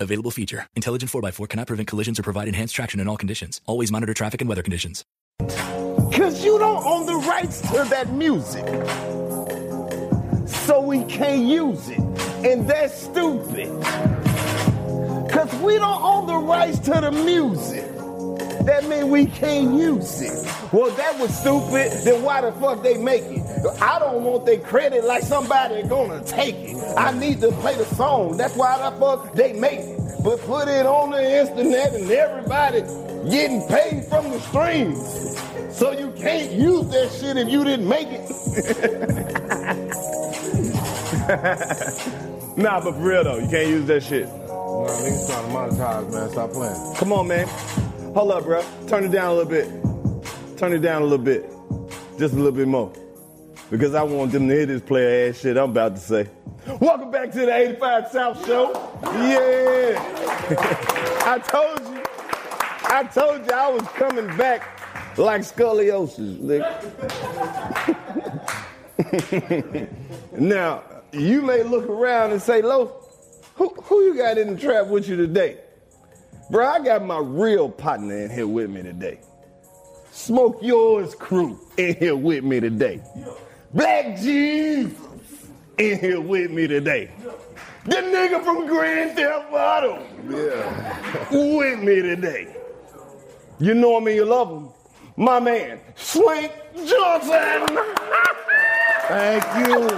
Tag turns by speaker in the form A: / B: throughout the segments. A: Available feature. Intelligent 4x4 cannot prevent collisions or provide enhanced traction in all conditions. Always monitor traffic and weather conditions.
B: Cause you don't own the rights to that music. So we can't use it. And that's stupid. Cause we don't own the rights to the music. That means we can't use it. Well, that was stupid. Then why the fuck they make it? I don't want their credit like somebody gonna take it. I need to play the song. That's why the fuck they make it. But put it on the internet and everybody getting paid from the streams. So you can't use that shit if you didn't make it. nah, but for real though, you can't use that shit.
C: Nah, niggas trying to monetize, man. Stop playing.
B: Come on, man. Hold up, bro. Turn it down a little bit. Turn it down a little bit. Just a little bit more. Because I want them to hear this player ass shit I'm about to say. Welcome back to the 85 South Show. Yeah. I told you. I told you I was coming back like scoliosis, nigga. now, you may look around and say, Lo, who, who you got in the trap with you today? Bro, I got my real partner in here with me today. Smoke Yours crew in here with me today. Black Jesus in here with me today. The nigga from Grand Theft Auto with me today. You know him and you love him. My man, Swank Johnson.
C: Thank you.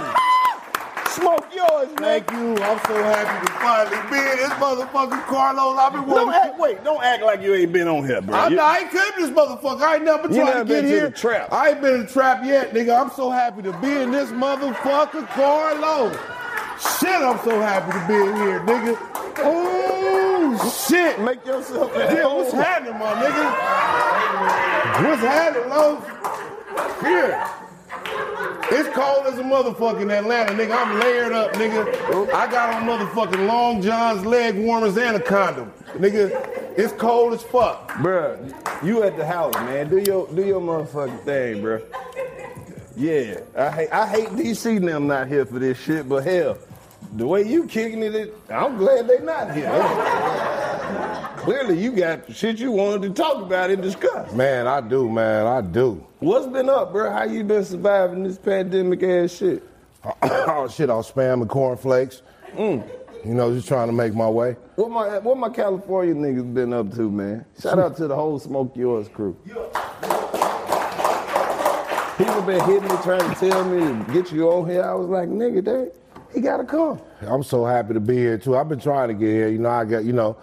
B: Smoke yours, man.
C: Thank you. I'm so happy to finally be in this motherfucking Carlos. I've been
B: Don't
C: wanting.
B: act, wait, don't act like you ain't been on here, bro.
C: I,
B: You-
C: I ain't came to this motherfucker. I ain't never
B: You
C: tried
B: never
C: to get
B: been to
C: here.
B: the trap.
C: I ain't been in the trap yet, nigga. I'm so happy to be in this motherfucker, Carlo. Shit, I'm so happy to be in here, nigga. Oh shit.
B: Make yourself at
C: Yeah,
B: home.
C: what's happening, my nigga? What's happening, Lo? Here. It's cold as a motherfucker in Atlanta, nigga. I'm layered up, nigga. I got on motherfucking long johns, leg warmers, and a condom. Nigga, it's cold as fuck.
B: Bruh, you at the house, man. Do your do your motherfucking thing, bruh. Yeah, I hate I hate DC and them not here for this shit, but hell, the way you kicking it, it I'm glad they not here. Clearly, you got shit you wanted to talk about and discuss.
C: Man, I do, man, I do.
B: What's been up, bruh? How you been surviving this pandemic ass shit?
C: oh shit, I'll spam and cornflakes. You know, just trying to make my way.
B: Mm. What my what my California niggas been up to, man? Shout out to the whole Smoke Yours crew. People been hitting me trying to tell me to get you on here. I was like, nigga, they, he gotta come.
C: I'm so happy to be here too. I've been trying to get here. You know, I got you know,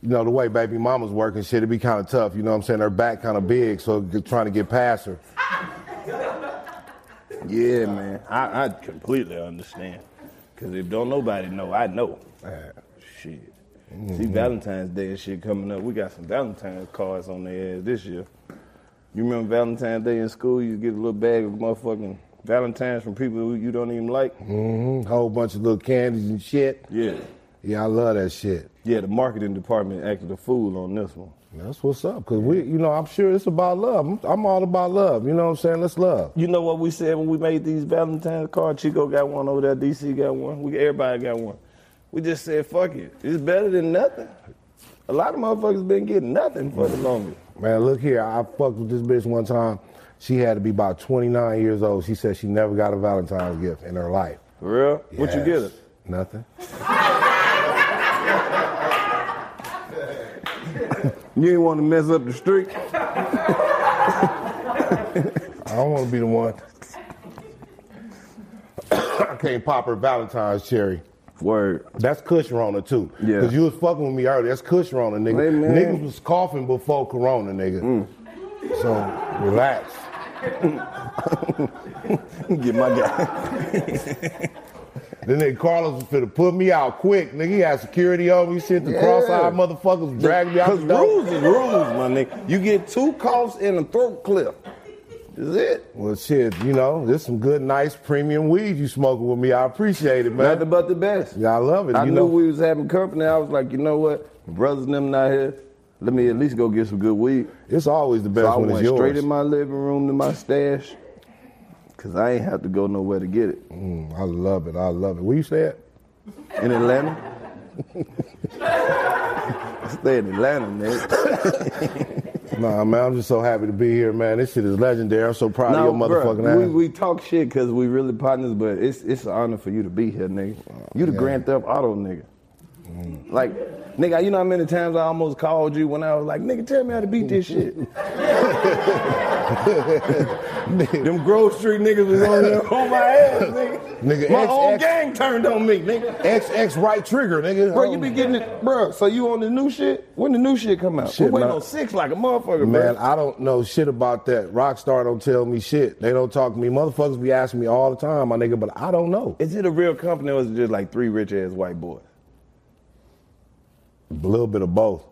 C: you know the way baby mama's working shit, it'd be kind of tough. You know what I'm saying? Her back kind of big, so g- trying to get past her.
B: Yeah, man. I, I completely understand. Cause if don't nobody know, I know.
C: Uh,
B: Shit.
C: mm-hmm.
B: See Valentine's Day and shit coming up. We got some Valentine's cards on their ass this year. You remember Valentine's Day in school? You get a little bag of motherfucking Valentines from people who you don't even like.
C: Mm-hmm. Whole bunch of little candies and shit.
B: Yeah.
C: Yeah, I love that shit.
B: Yeah, the marketing department acted a fool on this one.
C: That's what's up, cause we, you know, I'm sure it's about love. I'm, I'm all about love. You know what I'm saying? Let's love.
B: You know what we said when we made these Valentine's cards? Chico got one over there, DC got one, we everybody got one. We just said, fuck it. It's better than nothing. A lot of motherfuckers been getting nothing for the longest.
C: Man, look here. I fucked with this bitch one time. She had to be about 29 years old. She said she never got a Valentine's gift in her life.
B: For real? What you
C: Yes.
B: get her?
C: Nothing.
B: You ain't want to mess up the streak.
C: I don't want to be the one. I can't pop her Valentine's cherry.
B: Word.
C: That's Kush Rona too.
B: Yeah.
C: Cause you was fucking with me earlier. That's Kush Rona, nigga.
B: Hey, man.
C: Niggas was coughing before Corona, nigga.
B: Mm.
C: So relax.
B: Get my guy.
C: Then nigga Carlos was finna put me out quick. Nigga, he had security on me, shit. The
B: Yeah.
C: cross-eyed motherfuckers dragged me out
B: Cause
C: the door.
B: rules is rules, my nigga. You get two coughs and a throat clip. Is it?
C: Well, shit, you know, there's some good, nice premium weed you smoking with me. I appreciate it, man.
B: Nothing but the best.
C: yeah, I love it.
B: I
C: you
B: knew
C: know,
B: we was having company. I was like, you know what? Brothers and them not here. Let me at least go get some good weed.
C: it's always the best
B: So I
C: when
B: went
C: it's yours.
B: straight in my living room to my stash, cause I ain't have to go nowhere to get it
C: Mm, I love it. I love it. Where you stay at?
B: in Atlanta. I stay in Atlanta, man.
C: Nah, man, I'm just so happy to be here, man. This shit is legendary. I'm so proud of your
B: bruh,
C: motherfucking
B: we,
C: ass.
B: we talk shit cause we really partners, but it's it's an honor for you to be here, nigga. You the
C: yeah.
B: Grand Theft Auto nigga. Like, nigga, you know how many times I almost called you when I was like, nigga, tell me how to beat this shit. Them Grove Street niggas was on there on my ass, nigga.
C: Nigga,
B: my
C: X,
B: own
C: X-
B: gang turned on me, nigga.
C: XX right trigger, nigga.
B: Bro, you be getting it, bro. So you on the new shit? When the new shit come out?
C: Shit,
B: we waiting
C: man.
B: on six like a motherfucker,
C: Man,
B: man.
C: I don't know shit about that. Rockstar don't tell me shit. They don't talk to me. Motherfuckers be asking me all the time, my nigga, but I don't know.
B: Is it a real company or is it just like three rich ass white boys?
C: A little bit of both.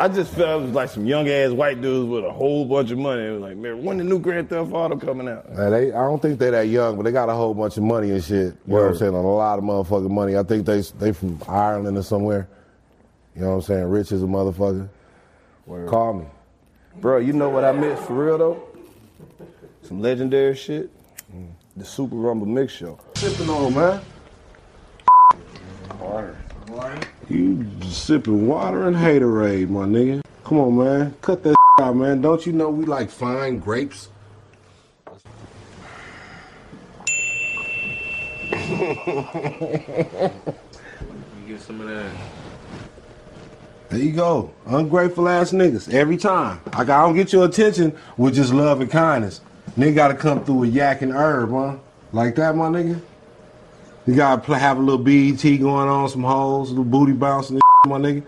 B: I just felt it was like some young ass white dudes with a whole bunch of money. It was like, man, when the new Grand Theft Auto coming out?
C: Man, they, I don't think they that young, but they got a whole bunch of money and shit. You know what I'm
B: Word.
C: saying? A lot of motherfucking money. I think they they from Ireland or somewhere. You know what I'm saying? Rich as a motherfucker. Call me.
B: Bro, you know what I miss for real though? Some legendary shit. The Super Rumble Mix Show.
C: Sipping on, man. You sipping water and haterade, my nigga. Come on, man. Cut that out, man. Don't you know we like fine grapes?
D: Get some of that.
C: There you go. Ungrateful ass niggas. Every time. Like, I don't get your attention with just love and kindness. Nigga gotta come through with yak and herb, huh? Like that, my nigga? You gotta play, have a little BET going on, some hoes, a little booty bouncing and my nigga.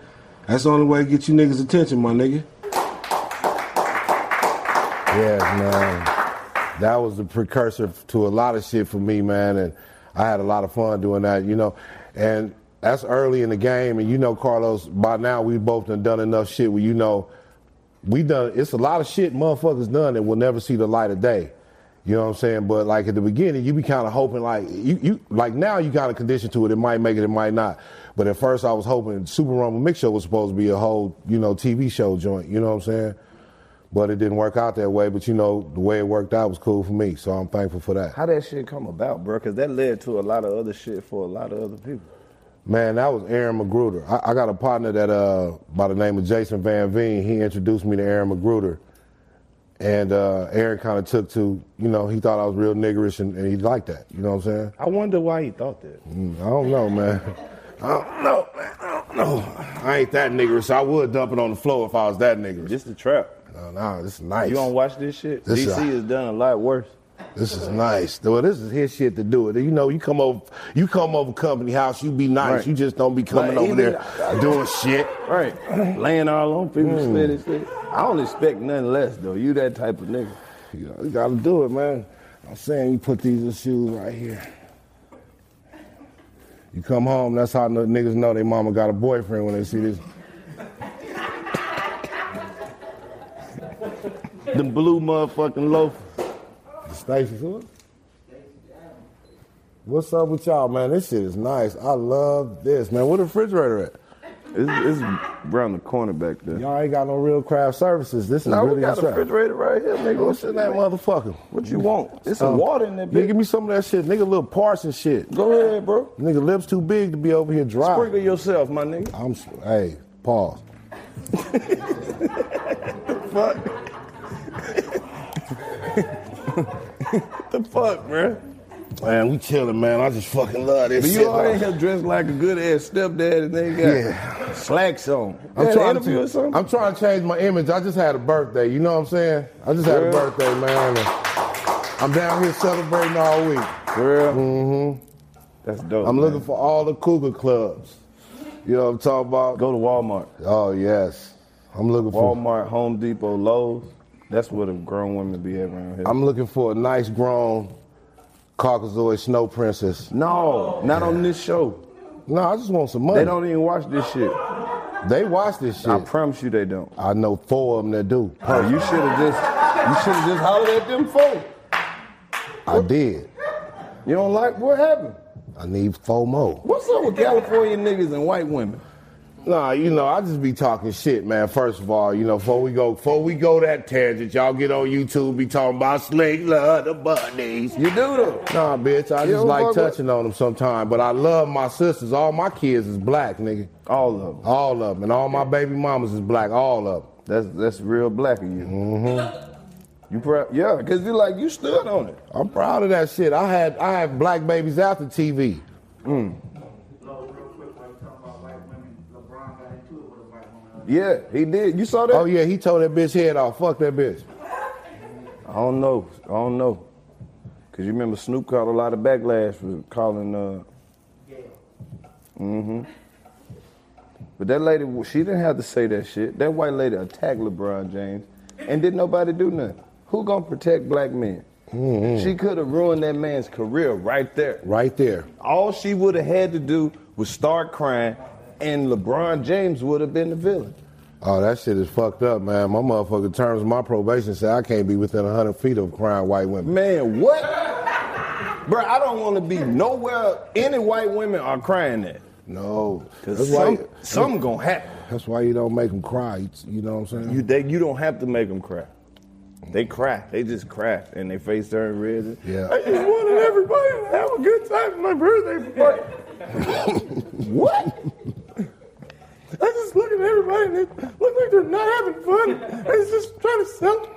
C: That's the only way to get you niggas' attention, my nigga. Yes, man. That was the precursor to a lot of shit for me, man. And I had a lot of fun doing that, you know. And that's early in the game. And you know, Carlos, by now we both done done enough shit where you know we done it's a lot of shit motherfuckers done that will never see the light of day. You know what I'm saying? But like at the beginning, you be kind of hoping like you you like now you kind of conditioned to it. It might make it, it might not. But at first, I was hoping Super Rumble Mix Show was supposed to be a whole you know TV show joint. You know what I'm saying? But it didn't work out that way. But you know the way it worked out was cool for me, so I'm thankful for that.
B: How that shit come about, bro? Cause that led to a lot of other shit for a lot of other people.
C: Man, that was Aaron Magruder. I, I got a partner that uh by the name of Jason Van Veen. He introduced me to Aaron Magruder. And uh, Aaron kind of took to, you know, he thought I was real niggerish and, and he liked that. You know what I'm saying?
B: I wonder why he thought that.
C: Mm, I don't know, man. I don't know, man. I don't know. I ain't that niggerish. I would dump it on the floor if I was that niggerish.
B: Just the trap.
C: no, no, this is nice.
B: You don't watch this shit?
C: This
B: DC
C: is-
B: has done a lot worse.
C: This is nice. Well, this is his shit to do it. You know, you come over, you come over company house, you be nice.
B: Right.
C: You just don't be coming
B: Like,
C: over
B: even-
C: there doing shit.
B: Right. Laying all on people's mm. and shit. I don't expect nothing less though. You that type of nigga.
C: You, know, you gotta do it, man. I'm saying you put these little shoes right here. You come home, that's how the niggas know they mama got a boyfriend when they see this.
B: Them blue motherfucking loafers.
C: Stacy, who? What's up with y'all, man? This shit is nice. I love this, man. Where the refrigerator at?
B: It's, it's around the corner back there.
E: Y'all ain't got no real craft services. This is
B: No,
E: really
B: we got a
E: unsafe.
B: refrigerator right here, nigga. What's in that motherfucker? What you want? It's some water in that
E: Nigga, give
B: bitch.
E: me some of that shit. Nigga, little parts and shit.
B: Go ahead, bro.
E: Nigga, lips too big to be over here dry.
B: Sprinkle yourself, my nigga.
E: I'm, s- hey, pause.
B: The fuck, man.
E: Man, we chilling, man. I just fucking love this
B: But
E: shit.
B: you all in
E: man.
B: here dressed like a good ass stepdad and they got
E: Yeah.
B: slacks on.
E: I'm
B: Yeah,
E: trying
B: interview
E: to-
B: or something?
C: I'm trying to change my image. I just had a birthday. You know what I'm saying? I just had
B: Yeah.
C: a birthday, man. and I'm down here celebrating all week.
B: Girl. Mm-hmm. That's dope.
C: I'm
B: man.
C: looking for all the cougar clubs. You know what I'm talking about?
B: Go to Walmart.
C: Oh yes, I'm looking for.
B: Walmart, Home Depot, Lowe's. That's where the grown women be at around here.
C: I'm looking for a nice grown Caucasoid snow princess.
B: no, not on this show.
C: No, I just want some money.
B: They don't even watch this shit.
C: They watch this shit.
B: I
C: I,
B: promise you they don't.
C: know four of them that do.
B: Oh, you should have just you should have just hollered at them folk.
C: I did.
B: You don't like what happened?
C: I need four more.
B: What's up with California niggas and white women?
C: Nah, you know, I just be talking shit, man. First of all, you know, before we go, before we go that tangent, y'all get on YouTube, be talking about sling love the bunnies.
B: You do though.
C: Nah, bitch, I just
B: don't
C: like
B: fuck with-
C: touching on them sometimes, but I love my sisters. All my kids is black, nigga.
B: All of them.
C: All of them, and all my baby mamas is black. All of them.
B: That's that's real black of you. Mm-hmm. You proud? Yeah, cause you like you stood on it.
C: I'm proud of that shit. I had I had black babies after TV.
B: Yeah, he did. You saw that?
C: Oh yeah, he tore that bitch head off. Fuck that bitch.
B: I don't know. I don't know. Cause you remember Snoop caught a lot of backlash for calling. Uh, mm-hmm. But that lady, she didn't have to say that shit. That white lady attacked LeBron James, and did nobody do nothing. Who gonna protect black men? She could have ruined that man's career right there.
C: Right there.
B: All she would have had to do was start crying, and LeBron James would have been the villain.
C: Oh, that shit is fucked up, man. My motherfucking terms of my probation said I can't be within 100 feet of crying white women.
B: Man, what? Bro, I don't want to be nowhere any white women are crying at.
C: No.
B: Cause
C: That's
B: some,
C: why,
B: something gonna happen.
C: that's why you don't make them cry. You, you know what I'm saying?
B: You they, you don't have to make them cry. They cry. They just cry, and they face turn red.
C: Yeah.
B: I just wanted everybody to have a good time at my birthday party. what? I just look at everybody and they look like they're not having fun. They're just trying to sell.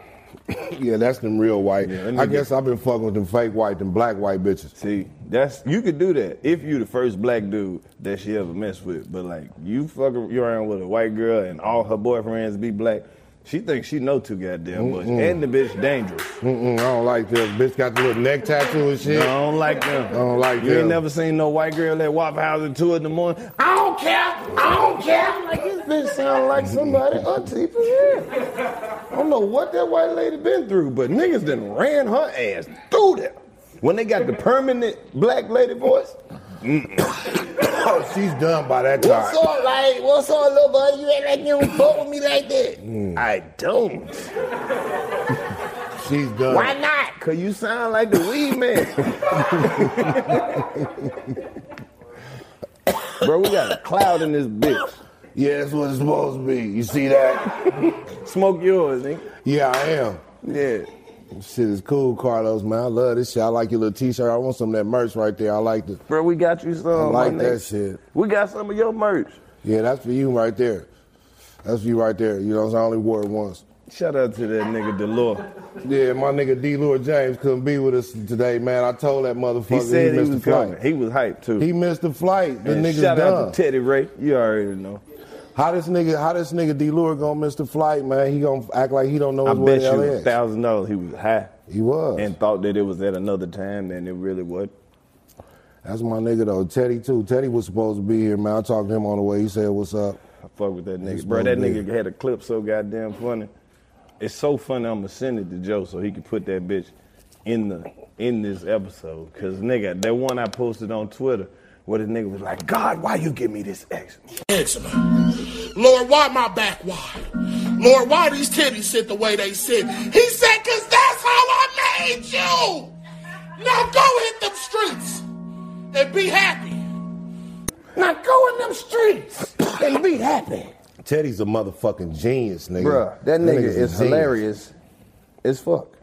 C: yeah, that's them real white.
B: Yeah, that
C: I
B: nigga-
C: guess I've been fucking with them fake white, them black white bitches.
B: See, that's you could do that if you the first black dude that she ever messed with. But like you fucking you around with a white girl and all her boyfriends be black, she thinks she know too goddamn much, and the bitch dangerous.
C: Mm-mm, I don't like this. Bitch got the little neck tattoo and shit.
B: No, I don't like them.
C: I don't like
B: You ain't
C: them.
B: never seen no white girl at Waffle House at two in the morning. I don't care. I don't care. Like this bitch sound like somebody auntie for real. I don't know what that white lady been through, but niggas done ran her ass through there. When they got the permanent black lady voice,
C: Oh, she's done by that time.
B: what's up, like, what's up, little buddy? You act like you don't fuck with me like that.
C: Mm.
B: I don't.
C: She's done.
B: Why not? Cause you sound like the weed man. Bro, we got a cloud in this bitch.
C: Yeah, that's what it's supposed to be. You see that?
B: Smoke yours, nigga.
C: yeah, I am.
B: Yeah.
C: Shit is cool, Carlos, man. I love this shit. I like your little t-shirt. I want some of that merch right there. I like this.
B: Bro, we got you some.
C: I like
B: my nigga.
C: that shit.
B: We got some of your merch.
C: Yeah, that's for you right there. That's for you right there. You know, what I'm saying? I only wore it once.
B: Shout out to that nigga Delore.
C: Yeah, my nigga D. Lord James couldn't be with us today, man. I told that motherfucker
B: He said he,
C: missed
B: was
C: the flight.
B: coming. He was hyped too.
C: He missed the flight. The
B: And
C: nigga's
B: shout
C: done.
B: out to Teddy Ray. You already know.
C: how this nigga, how this nigga D. Lord gonna miss the flight, man? He gonna act like he don't know
B: I
C: his way
B: bet
C: to
B: you a
C: LAX.
B: thousand dollars he was high
C: he was.
B: and thought that it was at another time and it really was.
C: That's my nigga though. Teddy too. Teddy was supposed to be here, man. I talked to him on the way. He said, "What's up?"
B: I fuck with that nigga.
C: It's
B: Bro,
C: no
B: that nigga
C: big.
B: had a clip so goddamn funny. It's so funny I'ma send it to Joe so he can put that bitch in the in this episode. Cause nigga, that one I posted on Twitter where the nigga was like, God, why you give me this X?
D: eczema. Lord, why my back wide? Lord, why these titties sit the way they sit? He said, because that's how I made you. Now go hit them streets and be happy. Now go in them streets
C: and be happy. Teddy's a motherfucking genius, nigga.
B: Bruh, that nigga
C: nigga's a
B: is
C: genius.
B: hilarious as fuck.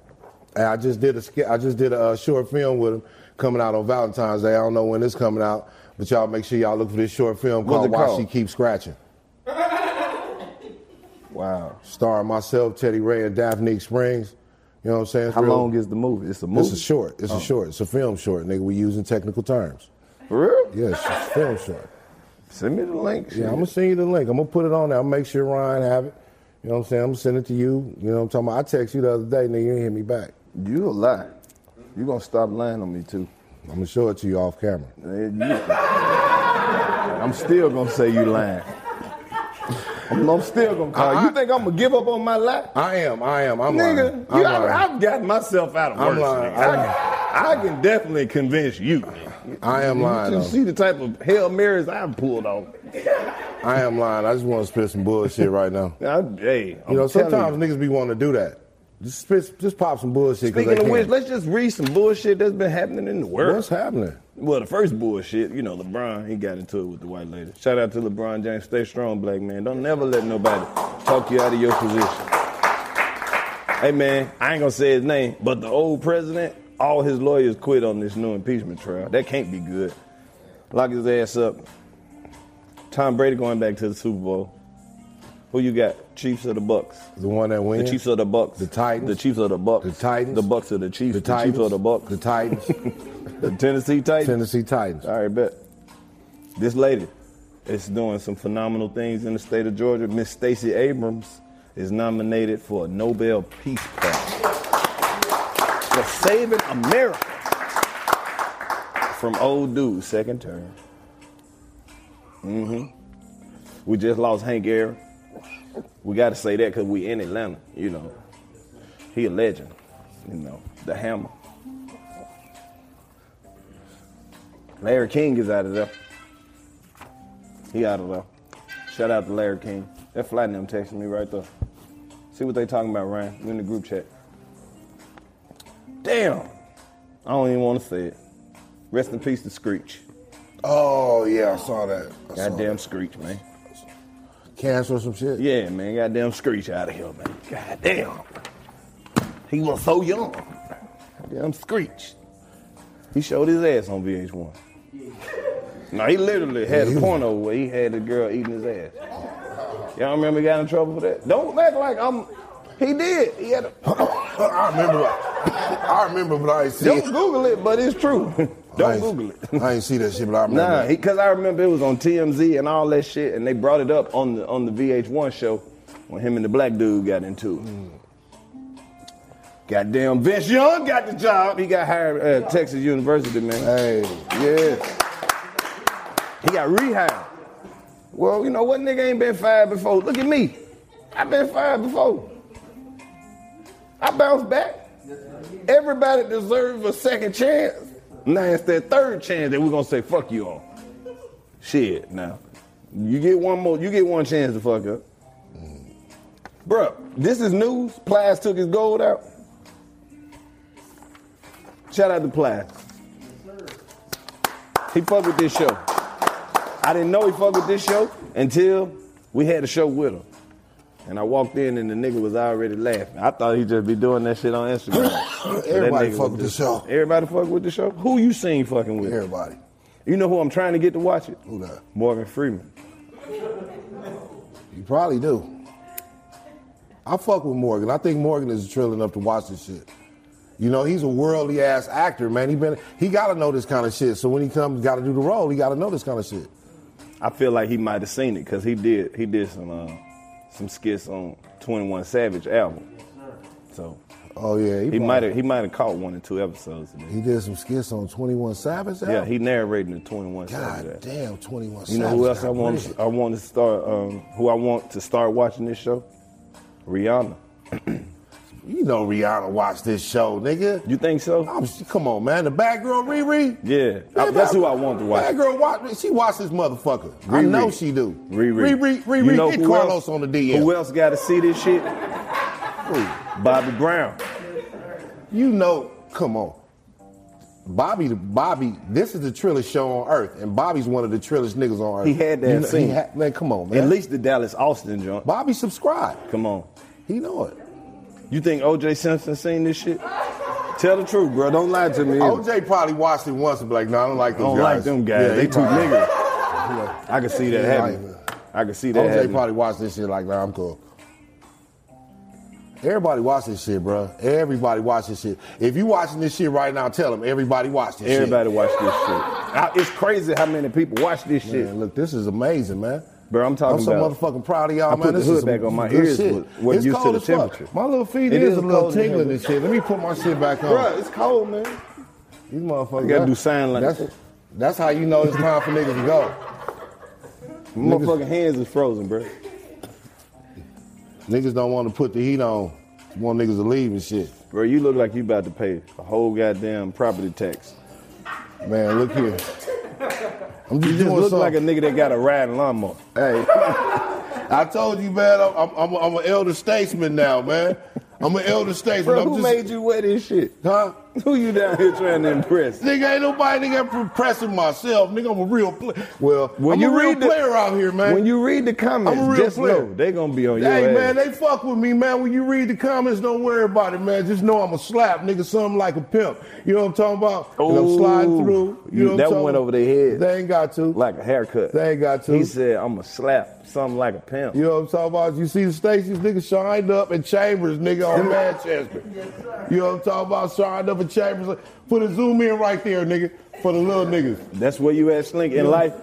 C: And I just did a skit. I just did a uh, short film with him coming out on Valentine's Day. I don't know when it's coming out, but y'all make sure y'all look for this short film
B: What's
C: called
B: it
C: Why
B: called?
C: She Keeps Scratching. Wow. Starring myself, Teddy Ray, and Daphne Springs. You know what I'm saying?
B: How long is the movie? It's a movie.
C: It's a short. It's
B: Oh.
C: a short. It's a film short, nigga. We using technical terms.
B: For real?
C: Yeah, it's a film short.
B: Send me the link.
C: Yeah, I'm gonna send you the link. I'm gonna put it on there. I'll make sure Ryan have it. You know what I'm saying? I'm gonna send it to you. You know what I'm talking about? I text you the other day, nigga. You didn't hit me back.
B: You a lie. You gonna stop lying on me too.
C: I'm gonna show it to you off camera.
B: I'm still gonna say you lying. I'm, I'm still gonna call. you think I'm gonna give up on my lie?
C: I am. I am. I'm
B: Nigga,
C: lying. I'm
B: you, I,
C: lying.
B: have gotten myself out of
C: I'm
B: worse.
C: lying.
B: nigga.
C: I'm-
B: I, I can definitely convince you.
C: I am lying,
B: You
C: though.
B: just see the type of hail marys I've pulled off.
C: I am lying. I just want to spit some bullshit right now.
B: I, hey, I'm
C: you know,
B: telling
C: sometimes niggas be wanting to do that. Just spit, just pop some bullshit. 'cause
B: Speaking
C: they
B: of which,
C: can.
B: let's just read some bullshit that's been happening in the world.
C: what's happening?
B: Well, the first bullshit, you know, LeBron, he got into it with the white lady. Shout out to LeBron James. Stay strong, black man. Don't never let nobody talk you out of your position. Hey, man, I ain't gonna say his name, but the old president, all his lawyers quit on this new impeachment trial. That can't be good. Lock his ass up. Tom Brady going back to the Super Bowl. Who you got? Chiefs or the Bucks?
C: The one that
B: The
C: wins.
B: Chiefs or the Bucks? The
C: Titans.
B: The Chiefs or the Bucks? The
C: Titans.
B: The Bucks or the Chiefs?
C: The
B: Chiefs
C: Titans.
B: or the Bucks?
C: The Titans.
B: The Tennessee Titans.
C: Tennessee Titans.
B: All right, bet. This lady is doing some phenomenal things in the state of Georgia. Miss Stacey Abrams is nominated for a Nobel Peace Prize for saving America from old dude second term. Mm-hmm. We just lost Hank Aaron. We got to say that because we in Atlanta. You know, he a legend. You know, the hammer. Larry King is out of there. He out of there. Shout out to Larry King. That flight them texting me right there. See what they talking about, Ryan. We in the group chat. Damn. I don't even want to say it. Rest in peace to Screech.
C: Oh yeah, I saw that. I saw
B: Goddamn Screech, man.
C: Cancel some shit.
B: Yeah, man. Goddamn Screech out of here, man. Goddamn. He was so young. Goddamn Screech. He showed his ass on VH1. No, he literally had a porno where he had the girl eating his ass. Y'all remember he got in trouble for that? Don't act like I'm. He did. He had a.
C: I remember. I remember, but I ain't see
B: Don't
C: it.
B: Google it, but it's true.
C: I
B: Don't
C: ain't-
B: Google it.
C: I ain't see that shit, but I remember.
B: Nah,
C: it.
B: because I remember it was on TMZ and all that shit, and they brought it up on the on the VH1 show when him and the black dude got into it. Goddamn, Vince Young got the job. He got hired at uh, Texas University, man.
C: Hey,
B: yeah. He got rehired. Well, you know what nigga ain't been fired before? Look at me. I've been fired before. I bounce back. Everybody deserves a second chance. Now it's that third chance that we're gonna say fuck you all. Shit, now. You get one more, you get one chance to fuck up. Bruh, this is news. Plies took his gold out. Shout out to Plies. He fucked with this show. I didn't know he fucked with this show until we had a show with him. And I walked in and the nigga was already laughing. I thought he'd just be doing that shit on Instagram. But that
C: Everybody
B: nigga
C: fuck
B: was
C: with the
B: just-
C: show.
B: Everybody fuck with the show? Who you seen fucking with?
C: Everybody.
B: You know who I'm trying to get to watch it?
C: Who that?
B: Morgan Freeman.
C: You probably do. I fuck with Morgan. I think Morgan is trill enough to watch this shit. You know, he's a worldly ass actor, man. He been he gotta know this kind of shit. So when he comes, gotta do the role, he gotta know this kind of shit.
B: I feel like he might have seen it because he did he did some uh, some skits on Twenty One Savage album. So
C: Oh yeah,
B: he
C: probably-
B: might have he might have caught one or two episodes. Of it.
C: He did some skits on Twenty One Savage.
B: Yeah,
C: album?
B: he narrating the Twenty One
C: God
B: Savage. album.
C: damn, Twenty One.
B: You know who else I want? I want to start. Um, who I want to start watching this show? Rihanna.
C: You know Rihanna watched this show, nigga.
B: You think so?
C: I'm, come on, man. The bad girl Riri.
B: Yeah, I-
C: Man,
B: that's
C: that-
B: who I want to watch.
C: That girl watch. She watch this motherfucker. I
B: Riri.
C: know she do.
B: Riri.
C: Riri. Riri.
B: You know
C: hit
B: who
C: Carlos
B: else-
C: on the DM.
B: Who else got to see this shit? Bobby Brown.
C: You know. Come on. Bobby, Bobby, this is the trillest show on earth, and Bobby's one of the trillest niggas on earth.
B: He had that
C: You know,
B: scene.
C: he had- man, come on, man.
B: At least the Dallas Austin joint.
C: Bobby subscribed.
B: Come on.
C: He know it.
B: You think OJ Simpson seen this shit? Tell the truth, bro. Don't lie to me. either.
C: OJ probably watched it once and be like, "No, I don't like
B: I
C: those
B: don't
C: guys.
B: like them guys.
C: Yeah,
B: they too
C: probably-
B: niggas.
C: Yeah.
B: I can see that
C: Yeah,
B: happening. I can see that
C: OJ
B: happening.
C: probably watched this shit like, nah, I'm cool. Everybody watch this shit, bro. Everybody watch this shit. If you watching this shit right now, tell them everybody watch this
B: Everybody
C: shit.
B: watch this shit. I- it's crazy how many people watch this shit.
C: Man, look, this is amazing, man.
B: Bro, I'm talking
C: I'm so
B: about.
C: motherfucking proud of y'all,
B: I
C: man.
B: put the
C: this
B: hood
C: is some
B: back on my
C: good
B: ears
C: shit.
B: with- wasn't
C: It's
B: used to
C: cold
B: the
C: as fuck.
B: temperature.
C: My little feet
B: It
C: is,
B: is
C: a little
B: cold in here,
C: tingling
B: but-
C: and shit. Let me put my shit back on.
B: Bro, it's cold, man.
C: These motherfuckers.
B: You gotta do sign language.
C: That's, that's how you know it's time for niggas to go.
B: My motherfucking hands is frozen, bro.
C: Niggas don't want to put the heat on. Want niggas to leave and shit.
B: Bro, you look like you about to pay a whole goddamn property tax.
C: Man, look here. I'm just
B: You just
C: doing
B: look
C: something.
B: like a nigga that got a riding lawnmower.
C: Hey, I told you, man. I'm, I'm, I'm, am an elder statesman now, man. I'm an elder statesman.
B: Bro,
C: I'm
B: who
C: just,
B: made you wear this shit?
C: huh?
B: Who you down here trying to impress?
C: Nigga, ain't nobody nigga impressing myself. Nigga, I'm a real player. Well,
B: When
C: I'm
B: you
C: a real
B: read the-
C: player out here, man.
B: When you read the comments,
C: I'm a real
B: just
C: player.
B: know they gonna be on your
C: Hey
B: ass.
C: man, they fuck with me, man. When you read the comments, don't worry about it, man. Just know I'm a slap, nigga, something like a pimp. You know what I'm talking about? And I'm
B: Ooh.
C: sliding through. You, know
B: You-
C: what I'm
B: that
C: talking
B: went over their head.
C: They ain't got to.
B: like a haircut.
C: They ain't got to.
B: He said, "I'm a slap something like a pimp."
C: You know what I'm talking about? You see the Stacey's nigga shined up in Chambers, nigga, on Manchester. You know what I'm talking about? Shined up in Chambers. Put a zoom in right there, nigga, for the little niggas.
B: That's where you at, Slink. In
C: Yeah.
B: life,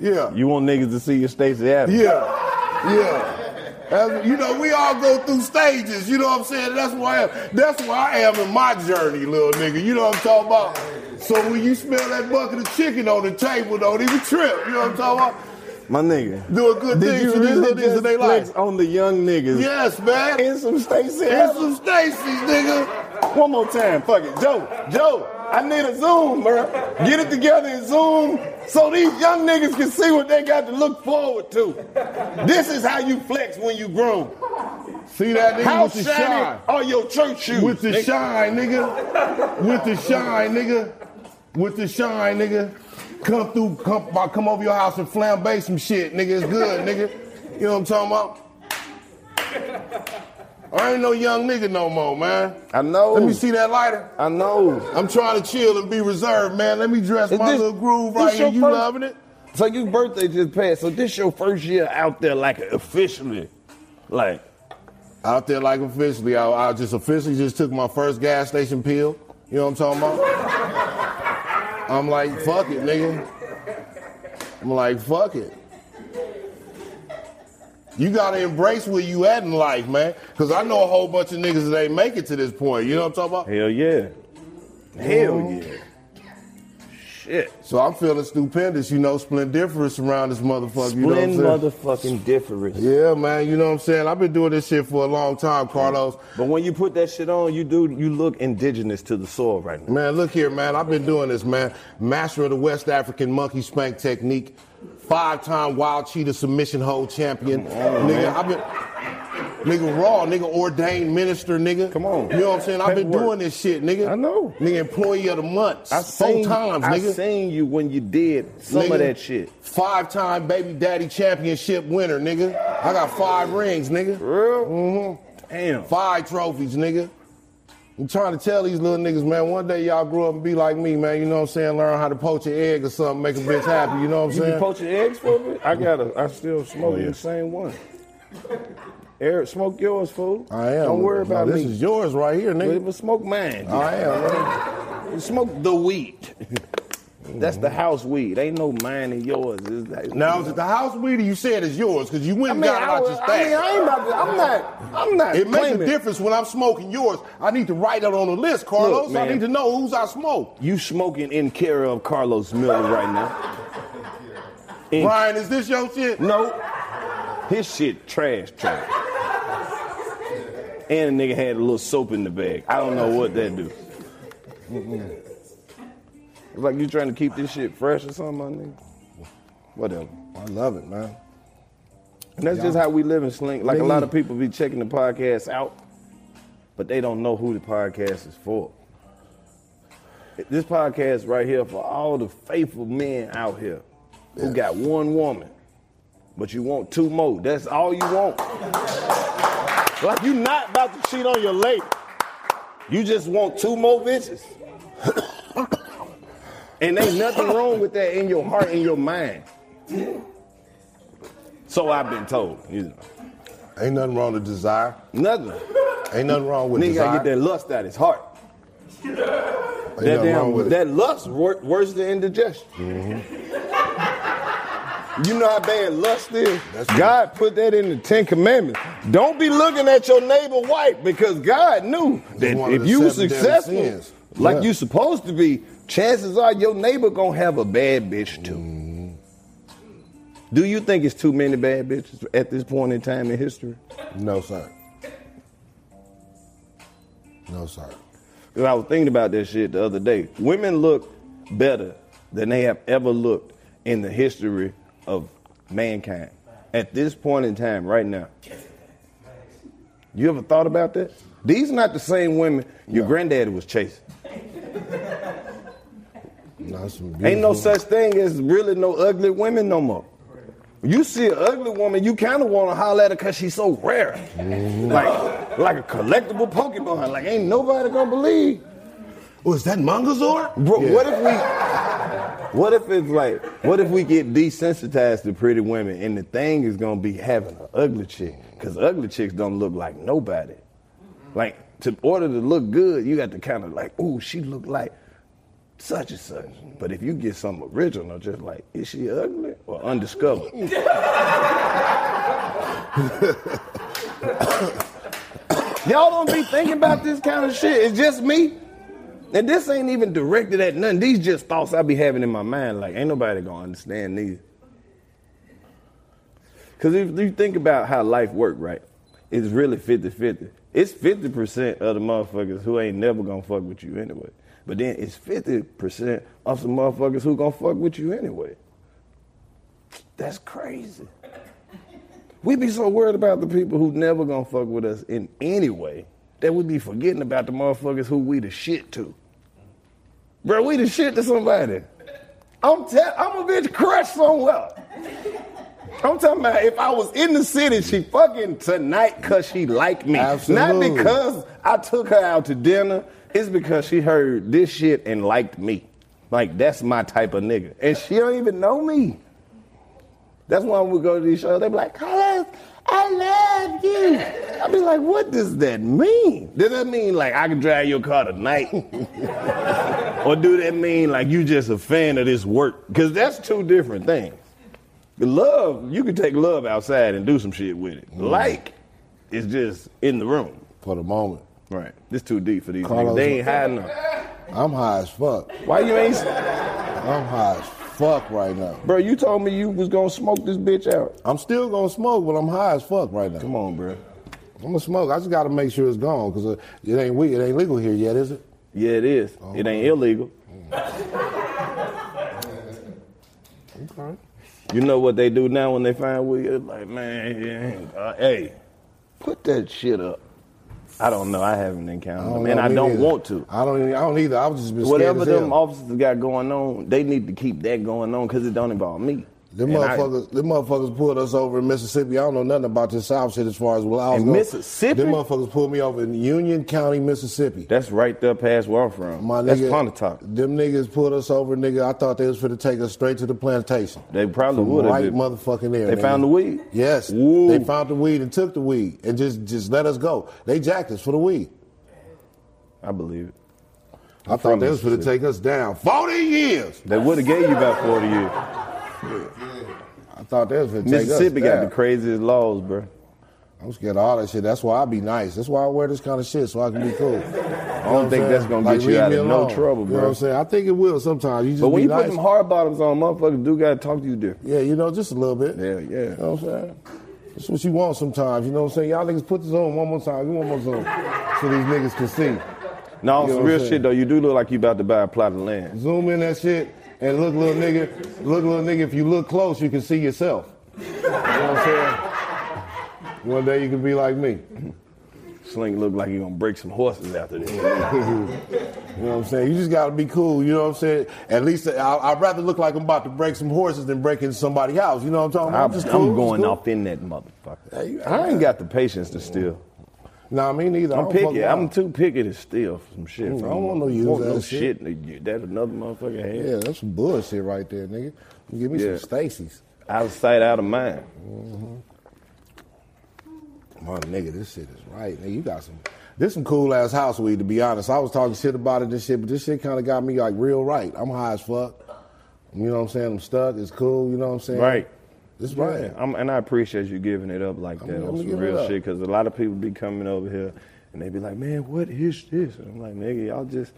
C: Yeah.
B: you want niggas to see your Stacey Adams.
C: Yeah. Yeah. That's- you know, we all go through stages, you know what I'm saying? That's where I am. That's where I am in my journey, little nigga. You know what I'm talking about? So when you smell that bucket of chicken on the table, don't even trip. You know what I'm talking about?
B: My nigga.
C: Do a good thing for these little niggas in their
B: flex
C: life.
B: on the young niggas?
C: Yes, man.
B: In some Stacey
C: It's
B: Adams.
C: some Stacy's, nigga.
B: One more time, fuck it. Joe, Joe, I need a Zoom, bro. Get it together and Zoom so these young niggas can see what they got to look forward to. This is how you flex when you grown.
C: See that nigga
B: How
C: with the shine.
B: shiny are your church shoes?
C: With the
B: nigga?
C: shine, nigga. With the shine, nigga. With the shine, nigga. Come through, come, I come over your house and flambe some shit, nigga. It's good, nigga. You know what I'm talking about? I ain't no young nigga no more, man.
B: I know.
C: Let me see that lighter.
B: I know.
C: I'm trying to chill and be reserved, man. Let me dress
B: Is
C: my
B: this-
C: little groove
B: this
C: right here.
B: your
C: You
B: first-
C: loving it?
B: So your birthday just passed. So this your first year out there, like officially, like
C: Out there, like officially, I, I just officially just took my first gas station pill. You know what I'm talking about? I'm like, fuck it, nigga. I'm like, fuck it. You gotta embrace where you at in life, man. Cause I know a whole bunch of niggas that ain't make it to this point. You know what I'm talking about?
B: hell yeah, hell yeah. Shit,
C: So I'm feeling stupendous, you know, splendiferous around this motherfucker. you know what I'm
B: Splend
C: saying?
B: motherfucking difference.
C: yeah, man, you know what I'm saying? I've been doing this shit for a long time, Carlos.
B: But when you put that shit on, you do you look indigenous to the soil right now.
C: Man, look here, man. I've been doing this, man. Master of the West African monkey spank technique. Five-time wild cheetah submission hold champion. nigga, I've been nigga raw, nigga ordained minister, nigga.
B: Come on.
C: You know what I'm saying? I've been
B: Paperwork.
C: doing this shit, nigga.
B: I know.
C: Nigga, employee of the month.
B: I seen,
C: Four times,
B: I
C: nigga.
B: seen you when you did some
C: Nigga,
B: of that shit.
C: Five-time baby daddy championship winner, nigga. I got five rings, nigga.
B: Real? Mm-hmm. Damn.
C: Five trophies, nigga. I'm trying to tell these little niggas, man, one day y'all grow up and be like me, man. You know what I'm saying? Learn how to poach an egg or something, make a bitch happy. You know what I'm
B: You be
C: saying?
B: poaching eggs for me? I got a, I still smoke
C: Oh, yeah.
B: the same one. Eric, smoke yours, fool.
C: I am.
B: Don't worry
C: No,
B: about
C: this
B: me.
C: is yours right here,
B: But,
C: nigga.
B: but smoke mine.
C: I am, man.
B: Smoke the weed. That's the house weed. Ain't no mine in yours. It's like-
C: Now, is it the house weed or you said it's yours? Because you went
B: I
C: and
B: mean,
C: got it
B: I,
C: out
B: was-
C: your
B: I mean,
C: stash.
B: I ain't about to. I'm not. I'm not.
C: It makes a
B: claiming-
C: difference when I'm smoking yours. I need to write it on the list, Carlos. I
B: man.
C: need to know whose I smoke.
B: You smoking in care of Carlos Miller right now? In-
C: Brian, is this your shit?
B: No, his shit trash, trash. And the nigga had a little soap in the bag. I don't know what that do. It's like you trying to keep this shit fresh or something, my nigga. Whatever.
C: I love it, man.
B: And that's just how we live in Slink. Like a
C: Nigga.
B: lot of people be checking the podcast out, but they don't know who the podcast is for. This podcast right here for all the faithful men out here who got one woman, but you want two more. That's all you want. like you not about to cheat on your lady. You just want two more bitches. and ain't nothing wrong with that in your heart, in your mind. So I've been told, you know.
C: Ain't nothing wrong with desire.
B: Nothing.
C: Ain't nothing wrong with
B: Nigga
C: desire.
B: gotta get that lust out his heart.
C: Ain't
B: That
C: nothing wrong with
B: damn,
C: it. Mm-hmm.
B: that lust wor- worse than indigestion. You know how bad lust is. God put that in the Ten Commandments. Don't be looking at your neighbor white because God knew that
C: one of
B: if
C: the
B: you were
C: seven deadly
B: successful,
C: sins.
B: like
C: Yeah.
B: you supposed to be, chances are your neighbor gonna have a bad bitch too.
C: Mm-hmm.
B: Do you think it's too many bad bitches at this point in time in history?
C: No, sir. No, sir.
B: Because I was thinking about this shit the other day. Women look better than they have ever looked in the history of mankind. At this point in time, right now. You ever thought about that? These not the same women your granddaddy was chasing.
C: No, it's some
B: Ain't no
C: beautiful-
B: such thing as really no ugly women no more. You see an ugly woman, you kind of want to holler at her because she's so rare. Like, like a collectible Pokemon. Like, ain't nobody going to believe.
C: Was that Mongazor?
B: Bro, what if we? What if it's like? What if we get desensitized to pretty women, and the thing is gonna be having an ugly chick? Cause ugly chicks don't look like nobody. Like to order to look good, you got to kind of like, ooh, she look like such and such. But if you get some original, just like, is she ugly or undiscovered? Y'all don't be thinking about this kind of shit. It's just me. And this ain't even directed at nothing. These just thoughts I be having in my mind. Like, ain't nobody gonna understand these. Because if you think about how life work, right? It's really 50 50. It's 50% of the motherfuckers who ain't never gonna fuck with you anyway. But then it's 50% of some motherfuckers who gonna fuck with you anyway. That's crazy. We be so worried about the people who never gonna fuck with us in any way that we be forgetting about the motherfuckers who we the shit to. Bro, we the shit to somebody. I'm tell I'm a bitch crushed somewhere. I'm talking about if I was in the city, she fucking tonight cause she liked me.
C: Absolutely.
B: Not because I took her out to dinner. It's because she heard this shit and liked me. Like that's my type of nigga. And she don't even know me. That's why when we go to these shows, they be like, Carlos, I love you. I be like, what does that mean? Does that mean like I can drive your car tonight? or do that mean like you just a fan of this work? Because that's two different things. Love, you can take love outside and do some shit with it. Like, it's just in the room.
C: For the moment.
B: Right. It's too deep for these
C: Carlos-
B: niggas. They ain't hiding them.
C: I'm high as fuck.
B: Why you ain't,
C: I'm high as fuck right now.
B: bro? You told me you was gonna smoke this bitch out.
C: I'm still gonna smoke, but I'm high as fuck right now.
B: Come on, bro.
C: I'm gonna smoke. I just gotta make sure it's gone because uh, it ain't we. It ain't legal here yet, is it?
B: Yeah, it is. it ain't illegal. You know what they do now when they find weed? It's like, man, it ain't- uh, hey, put that shit up. I don't know. I haven't encountered them, and
C: know,
B: I
C: Oh, me
B: don't
C: neither.
B: want to.
C: I don't. Even, I don't either. I've just been
B: Whatever
C: scared as
B: them
C: hell.
B: officers got going on, they need to keep that going on because it don't involve me.
C: Them
B: And I-
C: motherfuckers, them motherfuckers pulled us over in Mississippi. I don't know nothing about this South shit as far as well. I was
B: In
C: going-
B: Mississippi?
C: Them motherfuckers pulled me over in Union County, Mississippi.
B: that's right there past where I'm from.
C: My
B: that's
C: nigga,
B: Pontotoc.
C: Them niggas pulled us over, nigga. I thought they was finna take us straight to the plantation.
B: They probably
C: From
B: would have.
C: right
B: been.
C: motherfucking there.
B: They
C: nigga.
B: found the weed?
C: Yes.
B: Ooh.
C: They found the weed and took the weed and just just let us go. They jacked us for the weed.
B: I believe it.
C: I thought they was finna
B: Mississippi.
C: take us down. Forty years.
B: They would have gave you about 40 years.
C: I thought they was finna take us
B: Mississippi got
C: down.
B: the craziest laws, bro.
C: I'm scared of all that shit. That's why I be nice. That's why I wear this kind of shit so I can be cool. I
B: don't think that's gonna get you out of no trouble,
C: You know what
B: bro.
C: I'm saying? I think it will sometimes. You just
B: But when
C: be
B: you
C: nice.
B: put them hard bottoms on, motherfuckers do gotta talk to you different.
C: yeah, you know, just a little bit.
B: Yeah, yeah.
C: You know what I'm saying? That's what you want sometimes. You know what I'm saying? Y'all niggas put this on one more time. You one more time so these niggas can see.
B: No, on
C: You know
B: some
C: what I'm
B: real
C: saying?
B: shit though, you do look like you about to buy a plot of land.
C: Zoom in that shit and look, little nigga. Look, little nigga. If you look close, you can see yourself. You know what I'm saying? One day you can be like me.
B: Sling look like he gonna break some horses after this.
C: You know what I'm saying? You just got to be cool. You know what I'm saying? At least I, I'd rather look like I'm about to break some horses than break into somebody's house. You know what I'm talking about?
B: I'm, I'm going off in that motherfucker. I ain't got the patience to steal.
C: No, nah, me neither. I
B: I'm
C: don't fuck
B: picky.
C: around.
B: I'm too picky to steal some shit.
C: Mm,
B: from
C: I don't
B: you.
C: want no use
B: Want
C: of
B: no
C: that
B: shit.
C: shit.
B: That another motherfucker had.
C: Yeah, that's some bullshit right there, nigga. Give me
B: Yeah.
C: some Stacy's.
B: Out of sight, out of mind.
C: My nigga, this shit is right. Nigga, you got some. This some cool ass house weed. To be honest, I was talking shit about it. This shit, but this shit kind of got me like real right. I'm high as fuck. You know what I'm saying? I'm stuck. It's cool. You know what I'm saying?
B: Right.
C: It's right.
B: Yeah, I'm, and I appreciate you giving it up like that
C: gonna-
B: on
C: I'm
B: some
C: gonna give it
B: real
C: up.
B: shit because a lot of people be coming over here and they be like, man, what is this? And I'm like, nigga, y'all just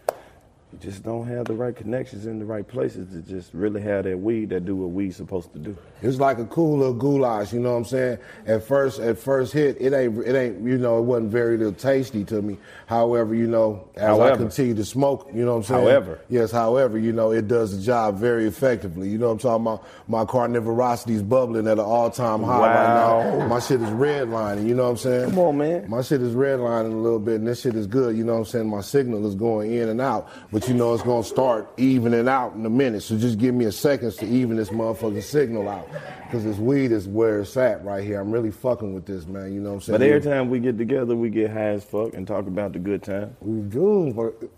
B: you just don't have the right connections in the right places to just really have that weed that do what we supposed to do.
C: It's like a cool little goulash, you know what I'm saying? At first, at first hit, it ain't, it ain't, you know, it wasn't very little tasty to me. However, you know, as
B: However.
C: I continue to smoke, you know what I'm saying?
B: However.
C: yes, however, you know, it does the job very effectively. You know what I'm talking about? My carnivorosity's bubbling at an all-time high right
B: Wow.
C: now. My shit is redlining, you know what I'm saying?
B: Come on, man.
C: My shit is redlining a little bit, and this shit is good. You know what I'm saying? My signal is going in and out, but you know it's going to start evening out in a minute. So just give me a second to even this motherfucking signal out, because this weed is where it's at right here. I'm really fucking with this, man. You know what I'm saying?
B: But every time we get together, we get high as fuck and talk about the good time.
C: we do, but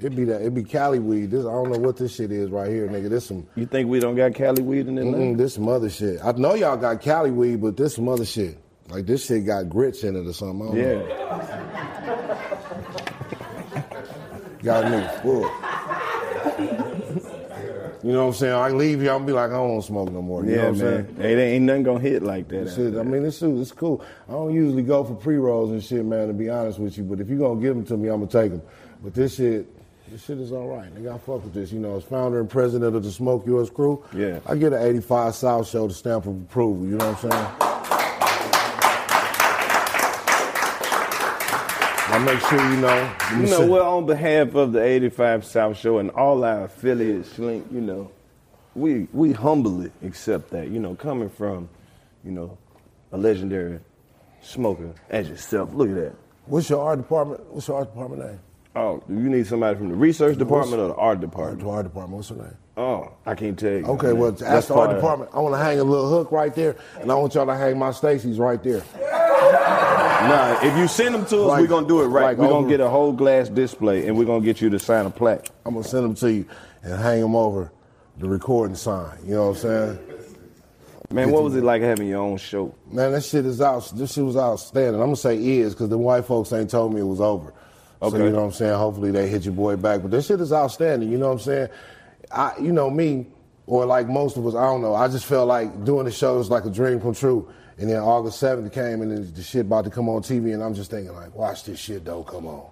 C: it be that it be Cali weed. This I don't know what this shit is right here, nigga. This some
B: You think we don't got Cali weed in
C: mm,
B: Atlanta?
C: this some other shit. I know y'all got Cali weed, but this some other shit. Like this shit got grits in it or something. I don't know.
B: Yeah.
C: Got a nigga full. You know what I'm saying? I leave here, I'm be like, I don't want to smoke no more. You
B: Yeah,
C: know what I'm
B: man.
C: saying?
B: It ain't nothing gonna hit like that.
C: This
B: out
C: shit, I
B: there.
C: mean, this shit, it's cool. I don't usually go for pre rolls and shit, man. To be honest with you, but if you gonna give them to me, I'm gonna take them. But this shit, this shit is all right. Nigga, I fuck with this. You know, as founder and president of the Smoke Yours Crew,
B: Yeah.
C: I get an 85 South Show to stamp of approval. You know what I'm saying? I make sure you know.
B: You know, well, on behalf of the 85 South Show and all our affiliates, Link, you know, we we humbly accept that. You know, coming from, you know, a legendary smoker as yourself. Look at that.
C: What's your art department? What's your art department name?
B: Oh, you need somebody from the research department or the art department?
C: The art department. What's her name?
B: Oh, I can't tell you.
C: Okay, well, ask
B: That's
C: the art
B: part of-
C: department. I want to hang a little hook right there, and I want y'all to hang my Stacy's right there.
B: Nah, if you send them to us,
C: Like-
B: we're gonna do it right.
C: like
B: we're gonna
C: over-
B: get a whole glass display, and we're gonna get you to sign a plaque.
C: I'm gonna send them to you and hang them over the recording sign. You know what I'm saying?
B: Man, what was it like having your own show?
C: Man, that shit is out. This shit was outstanding. I'm gonna say is because the white folks ain't told me it was over.
B: Okay.
C: So you know what I'm saying. Hopefully they hit your boy back, but this shit is outstanding. You know what I'm saying. I, you know me, or like most of us, I don't know. I just felt like doing the show was like a dream come true. And then August 7th came, and then the shit about to come on TV, and I'm just thinking like, watch this shit don't come on.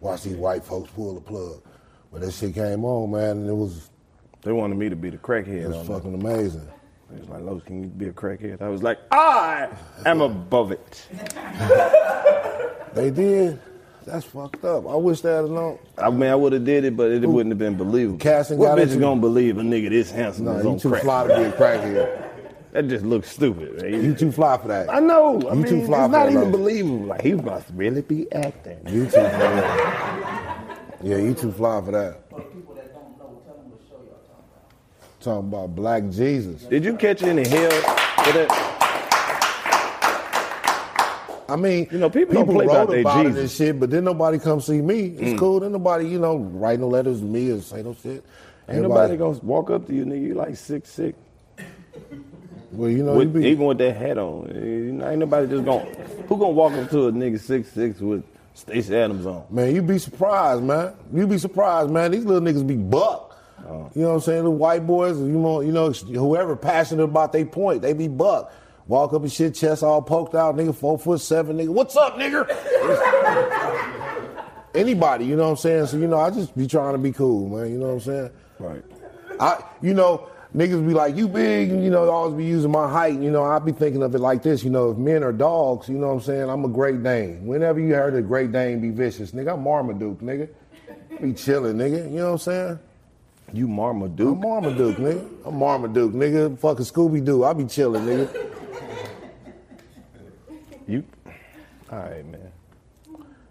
C: Watch these white folks pull the plug. But that shit came on, man, and it was
B: They wanted me to be the
C: it
B: crackhead.
C: was
B: on that.
C: fucking amazing.
B: He was like, Los, can you be a crackhead? I was like, I am above it.
C: They did. That's fucked up. I wish that had known.
B: I mean, I would have did it, but it wouldn't have been believable.
C: Casting
B: what
C: got
B: bitch
C: into-
B: is gonna believe a nigga this handsome
C: No,
B: is
C: you
B: on
C: too
B: crack?
C: fly to be a crackhead.
B: That just looks stupid. Man.
C: You too fly for
B: I
C: that.
B: know. I
C: You
B: mean,
C: too fly
B: it's not
C: for that,
B: even
C: Los.
B: believable. Like he must really be acting.
C: You too fly. For that. Yeah, you too fly for that. Talking about Black Jesus.
B: Did you catch any hell for that?
C: I mean,
B: You know, people don't play about
C: wrote
B: their
C: about it
B: Jesus. Mm.
C: and shit, but then nobody come see me. It's cool. Then nobody, you know, write no letters to me or say no shit.
B: Ain't nobody gonna walk up to you, nigga. You like six six.
C: Well, you know, you
B: With,
C: be,
B: even with that hat on, you know, ain't nobody just gonna. Who gonna walk up to a nigga six six with Stacey Adams on?
C: Man, you be surprised, man. You be surprised, man. These little niggas be buck. You know what I'm saying? The white boys, you know, you know, whoever passionate about they point, they be buck. Walk up and shit, chest all poked out, nigga, four foot seven, nigga. What's up, nigga? Anybody, you know what I'm saying? So you know, I just be trying to be cool, man. You know what I'm saying?
B: Right.
C: I, you know, niggas be like, you big, and you know, always be using my height. You know, I be thinking of it like this. You know, if men are dogs, you know what I'm saying? I'm a Great Dane. Whenever you heard a Great Dane be vicious, nigga, I'm Marmaduke, nigga. Be chilling, nigga. You know what I'm saying?
B: You
C: I'm
B: Marmaduke.
C: Marmaduke, nigga. I'm Marmaduke, nigga. Fucking Scooby Doo. I be chilling, nigga.
B: You. All right, man.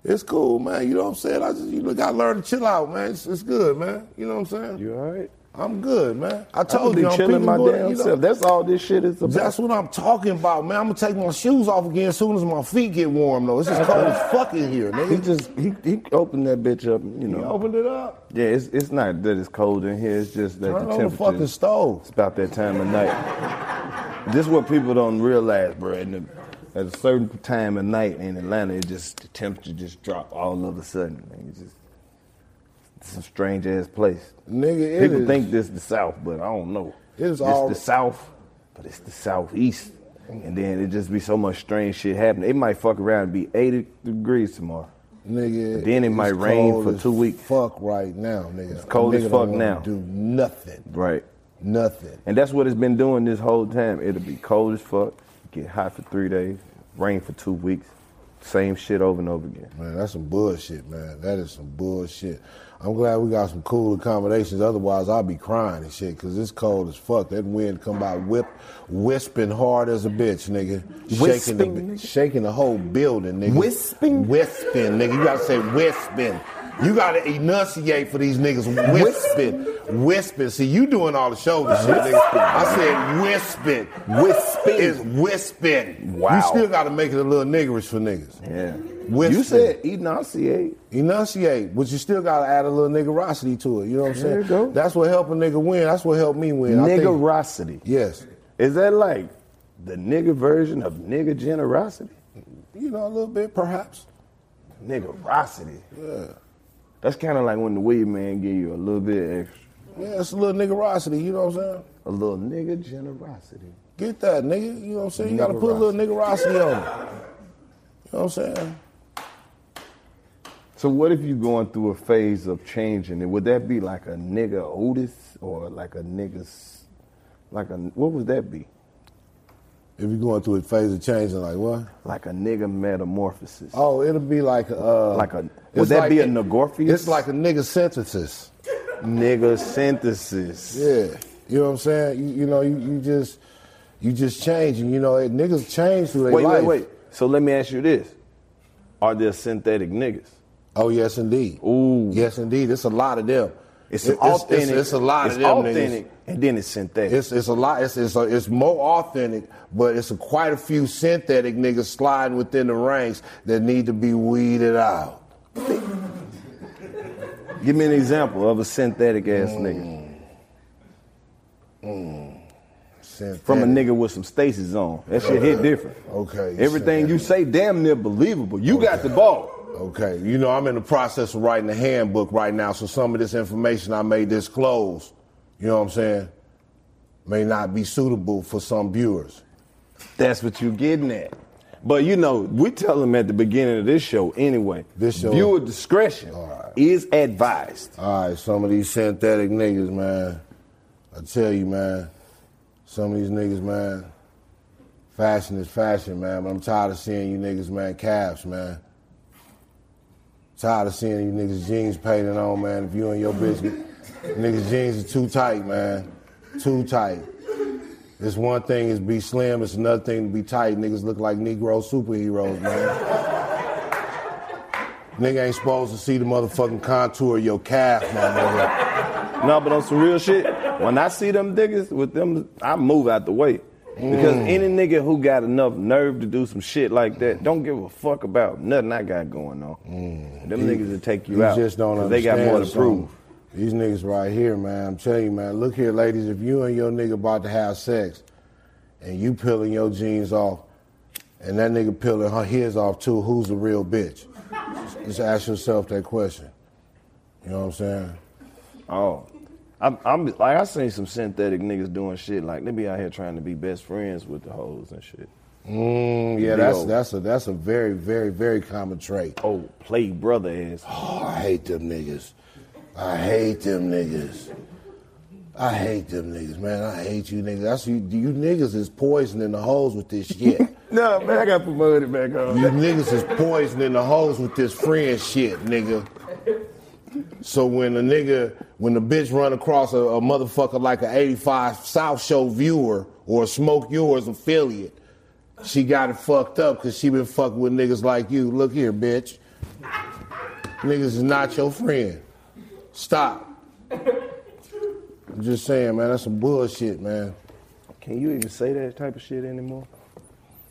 C: It's cool, man. You know what I'm saying? I just you know, gotta learn to chill out, man. It's, it's good, man. You know what I'm saying?
B: You all right?
C: I'm good, man. I
B: just
C: told
B: be
C: you, I'm
B: chilling
C: people
B: my
C: going-
B: damn
C: you know-
B: self. That's all this shit is about.
C: That's what I'm talking about, man. I'm gonna take my shoes off again as soon as my feet get warm, though. It's just cold as fuck in here, nigga.
B: He just he, he opened that bitch up, you know.
C: He opened it up.
B: Yeah, it's, it's not that it's cold in here. It's just that
C: Turn
B: the
C: on the
B: temperature.
C: fucking stove.
B: It's about that time of night. this is what people don't realize, bro. In the- at a certain time of night in Atlanta, it just the temperature just drop all of a sudden. man. It's just it's a strange ass place.
C: Nigga, it
B: people
C: is-
B: think this the South, but I don't know.
C: It is
B: it's
C: all-
B: the South, but it's the Southeast. And then it just be so much strange shit happening. It might fuck around and be 80 degrees tomorrow.
C: Nigga,
B: But then it
C: it's
B: might rain
C: cold
B: for
C: as
B: two weeks.
C: Fuck right now, nigga. It's
B: cold as fuck now.
C: Do nothing,
B: Right.
C: nothing.
B: And that's what it's been doing this whole time. It'll be cold as fuck, get hot for three days, rain for two weeks, same shit over and over again.
C: Man, that's some bullshit, man. That is some bullshit. I'm glad we got some cool accommodations. Otherwise, I'll be crying and shit because it's cold as fuck. That wind come by whip, whisping hard as a bitch, nigga. Shaking the,
B: Wisping, nigga?
C: shaking the whole building, nigga.
B: Wisping?
C: Wisping, nigga. You gotta say wisping. You gotta enunciate for these niggas. Wisping. Wisping. See, you doing all the shoulder shit, nigga. I said wisping.
B: Wisping.
C: It's wisping.
B: Wow.
C: You still gotta make it a little niggerish for niggas.
B: Yeah.
C: Wisping.
B: You said enunciate.
C: Enunciate, but you still gotta add a little niggerosity to it. You know what I'm saying?
B: There you go.
C: That's what help a nigga win. That's what helped me win. I think-
B: Niggerosity.
C: yes.
B: Is that like the nigger version of nigger generosity?
C: You know, a little bit, perhaps.
B: Niggerosity. That's kind of like when the weed man give you a little bit extra.
C: Yeah, it's a little niggerosity. You know what I'm saying?
B: A little nigger generosity.
C: Get that, nigga. You know what I'm saying? You gotta put a little niggerosity on it. You know what I'm saying?
B: So what if you going through a phase of changing it? Would that be like a nigga Otis or like a nigga's like a what would that be?
C: If you're going through a phase of changing, like what?
B: Like a nigga metamorphosis.
C: Oh, it'll be like uh
B: Like a- would
C: it's
B: that be a Nagorpheus?
C: It's like a nigga synthesis.
B: Nigga synthesis.
C: Yeah, you know what I'm saying. You, you know, you, you just you just changing. You know, it, niggas change through their
B: Wait,
C: life.
B: wait, wait. So let me ask you this. Are there synthetic niggas?
C: Oh yes, indeed.
B: Ooh.
C: Yes, indeed. It's a lot of them.
B: It's
C: It-
B: authentic.
C: It's, it's a lot
B: it's
C: of them.
B: authentic
C: Niggas.
B: and then it's synthetic.
C: It's it's a lot. It's it's, a, it's more authentic, but it's a, quite a few synthetic niggas sliding within the ranks that need to be weeded out.
B: Give me an example of a synthetic ass nigga.
C: Synthetic.
B: From a nigga with some stasis on. That shit hit different.
C: Okay, you
B: Everything
C: said
B: you
C: that. Oh,
B: say damn near believable. You got the ball.
C: Okay, you know I'm in the process of writing a handbook right now, so some of this information I may disclose, you know what I'm saying, may not be suitable for some viewers.
B: That's what you're getting at. But you know, we tell them at the beginning of this show anyway.
C: This show-
B: viewer discretion is advised.
C: All right, some of these synthetic niggas, man, I tell you, man, some of these niggas, man, fashion is fashion, man, but I'm tired of seeing you niggas, man, calves, man. Tired of seeing you niggas jeans painted on, man. If you and your bitch, niggas jeans are too tight, man. Too tight. It's one thing is be slim, it's another thing to be tight. Niggas look like Negro superheroes, man. Nigga ain't supposed to see the motherfucking contour of your calf, my nigga.
B: No, but on some real shit, when I see them niggas with them, I move out the way. Because
C: Mm.
B: any nigga who got enough nerve to do some shit like that don't give a fuck about nothing I got going on. Them niggas will take you,
C: You
B: out.
C: Mm. just don't
B: 'cause
C: understand.
B: They got more to
C: something.
B: prove.
C: These niggas right here, man. I'm telling you, man. Look here, ladies. If you and your nigga about to have sex, and you peeling your jeans off, and that nigga peeling her his off too, who's the real bitch? Just ask yourself that question. You know what I'm saying?
B: Oh, I'm, I'm like I seen some synthetic niggas doing shit like they be out here trying to be best friends with the hoes and shit.
C: Mm, yeah,
B: Big
C: that's
B: old-
C: that's a that's a very very very common trait.
B: Oh, play brother ass.
C: Oh, I hate them niggas. I hate them niggas. I hate them niggas, man. I hate you niggas. That's you, you niggas is poisoning the holes with this shit.
B: No, man, I got promoted back
C: You
B: on.
C: niggas is poisoning the hoes with this friend shit, nigga. So when a nigga, when the bitch run across a, a motherfucker like an 85 South Show viewer or a Smoke Yours affiliate, she got it fucked up because she been fucking with niggas like you. Look here, bitch. Niggas is not your friend. Stop. I'm just saying, man, that's some bullshit, man.
B: Can you even say that type of shit anymore?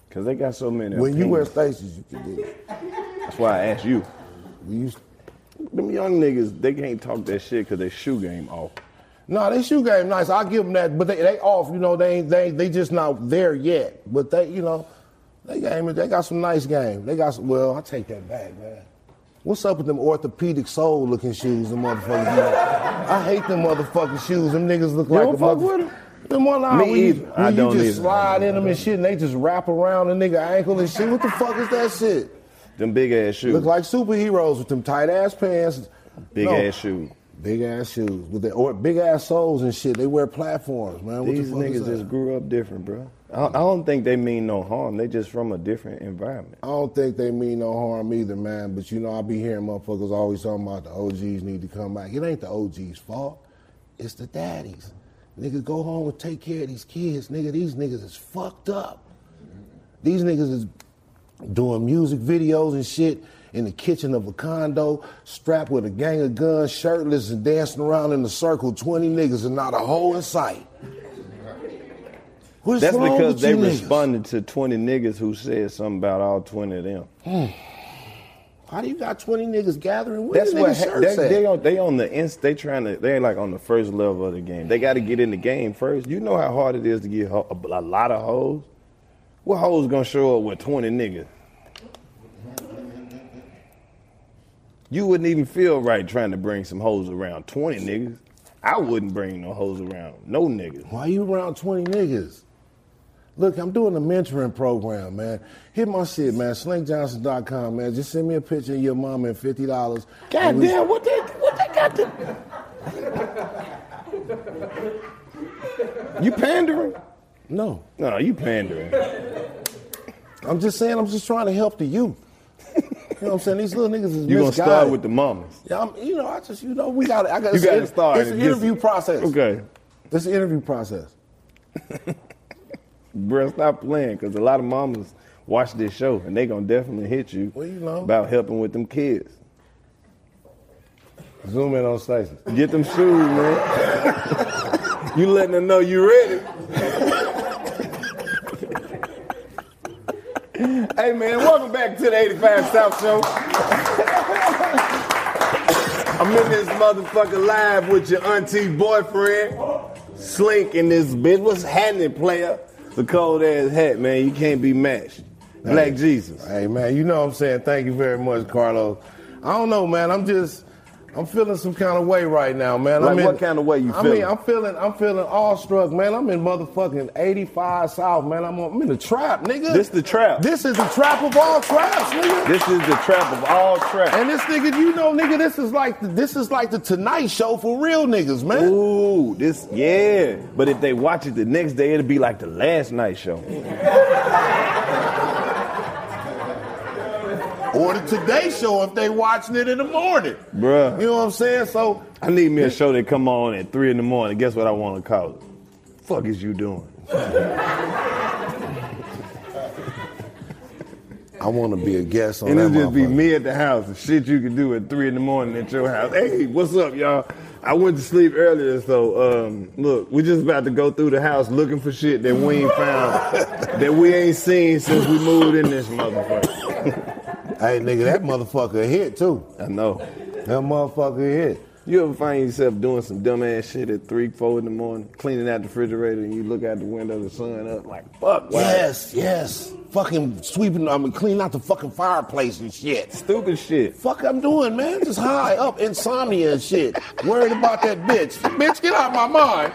B: Because they got so many.
C: When you wear
B: opinions.
C: stasis, you can do it.
B: That's why I asked you.
C: We used
B: Them young niggas, they can't talk that shit because their shoe game off.
C: No, they shoe game nice. I give them that, but they they off. You know, they ain't they they just not there yet. But they, you know, they game they got some nice game. They got some. Well, I take that back, man. What's up with them orthopedic soul looking shoes, them motherfuckers? got? I hate them motherfucking shoes. Them niggas look
B: You
C: like
B: don't
C: a
B: fuck
C: motherf-
B: with 'em?
C: Them one line,
B: Me
C: when you-
B: either.
C: when
B: I
C: you
B: don't
C: just
B: either.
C: slide in them and shit, and they just wrap around the nigga ankle and shit. What the fuck is that shit?
B: Them big ass shoes.
C: Look like superheroes with them tight ass pants.
B: big
C: No.
B: ass shoes.
C: Big ass shoes with their or big ass soles and shit. They wear platforms, man. What
B: These
C: the fuck is
B: niggas
C: that?
B: just grew up different, bro. I, I don't think they mean no harm. They just from a different environment.
C: I don't think they mean no harm either, man. But you know, I be hearing motherfuckers always talking about the OGs need to come back. It ain't the OGs' fault. It's the daddies. Nigga, go home and take care of these kids. Nigga, these niggas is fucked up. These niggas is doing music videos and shit in the kitchen of a condo, strapped with a gang of guns, shirtless, and dancing around in a circle, 20 niggas and not a hole in sight. What's
B: That's
C: wrong
B: because
C: with
B: they
C: you niggas?
B: responded to 20 niggas who said something about all 20 of them.
C: How do you got 20 niggas gathering? Where
B: That's
C: these
B: what
C: niggas
B: ha- they,
C: shirts at?
B: they on they on the inst they trying to they like on the first level of the game. They got to get in the game first. You know how hard it is to get ho- a, a lot of hoes. What hoes gonna show up with twenty niggas? You wouldn't even feel right trying to bring some hoes around twenty niggas. I wouldn't bring no hoes around no niggas.
C: Why you around 20 niggas? Look, I'm doing a mentoring program, man. Hit my shit, man. SlinkJohnson.com, man. Just send me a picture of your mom and $50.
D: God
C: And we-
D: damn, what they what they got to
B: You pandering?
C: No.
B: No, you pandering.
C: I'm just saying, I'm just trying to help the youth. You know what I'm saying? These little niggas is
B: You gonna start
C: misguided.
B: with the mamas.
C: Yeah, I'm, you know, I just, you know, we got to I got
B: You gotta start
C: It's an
B: and just-
C: interview process.
B: Okay,
C: It's an interview process.
B: bruh, stop playing because a lot of mamas watch this show and they gonna definitely hit you.
C: Well, you know.
B: about helping with them kids.
C: Zoom in on Stacy.
B: Get them shoes, man. you letting them know you ready. hey, man, welcome back to the 85 South Show. I'm in this motherfucker live with your auntie boyfriend, Slink, in this bitch. What's happening, player? The cold ass hat, man. You can't be matched. Black Jesus.
C: Hey man, you know what I'm saying. Thank you very much, Carlos. I don't know, man. I'm just I'm feeling some kind of way right now, man.
B: Like
C: I'm
B: what kind of way you
C: I
B: feeling?
C: mean, I'm feeling I'm feeling awestruck, man. I'm in motherfucking 85 South, man. I'm, on, I'm in the trap, nigga.
B: This the trap.
C: This is the trap of all traps, nigga.
B: This is the trap of all traps.
C: and this nigga, you know, nigga, this is like the, this is like the Tonight Show for real niggas, man.
B: Ooh, this yeah. But if they watch it the next day, it'll be like the last night show.
C: Or the Today Show if they watching it in the morning. You
B: Bruh.
C: know what I'm saying? So
B: I need me a show that come on at three in the morning. Guess what I want to call it? Fuck is you doing?
C: I want to be a guest on
B: And
C: that.
B: it'll just be
C: motherfucker.
B: me at the house. The shit you can do at three in the morning at your house. Hey, what's up, y'all? I went to sleep earlier, so um, look, we're just about to go through the house looking for shit that we ain't found, that we ain't seen since we moved in this motherfucker.
C: Hey, nigga, that motherfucker hit too.
B: I know.
C: That motherfucker hit.
B: You ever find yourself doing some dumb ass shit at three, four in the morning, cleaning out the refrigerator, and you look out the window, the sun up, like fuck, why?
C: Yes, yes. Fucking sweeping, I mean, cleaning out the fucking fireplace and shit.
B: stupid shit.
C: Fuck I'm doing, man. Just high up, insomnia and shit. Worried about that bitch. Bitch, get out my mind.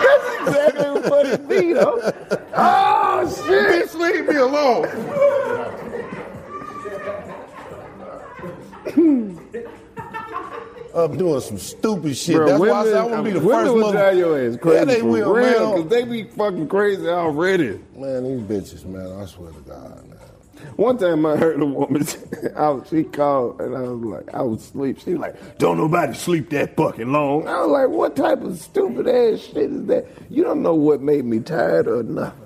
B: That's exactly what it be, though. Oh shit!
C: Bitch, leave me alone. Up doing some stupid shit. That's why I said I want to be the first
B: women will
C: mother-
B: drive your ass crazy.
C: Yeah, they
B: for
C: will,
B: real,
C: man.
B: Cause they be fucking crazy already.
C: Man, these bitches, man. I swear to God, man.
B: One time I heard a woman, I was, she called and I was like, I was asleep. She was like, don't nobody sleep that fucking long. I was like, what type of stupid ass shit is that? You don't know what made me tired or nothing.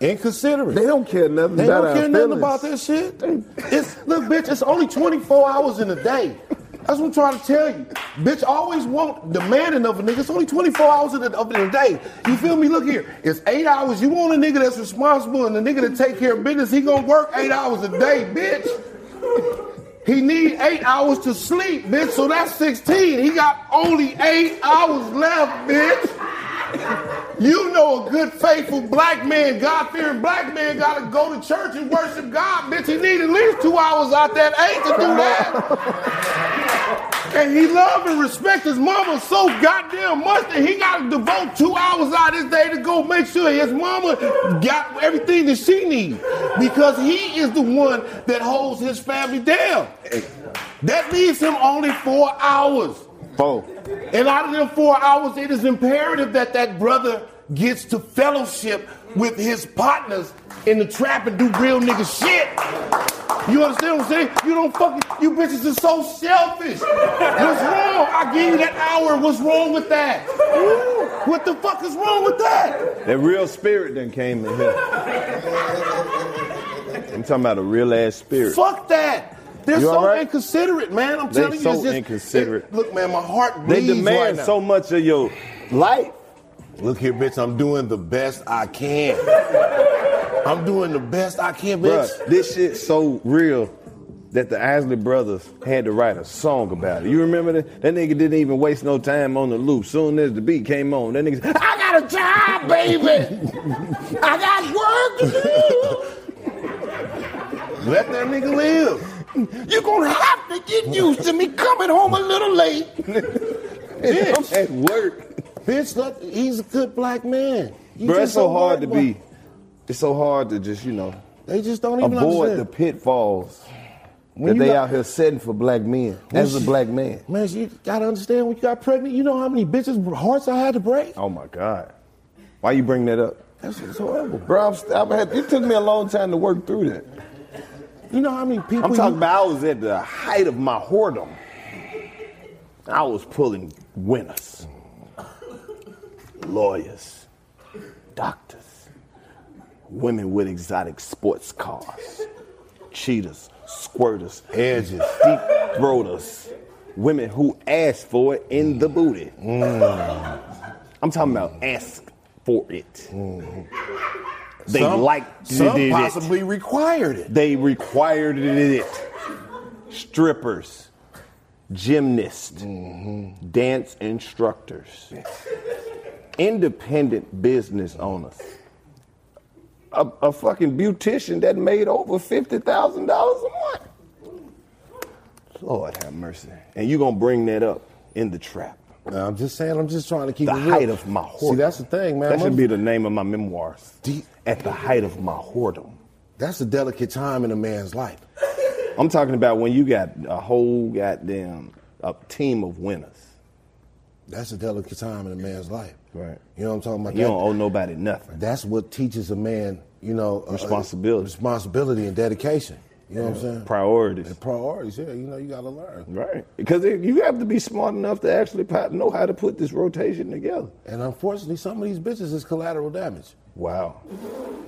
C: Inconsiderate.
B: They don't care nothing
C: They
B: about
C: don't
B: our
C: care nothing
B: feelings.
C: about that shit. It's look, bitch. It's only 24 hours in a day. That's what I'm trying to tell you. Bitch, always want demanding of a nigga. It's only 24 hours in a, of a day. You feel me? Look here. It's eight hours. You want a nigga that's responsible and a nigga that take care of business. He gonna work eight hours a day, bitch. He need eight hours to sleep, bitch. So that's 16. He got only eight hours left, bitch. You know a good, faithful black man, God-fearing black man gotta go to church and worship God, bitch. He need at least two hours out that eight to do that. And he love and respect his mama so goddamn much that he gotta devote two hours out his day to go make sure his mama got everything that she needs. Because he is the one that holds his family down. That leaves him only four hours. Four. And out of them four hours, it is imperative that that brother gets to fellowship with his partners in the trap and do real nigga shit. You understand what I'm saying? You don't fucking, you bitches are so selfish. What's wrong? I give you that hour. What's wrong with that? What the fuck is wrong with that?
B: That real spirit then came in here. I'm talking about a real ass spirit.
C: Fuck that. They're
B: You
C: so
B: all right?
C: inconsiderate, man. I'm
B: They
C: telling you,
B: so
C: it's just
B: inconsiderate.
C: it- look, man, my heart
B: They
C: bleeds right
B: demand
C: now.
B: so much of your life.
C: Look here, bitch, I'm doing the best I can. I'm doing the best I can, bitch.
B: Bruh, this shit's so real that the Isley brothers had to write a song about it. You remember that? That nigga didn't even waste no time on the loop. Soon as the beat came on, that nigga said,
D: I got a job, baby. I got work to
C: Let that nigga live.
D: do. You're gonna have to get used to me coming home a little late.
B: I'm at work.
C: Bitch, look, he's a good black man. You
B: Bruh, it's
C: just
B: so
C: don't
B: hard to
C: like
B: be.
C: black-
B: It's so hard to just, you know,
C: They just don't even
B: avoid
C: understand.
B: the pitfalls
C: When
B: that
C: you
B: they
C: got-
B: out here setting for black men as a black man.
C: Man, you gotta understand when you got pregnant, you know how many bitches' hearts I had to break?
B: Oh my God. Why you bring that up?
C: That shit's horrible.
B: Bro, I'm st- I've had, it took me a long time to work through that.
C: You know how many people
B: I'm talking
C: you-
B: about I was at the height of my whoredom. I was pulling winners, lawyers, doctors, women with exotic sports cars, cheaters, squirters, edges, deep throaters, women who asked for it in the booty. I'm talking about ask for it. They
C: Mm-hmm. Some-
B: liked
C: Some
B: it.
C: possibly required it.
B: They required it. Strippers, gymnasts, dance instructors, independent business owners, a, a fucking beautician that made over fifty thousand dollars a month. Lord have mercy. And you gonna bring that up in the trap?
C: No, I'm just saying, I'm just trying to keep
B: The
C: it real.
B: height of my whoredom.
C: See, that's the thing, man.
B: That should
C: Motherf-
B: be the name of my memoirs.
C: Deep.
B: At the height of my whoredom.
C: That's a delicate time in a man's life.
B: I'm talking about when you got a whole goddamn a team of winners.
C: That's a delicate time in a man's life.
B: Right.
C: You know what I'm talking about?
B: You don't owe nobody nothing.
C: that's what teaches a man, you know, uh,
B: Responsibility.
C: responsibility and dedication. You know what I'm saying?
B: Priorities.
C: And priorities. Yeah, you know, you gotta learn.
B: Right. Because it- you have to be smart enough to actually po- know how to put this rotation together.
C: And unfortunately, some of these bitches is collateral damage.
B: Wow.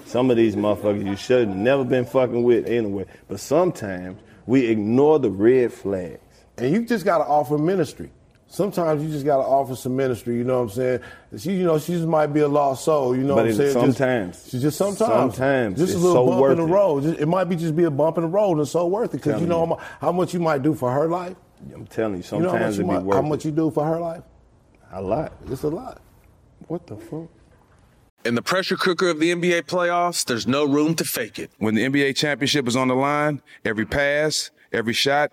B: Some of these motherfuckers you should have never been fucking with anyway. But sometimes we ignore the red flags.
C: And you just gotta offer ministry. Sometimes you just gotta offer some ministry. You know what I'm saying? She, you know, she just might be a lost soul. You know what
B: But
C: I'm
B: it-
C: saying? Just-
B: sometimes.
C: she just sometimes.
B: Sometimes
C: Just a
B: it's
C: little
B: so
C: bump
B: worth
C: in the
B: it.
C: road. Just- it might be just be a bump in the road, and it's so worth it because you
B: Telling
C: know
B: you.
C: how mu- how much you might do for her life.
B: I'm telling you,
C: you know how much
B: sometimes
C: you,
B: it
C: might,
B: be worth
C: how much
B: it.
C: you do for her life.
B: a lot.
C: It's a lot.
B: What the fuck?
F: In the pressure cooker of the NBA playoffs, there's no room to fake it.
G: When the NBA championship is on the line, every pass, every shot,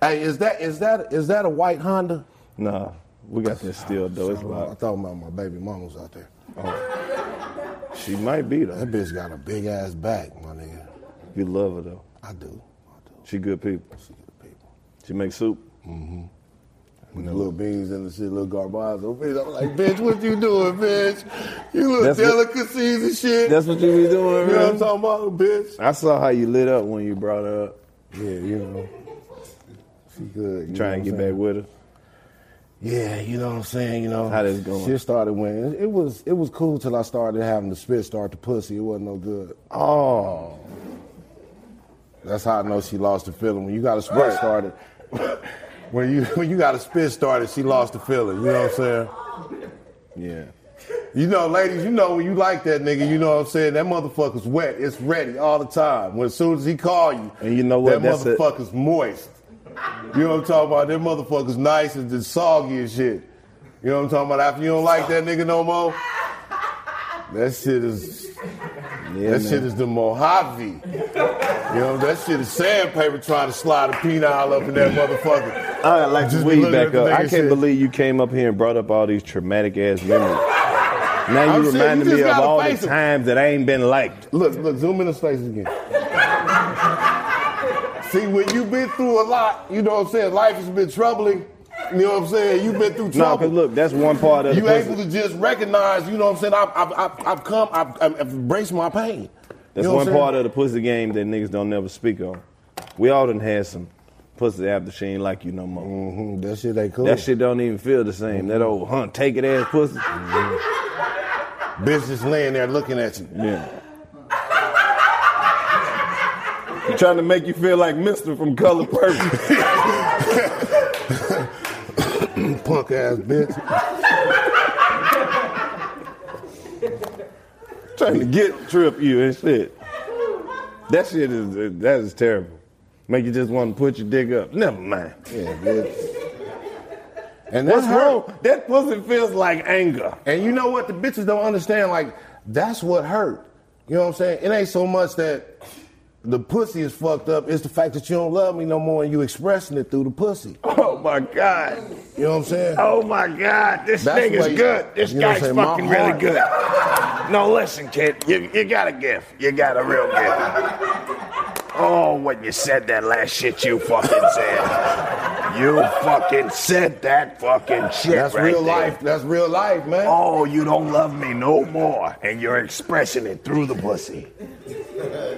C: Hey, is that is that is that a white Honda?
B: Nah, we got this still though. It's
C: I
B: loud.
C: thought about my baby mama's out there.
B: She might be though.
C: That bitch got a big ass back, my nigga.
B: You love her though.
C: I do.
B: She good people.
C: She good people.
B: She makes soup.
C: Mm-hmm. With the little beans and the shit, little garbanzo. Bitch, I'm like, bitch, what you doing, bitch? You little
B: That's what-
C: delicacies and shit.
B: That's what you be
C: you know
B: doing,
C: what I'm
B: man.
C: talking about, bitch?
B: I saw how you lit up when you brought her up.
C: Yeah, you know. She good. you know
B: Trying to
C: what
B: get
C: I'm
B: back with her.
C: Yeah, you know what I'm saying. You know
B: How this going?
C: Shit started when it was it was cool till I started having to spit start the pussy. It wasn't no good.
B: Oh.
C: That's how I know she lost the feeling when you got a spit started. when you when you got a spit started, she lost the feeling. You know what I'm saying?
B: Yeah.
C: You know, ladies, you know when you like that nigga, you know what I'm saying? That motherfucker's wet. It's ready all the time. When as soon as he call you,
B: And you know what?
C: that
B: That's a-
C: motherfucker's moist. You know what I'm talking about? That motherfucker's nice and just soggy and shit. You know what I'm talking about? After you don't like that nigga no more, that shit is
B: Yeah,
C: that
B: man.
C: shit is the Mojave. You know that shit is sandpaper trying to slide a penile up in that motherfucker.
B: I like to
C: Just
B: weed
C: looking
B: back
C: at the
B: up.
C: nigga
B: I can't
C: shit.
B: believe you came up here and brought up all these traumatic ass memories. Now
C: I'm
B: you
C: saying, you
B: reminded
C: just
B: me of
C: gotta
B: all the
C: face 'em.
B: times that I ain't been liked.
C: Look, look, zoom in his face again. See, when you've been through a lot, you know what I'm saying? Life has been troubling. You know what I'm saying? You've been through
B: No,
C: trouble.
B: because look, that's one part of the
C: you able to
B: pussy.
C: just recognize, you know what I'm saying? I've, I've, I've, I've come, I've, I've embraced my pain.
B: That's
C: you know
B: one
C: what I'm
B: part of the pussy game that niggas don't never speak on. We all done had some pussy after she ain't like you no more.
C: saying? Mm-hmm, That shit ain't cool.
B: That shit don't even feel the same. That old hunt, take it ass pussy.
C: Bitch just laying there looking at you.
B: Yeah. He trying to make you feel like Mister from Color Purple.
C: Punk ass bitch.
B: trying to get trip you and shit. That shit is that is terrible. Make you just want to put your dick up. Never mind.
C: Yeah, bitch. And
B: What's
C: that's
B: wrong? That pussy feels like anger.
C: And you know what? The bitches don't understand. Like, that's what hurt. You know what I'm saying? It ain't so much that the pussy is fucked up. It's the fact that you don't love me no more and you expressing it through the pussy.
B: Oh my god.
C: You know what I'm saying?
B: Oh my god. This
C: That's
B: nigga's
C: why-
B: good. This
C: you know what I'm
B: guy's
C: saying? My
B: fucking really
C: heart-
B: good. No, listen, kid. You, you got a gift. You got a real gift. Oh, when you said that last shit you fucking said. You fucking said that fucking shit.
C: That's
B: right
C: real
B: there.
C: life. That's real life, man.
B: Oh, you don't love me no more, and you're expressing it through the pussy.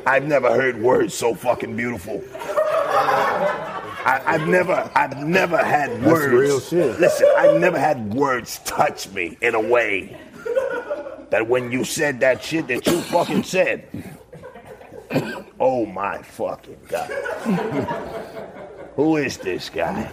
B: I've never heard words so fucking beautiful. I, I've never, I've never had words.
C: real shit.
B: Listen, I've never had words touch me in a way that when you said that shit that you fucking said. Oh my fucking god! Who is this guy?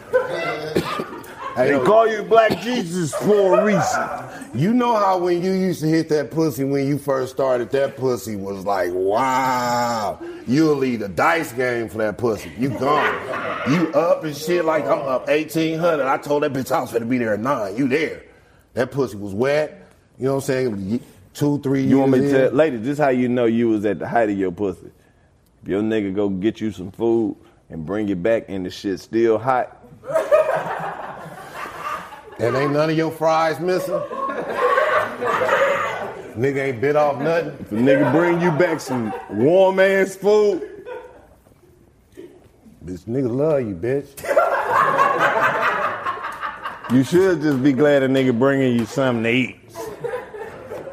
C: Hey,
B: they
C: yo.
B: call you Black Jesus for a reason.
C: You know how when you used to hit that pussy when you first started, that pussy was like, wow. You'll lead a dice game for that pussy. You gone. You up and shit like I'm up 1800. I told that bitch I was gonna be there at nine. You there. That pussy was wet. You know what I'm saying? Ye- Two, three years.
B: You want me to
C: in.
B: tell, ladies, this how you know you was at the height of your pussy. If your nigga go get you some food and bring it back and the shit still hot,
C: And ain't none of your fries missing. nigga ain't bit off nothing.
B: if a nigga bring you back some warm ass food,
C: Bitch, nigga love you, bitch.
B: you should just be glad a nigga bringing you something to eat.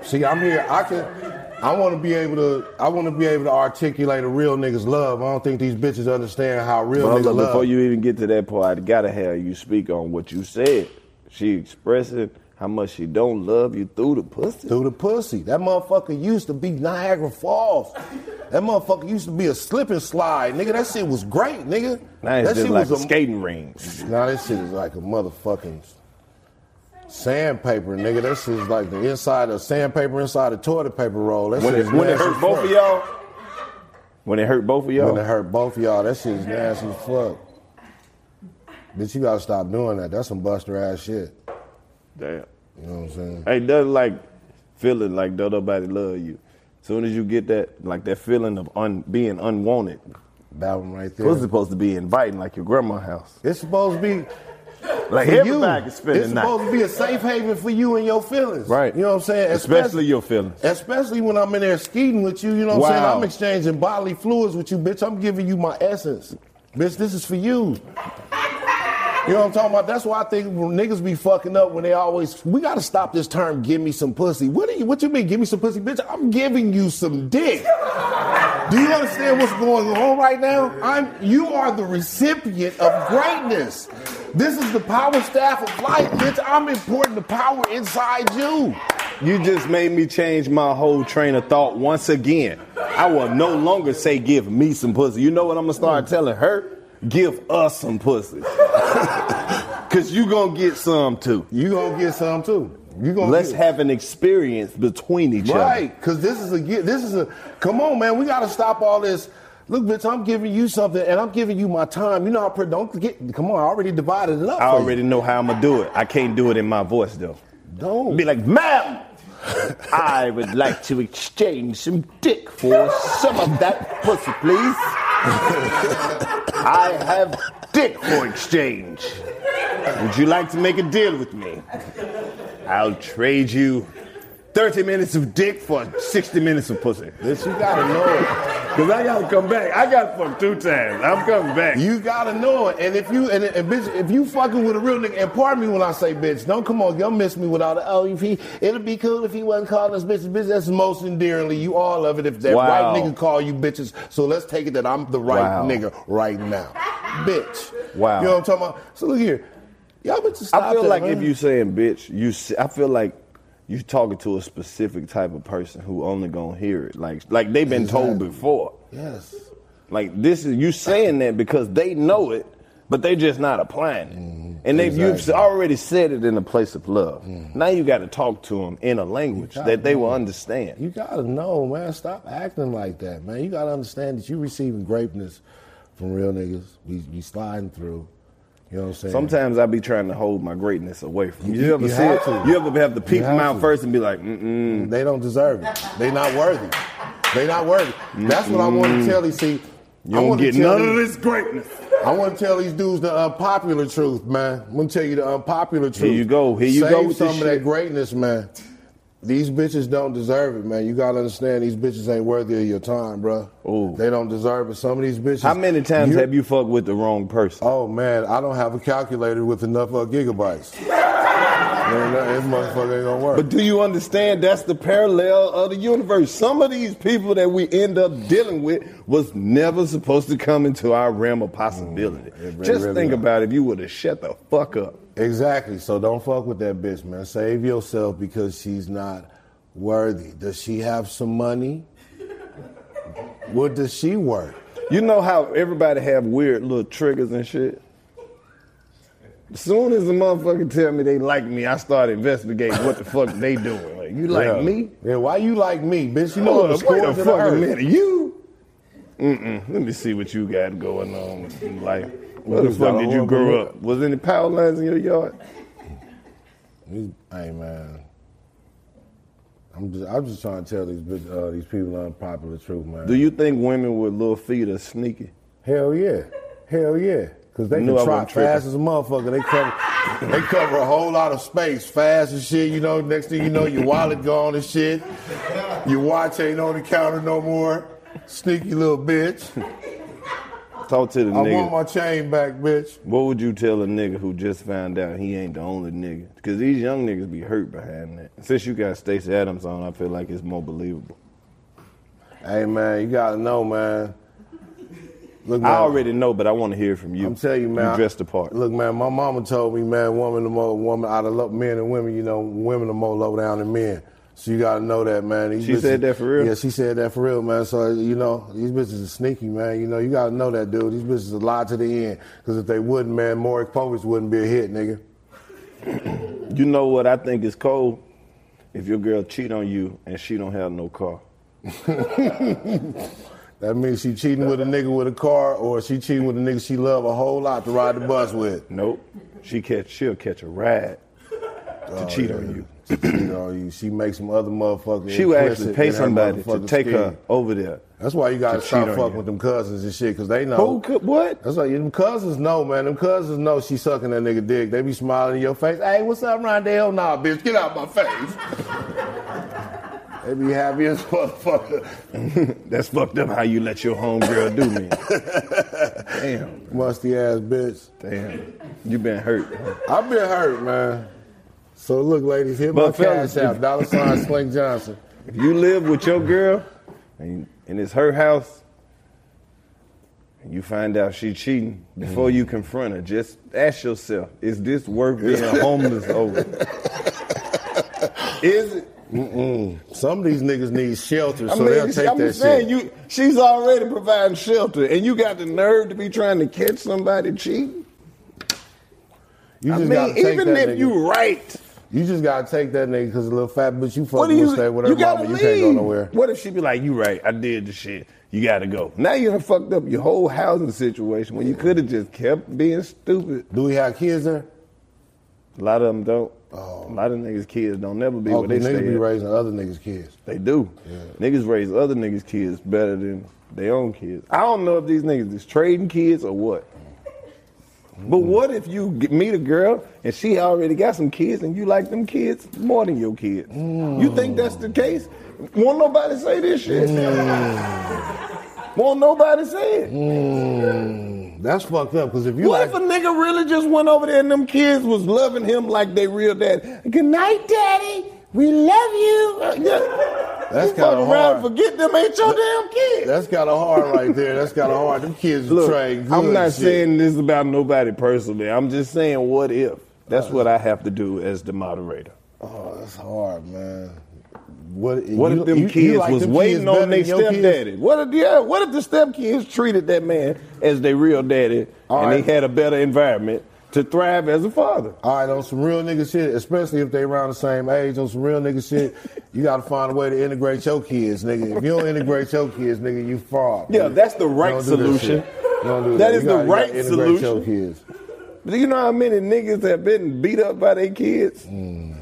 C: See, I'm here. I can. I want to be able to. I want to be able to articulate a real nigga's love. I don't think these bitches understand how real
B: Well,
C: niggas
B: look,
C: love.
B: before you even get to that part, I gotta have you speak on what you said. She expressing how much she don't love you through the pussy.
C: Through the pussy. That motherfucker used to be Niagara Falls. That motherfucker used to be a slip and slide, nigga. That shit was great, nigga.
B: Now it's
C: that
B: just like a
C: a-
B: skating ring.
C: Nah, that shit is like a motherfucking sandpaper, nigga. That shit is like the inside of sandpaper inside a toilet paper roll. That
B: When
C: shit
B: it,
C: is
B: when it
C: nasty
B: hurt
C: as
B: both
C: fuck.
B: of y'all. When it hurt both of y'all.
C: When it hurt both of y'all, that shit is nasty as fuck. Bitch, you gotta stop doing that. That's some buster ass shit.
B: Damn.
C: You know what I'm saying?
B: Ain't nothing like feeling like don't nobody love you. Soon as you get that, like that feeling of un, being unwanted,
C: That one right there.
B: it's supposed to be inviting, like your grandma's house.
C: It's supposed to be
B: Like
C: for
B: everybody
C: you.
B: can spend
C: It's
B: the night,
C: supposed to be a safe haven for you and your feelings.
B: right?
C: You know what I'm saying?
B: Especially, your feelings.
C: Especially when I'm in there skeeting with you, you know what
B: Wow.
C: I'm saying? I'm exchanging bodily fluids with you, bitch. I'm giving you my essence. Bitch, this is for you. You know what I'm talking about? That's why I think when niggas be fucking up when they always, we gotta stop this term, give me some pussy. What do you what you mean, give me some pussy? Bitch, I'm giving you some dick. Do you understand what's going on right now? I'm you are the recipient of greatness. This is the power staff of life, bitch. I'm importing the power inside you.
B: You just made me change my whole train of thought once again. I will no longer say give me some pussy. You know what I'm gonna start telling her? Give us some pussy. Cause you gonna get some too.
C: You gonna get some too. You gonna
B: Let's
C: get-
B: have an experience between each other.
C: Right, because this is a gi- this is a come on, man. We gotta stop all this. Look, bitch, I'm giving you something, and I'm giving you my time. You know how pre- don't get come on. I already divided it up.
B: I
C: for you.
B: already know how I'm gonna do it. I can't do it in my voice though.
C: don't.
B: Be like, ma'am, I would like to exchange some dick for some of that pussy, please. I have dick for exchange. Would you like to make a deal with me? I'll trade you 30 minutes of dick for 60 minutes of pussy.
C: Bitch, you gotta know it.
B: Because I gotta come back. I got fucked two times. I'm coming back.
C: You gotta know it. And if you and, and bitch, if you fucking with a real nigga, and pardon me when I say bitch, don't come on, y'all miss me without the oh, if he, it'd be cool if he wasn't calling us bitches. Bitch, that's most endearingly. You all love it if that
B: Wow.
C: right nigga call you bitches. So let's take it that I'm the right
B: Wow.
C: nigga right now, bitch.
B: Wow.
C: You know what I'm talking about? So look here, y'all bitches. Stop
B: I feel
C: that,
B: like
C: man.
B: if you saying bitch, you s- I feel like you talking to a specific type of person who only gonna hear it. Like like they've been told
C: Exactly.
B: before.
C: yes,
B: Like this is you saying that because they know it, but they just not applying it. And they you've
C: Mm-hmm. Exactly. Mm.
B: already said it in a place of love. Now you got to talk to them in a language
C: got
B: that they will
C: it.
B: understand.
C: you gotta know, man. Stop acting like that, man. You gotta understand that you receiving greatness from real niggas. We we sliding through. You know what I'm saying?
B: Sometimes I be trying to hold my greatness away from you.
C: You-
B: You ever
C: you
B: see
C: have
B: it?
C: to.
B: You ever have to peep
C: You
B: them
C: have
B: out
C: to.
B: first and be like, mm mm.
C: They don't deserve it. They not worthy. They not worthy. That's what I want to tell these. See,
B: You
C: I
B: don't
C: wanna
B: get
C: tell
B: none of
C: these-
B: this greatness.
C: I want to tell these dudes the unpopular truth, man. I'm gonna tell you the unpopular truth.
B: you go. Here you
C: Save
B: go with
C: some
B: this
C: of that
B: shit.
C: greatness, man. These bitches don't deserve it, man. You gotta understand these bitches ain't worthy of your time, bro.
B: Ooh.
C: They don't deserve it. Some of these bitches.
B: How many times
C: You're-
B: have you fucked with the wrong person?
C: Oh man, I don't have a calculator with enough uh, gigabytes. man, that- this motherfucker ain't gonna work.
B: But do you understand that's the parallel of the universe? Some of these people that we end up dealing with was never supposed to come into our realm of possibility.
C: Mm, it really-
B: Just
C: really
B: think
C: not.
B: about if you would have shut the fuck up.
C: Exactly. So don't fuck with that bitch, man. Save yourself because she's not worthy. Does she have some money? What does she work?
B: You know how everybody have weird little triggers and shit? soon as the motherfucker tell me they like me, I start investigating what the fuck they doing. Like, you like
C: Yeah.
B: me?
C: Yeah, why you like me, bitch? You know
B: Hold
C: I'm
B: up, wait
C: scored
B: a
C: to the
B: fucking
C: earth.
B: minute. You? Mm-mm. Let me see what you got going on with you. Like, where the
C: Niggas got
B: fuck
C: a
B: did you
C: horrible
B: grow
C: look.
B: up? Was any power lines in your yard?
C: You- Hey man, I'm just I'm just trying to tell these bitch, uh, these people unpopular truth, man.
B: Do you think women with little feet are sneaky?
C: Hell yeah, hell yeah, because they
B: Knew I
C: can
B: wasn't
C: trot fast
B: tripping.
C: as a motherfucker. They cover they cover a whole lot of space, fast as shit. You know, next thing you know, your wallet gone and shit. Your watch ain't on the counter no more. Sneaky little bitch.
B: Talk to the
C: I
B: nigga.
C: want my chain back, bitch.
B: What would you tell a nigga who just found out he ain't the only nigga? Because these young niggas be hurt behind that. Since you got Stacey Adams on, I feel like it's more believable.
C: Hey man, you gotta know, man. Look,
B: I
C: man.
B: already know, but I want to hear from you.
C: I'm telling you, man.
B: You dressed the part.
C: Look, man, my mama told me, man, woman the more woman out of love, men and women, you know, women are more low down than men. So you gotta know that, man. These
B: She said that for real?
C: Yeah, she said that for real, man. So you know, these bitches are sneaky, man. You know, you gotta know that, dude. These bitches are lie to the end. Cause if they wouldn't, man, Morris Povich wouldn't be a hit, nigga.
B: You know what I think is cold? If your girl cheat on you and she don't have no car.
C: That means she cheating with a nigga with a car, or she cheating with a nigga she love a whole lot to ride the bus with.
B: Nope. She catch she'll catch a ride to
C: Oh,
B: cheat
C: yeah.
B: on you.
C: To cheat on you. She makes some other motherfucker.
B: She will actually
C: implicit
B: pay
C: in her
B: somebody to
C: motherfucking
B: take her
C: scheme.
B: over there.
C: That's why you gotta
B: to
C: stop
B: cheat on
C: fucking
B: you.
C: with them cousins and shit, cause they know.
B: Who could what?
C: That's why them cousins know, man. Them cousins know she sucking that nigga dick. They be smiling in your face. Hey, what's up, Rondell? Nah, bitch, get out my face. they be happy as motherfucker.
B: That's fucked up how you let your homegirl do me. Damn.
C: Musty ass bitch.
B: Damn. You been hurt. huh?
C: I've been hurt, man. So look, ladies, hit
B: But
C: my
B: fellas,
C: cash
B: if-
C: out. Dollar sign Slink Johnson.
B: If you live with your girl and, and it's her house, and you find out she cheating,
C: Mm.
B: before you confront her, just ask yourself, is this worth being homeless over?
C: Is it? Mm-mm. Some of these niggas need shelter, so
B: I mean,
C: they'll take
B: I'm
C: that
B: just saying,
C: shit.
B: you she's already providing shelter, and you got the nerve to be trying to catch somebody cheating.
C: You
B: I
C: just
B: mean,
C: gotta take
B: even
C: that
B: if
C: nigga.
B: you right,
C: You just gotta take that nigga because little fat bitch you
B: what
C: fucking
B: do you?
C: with stay with her
B: you
C: mama.
B: gotta
C: You can't go
B: leave.
C: nowhere.
B: What if she be like, "You right, I did the shit. You gotta go." Now you done fucked up your whole housing situation when you could have just kept being stupid.
C: Do we have kids there?
B: A lot of them don't. Oh. A lot of niggas' kids don't never be
C: Oh,
B: where they
C: 'cause niggas
B: stay.
C: be
B: at.
C: raising other niggas' kids.
B: They do. Niggas raise other niggas' kids better than their own kids. I don't know if these niggas is trading kids or what. But what if you get, meet a girl and she already got some kids and you like them kids more than your kids? You think that's the case? Won't nobody say this shit? Won't nobody say it?
C: Mm, that's fucked up because if you
B: what
C: like,
B: if a nigga really just went over there and them kids was loving him like they real dad? Good night, daddy. We love you. Uh, yeah.
C: That's
B: You
C: kinda
B: fuck around and
C: hard.
B: Forget them ain't your damn kids.
C: that's kind of hard right there. That's kind of hard. Them kids
B: Look,
C: trade.
B: I'm
C: good
B: not
C: shit.
B: saying this about nobody personally. I'm just saying, what if? That's
C: Uh,
B: what I have to do as the moderator.
C: Oh, that's hard, man. What,
B: What
C: you-
B: if them
C: you- you
B: kids
C: like
B: was
C: them
B: waiting
C: kids better
B: on their
C: than your kids?
B: stepdaddy? What if yeah, what if the stepkids treated that man as their real daddy
C: All
B: and
C: right.
B: he had a better environment to thrive as a father?
C: All right, on some real nigga shit, especially if they around the same age, on some real nigga shit, you gotta find a way to integrate your kids, nigga. If you don't integrate your kids, nigga, you fraud.
B: Yeah,
C: nigga.
B: that's the right
C: Don't do that
B: solution.
C: shit. Don't do
B: That
C: that
B: is
C: You
B: the
C: gotta- you
B: right
C: gotta integrate
B: solution.
C: Your kids.
B: Do you know how many niggas have been beat up by their kids?
C: Mm.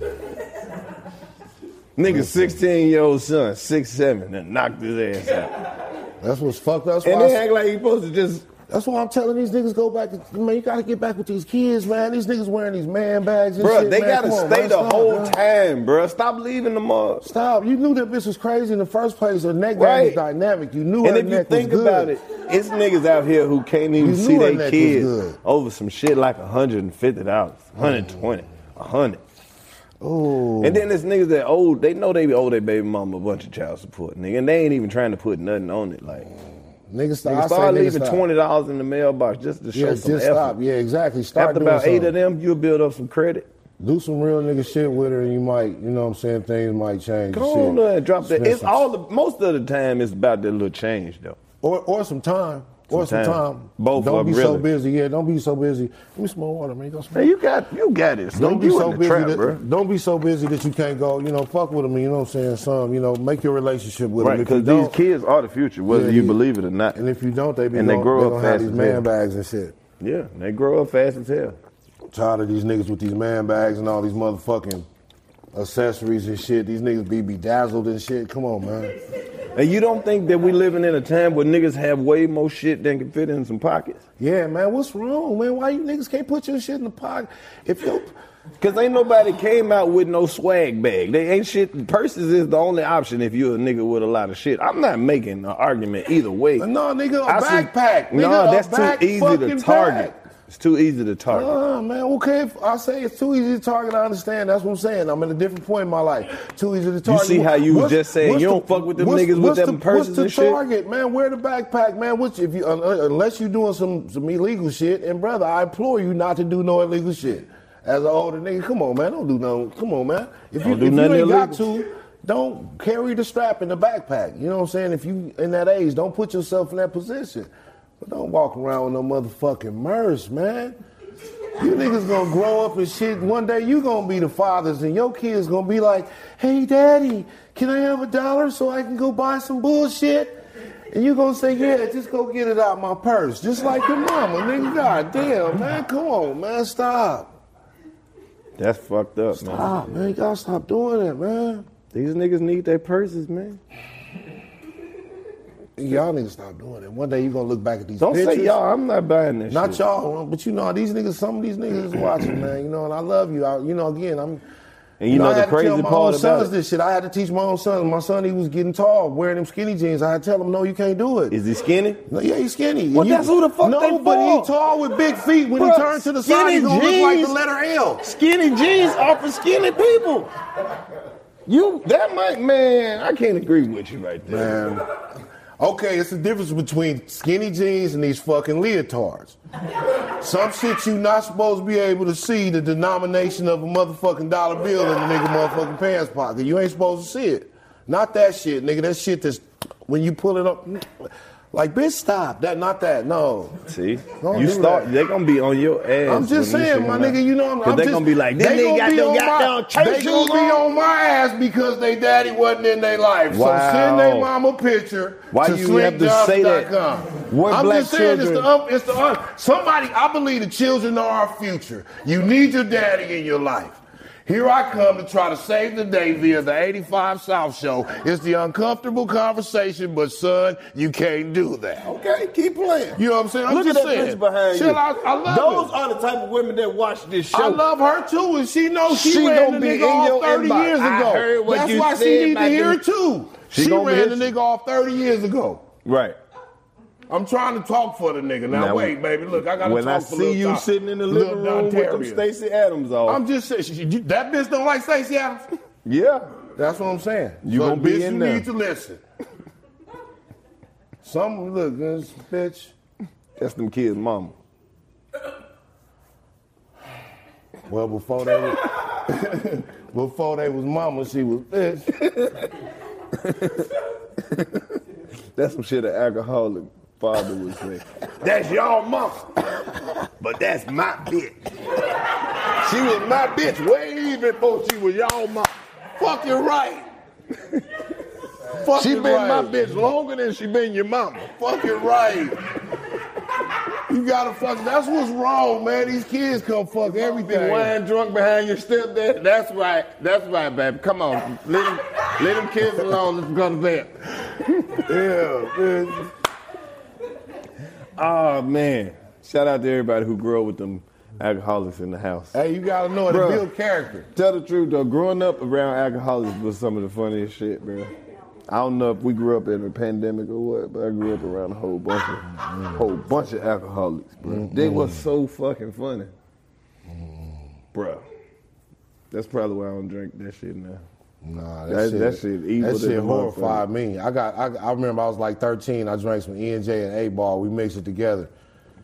B: Nigga, 16 year old son, six seven, and knocked his ass out.
C: That's what's fucked up. That's
B: And
C: why I
B: they
C: s-
B: act like he supposed to just
C: That's why I'm telling these niggas go back. to- Man, you gotta get back with these kids, man. These niggas wearing these man bags and
B: Bruh,
C: shit.
B: they
C: man.
B: gotta
C: Come on,
B: stay
C: man.
B: the
C: Stop,
B: whole
C: man.
B: time, bruh. Stop leaving them up.
C: Stop. You knew that bitch was crazy in the first place. Her neck
B: Right.
C: was dynamic. You knew
B: And
C: her
B: if you
C: neck was
B: think
C: good.
B: about it, it's niggas out here who can't even
C: You
B: see
C: knew her
B: their
C: neck was
B: kids
C: good.
B: over some shit like $150, $120, $100.
C: Ooh.
B: And then there's niggas that old, they know they owe their baby mama a bunch of child support, nigga, and they ain't even trying to put nothing on it. Like,
C: niggas stop. I
B: nigga,
C: say
B: start
C: niggas
B: leaving
C: stop.
B: twenty dollars in the mailbox just to show
C: Yeah,
B: some
C: just
B: effort.
C: stop. Yeah, exactly. Start
B: After
C: doing
B: about eight
C: something.
B: of them, you'll build up some credit.
C: Do some real nigga shit with her, and you might, you know what I'm saying, things might change. and
B: Go on
C: shit.
B: there and drop that.
C: Spend
B: It's
C: some-
B: all the most of the time. It's about that little change though.
C: or, or some time. or some
B: Sometime.
C: time.
B: Both
C: Don't
B: of 'em,
C: be so
B: really.
C: busy. Yeah, don't be so busy. Give me some more water, man. Go smoke.
B: Man, you got you got it.
C: Don't be
B: you
C: so
B: in
C: busy.
B: the trap,
C: that,
B: bro.
C: Don't be so busy that you can't go. You know, fuck with them. You know what I'm saying? Some. You know, make your relationship with
B: Right,
C: them. If you
B: because these
C: don't-
B: kids are the future, whether
C: Yeah,
B: you
C: yeah.
B: believe it or not.
C: And if you don't, they be
B: and they
C: gonna-
B: grow
C: they
B: up
C: gonna have
B: fast
C: these
B: as
C: man
B: hell.
C: bags and shit.
B: Yeah, they grow up fast as hell.
C: Tired of these niggas with these man bags and all these motherfucking accessories and shit. These niggas be bedazzled and shit. Come on, man.
B: And you don't think that we living in a time where niggas have way more shit than can fit in some pockets?
C: Yeah, man. What's wrong, man? Why you niggas can't put your shit in the pocket? If you
B: Cause ain't nobody came out with no swag bag. They ain't shit. Purses is the only option if you a nigga with a lot of shit. I'm not making an argument either way.
C: No, nigga, a
B: I see-
C: backpack.
B: No,
C: Nigga, a
B: that's
C: back
B: too easy
C: fucking
B: to target.
C: bag.
B: It's too easy to target.
C: Nah, man. Okay, if I say it's too easy to target. I understand. That's what I'm saying. I'm at a different point in my life. Too easy to target.
B: see how you was
C: What's-
B: just saying
C: what's
B: you don't fuck with them
C: what's-
B: niggas with
C: what's
B: them
C: the,
B: purses
C: What's the
B: and shit?
C: target, man? Wear the backpack, man. What's if you un- unless you doing some some illegal shit? And brother, I implore you not to do no illegal shit. As an older nigga, come on, man. Don't do no. Come on, man. If you,
B: Don't do
C: if you ain't
B: nothing
C: got to. Don't carry the strap in the backpack. You know what I'm saying? If you in that age, don't put yourself in that position. But don't walk around with no motherfucking merch, man. You niggas gonna grow up and shit. One day you gonna be the fathers, and your kids gonna be like, "Hey, daddy, can I have a dollar so I can go buy some bullshit?" And you gonna say, "Yeah, just go get it out my purse," just like your mama, nigga. God damn, man, come on, man, stop,
B: That's fucked up, man.
C: stop, man. You gotta stop doing that, man.
B: These niggas need their purses, man.
C: Y'all niggas stop doing it. One day you gonna look back at these.
B: Don't
C: pictures.
B: say y'all. I'm not buying this.
C: Not
B: shit.
C: y'all, but you know these niggas. Some of these niggas is watching, man. You know, and I love you. I, you know, again, I'm.
B: And you know
C: I
B: the
C: had to tell
B: crazy
C: my
B: part
C: own
B: about
C: sons
B: it-
C: this shit. I had to teach my own son. My son, he was getting tall, wearing them skinny jeans. I had to tell him, no, you can't do it.
B: Is he skinny?
C: No, yeah, he's skinny.
B: Well,
C: And you-
B: that's who the fuck
C: No,
B: they
C: but
B: for.
C: he tall with big feet. When
B: Bruh,
C: he turned to the side, he
B: skinny
C: gonna look like the
B: jeans-
C: letter L.
B: Skinny jeans are for skinny people. You that might man, I can't agree with you right there.
C: Man. Okay, it's the difference between skinny jeans and these fucking leotards. Some shit you not supposed to be able to see the denomination of a motherfucking dollar bill in the nigga motherfucking pants pocket. You ain't supposed to see it. Not that shit, nigga. That shit that's when you pull it up. Like, bitch, stop. That not that. No.
B: See,
C: Don't
B: you
C: do
B: start.
C: that.
B: They're gonna be on your ass.
C: I'm just
B: when this
C: saying,
B: shit
C: my
B: come out.
C: nigga, you know I'm,
B: 'Cause
C: I'm
B: they
C: just,
B: gonna be like, this
C: they
B: nigga
C: gonna
B: got
C: be
B: them
C: on my-
B: goddamn church
C: They gonna
B: shoes
C: be
B: on.
C: on my ass because they daddy wasn't in their life.
B: Wow.
C: So send their mom a picture
B: Why
C: to
B: you have to say that?
C: slickjobs.com.
B: We're
C: I'm
B: black
C: just saying it's
B: children.
C: the um, it's the um, somebody I believe the children are our future. You need your daddy in your life. Here I come to try to save the day via the 85 South Show. It's the uncomfortable conversation, but son, you can't do that.
H: Okay, keep playing.
C: You know what I'm saying? I'm
H: Look
C: just
H: at that
C: saying.
H: bitch behind
C: Shit,
H: you.
C: I, I love
H: Those
C: it.
H: are the type of women that watch this show.
C: I love her too, and she knows she,
H: She
C: ran
H: gonna
C: the
H: be
C: nigga
H: in
C: off
H: your
C: 30
H: inbox.
C: years ago.
H: I heard what
C: That's
H: you
C: why
H: said
C: she need to
H: about
C: hear
H: them-
C: it too.
H: She
C: She,
H: gonna be
C: ran the
H: hit
C: nigga off 30 years ago.
B: Right.
C: I'm trying to talk for the nigga. Now,
B: Now,
C: wait, baby, look, I gotta
B: when I
C: talk for
B: see
C: Lil
B: you
C: Don-
B: sitting in the
C: Lil
B: living room with them
C: Dontario.
B: Stacey Adams off.
C: I'm just saying, she- you- that bitch don't like Stacey Adams.
B: Yeah.
C: That's what I'm saying.
B: You
C: so
B: gonna be
C: bitch,
B: in
C: you
B: there.
C: need to listen. Some look, this bitch.
B: That's them kids' mama.
C: Well, before they was, before they was mama, she was bitch.
B: That's some shit an alcoholic father would say.
C: That's y'all mama, but that's my bitch. She was my bitch way before she was y'all mama. Fucking right. Fucking
B: She been my
C: bitch longer than she been your mama. Fucking right. You gotta fuck. That's what's wrong, man. These kids come fuck everything.
H: Been wine drunk behind your stepdad. That's right. That's right, baby. Come on. Let him, let him kids alone. Let's go to bed.
B: yeah, man. Ah man. Shout out to everybody who grew up with them alcoholics in the house.
C: Hey, you gotta know it.
B: Bruh.
C: It build character.
B: Tell the truth though, growing up around alcoholics was some of the funniest shit, bro. I don't know if we grew up in a pandemic or what, but I grew up around a whole bunch of whole bunch of alcoholics, bro. They were
C: Mm-hmm.
B: so fucking funny. Bruh. That's probably why I don't drink that shit now.
C: Nah,
B: That- that shit evil
C: that
B: than
C: shit
B: a motherfucker.
C: horrified me. I got, I, I remember I was like 13. I drank some E and J and A Ball. We mixed it together.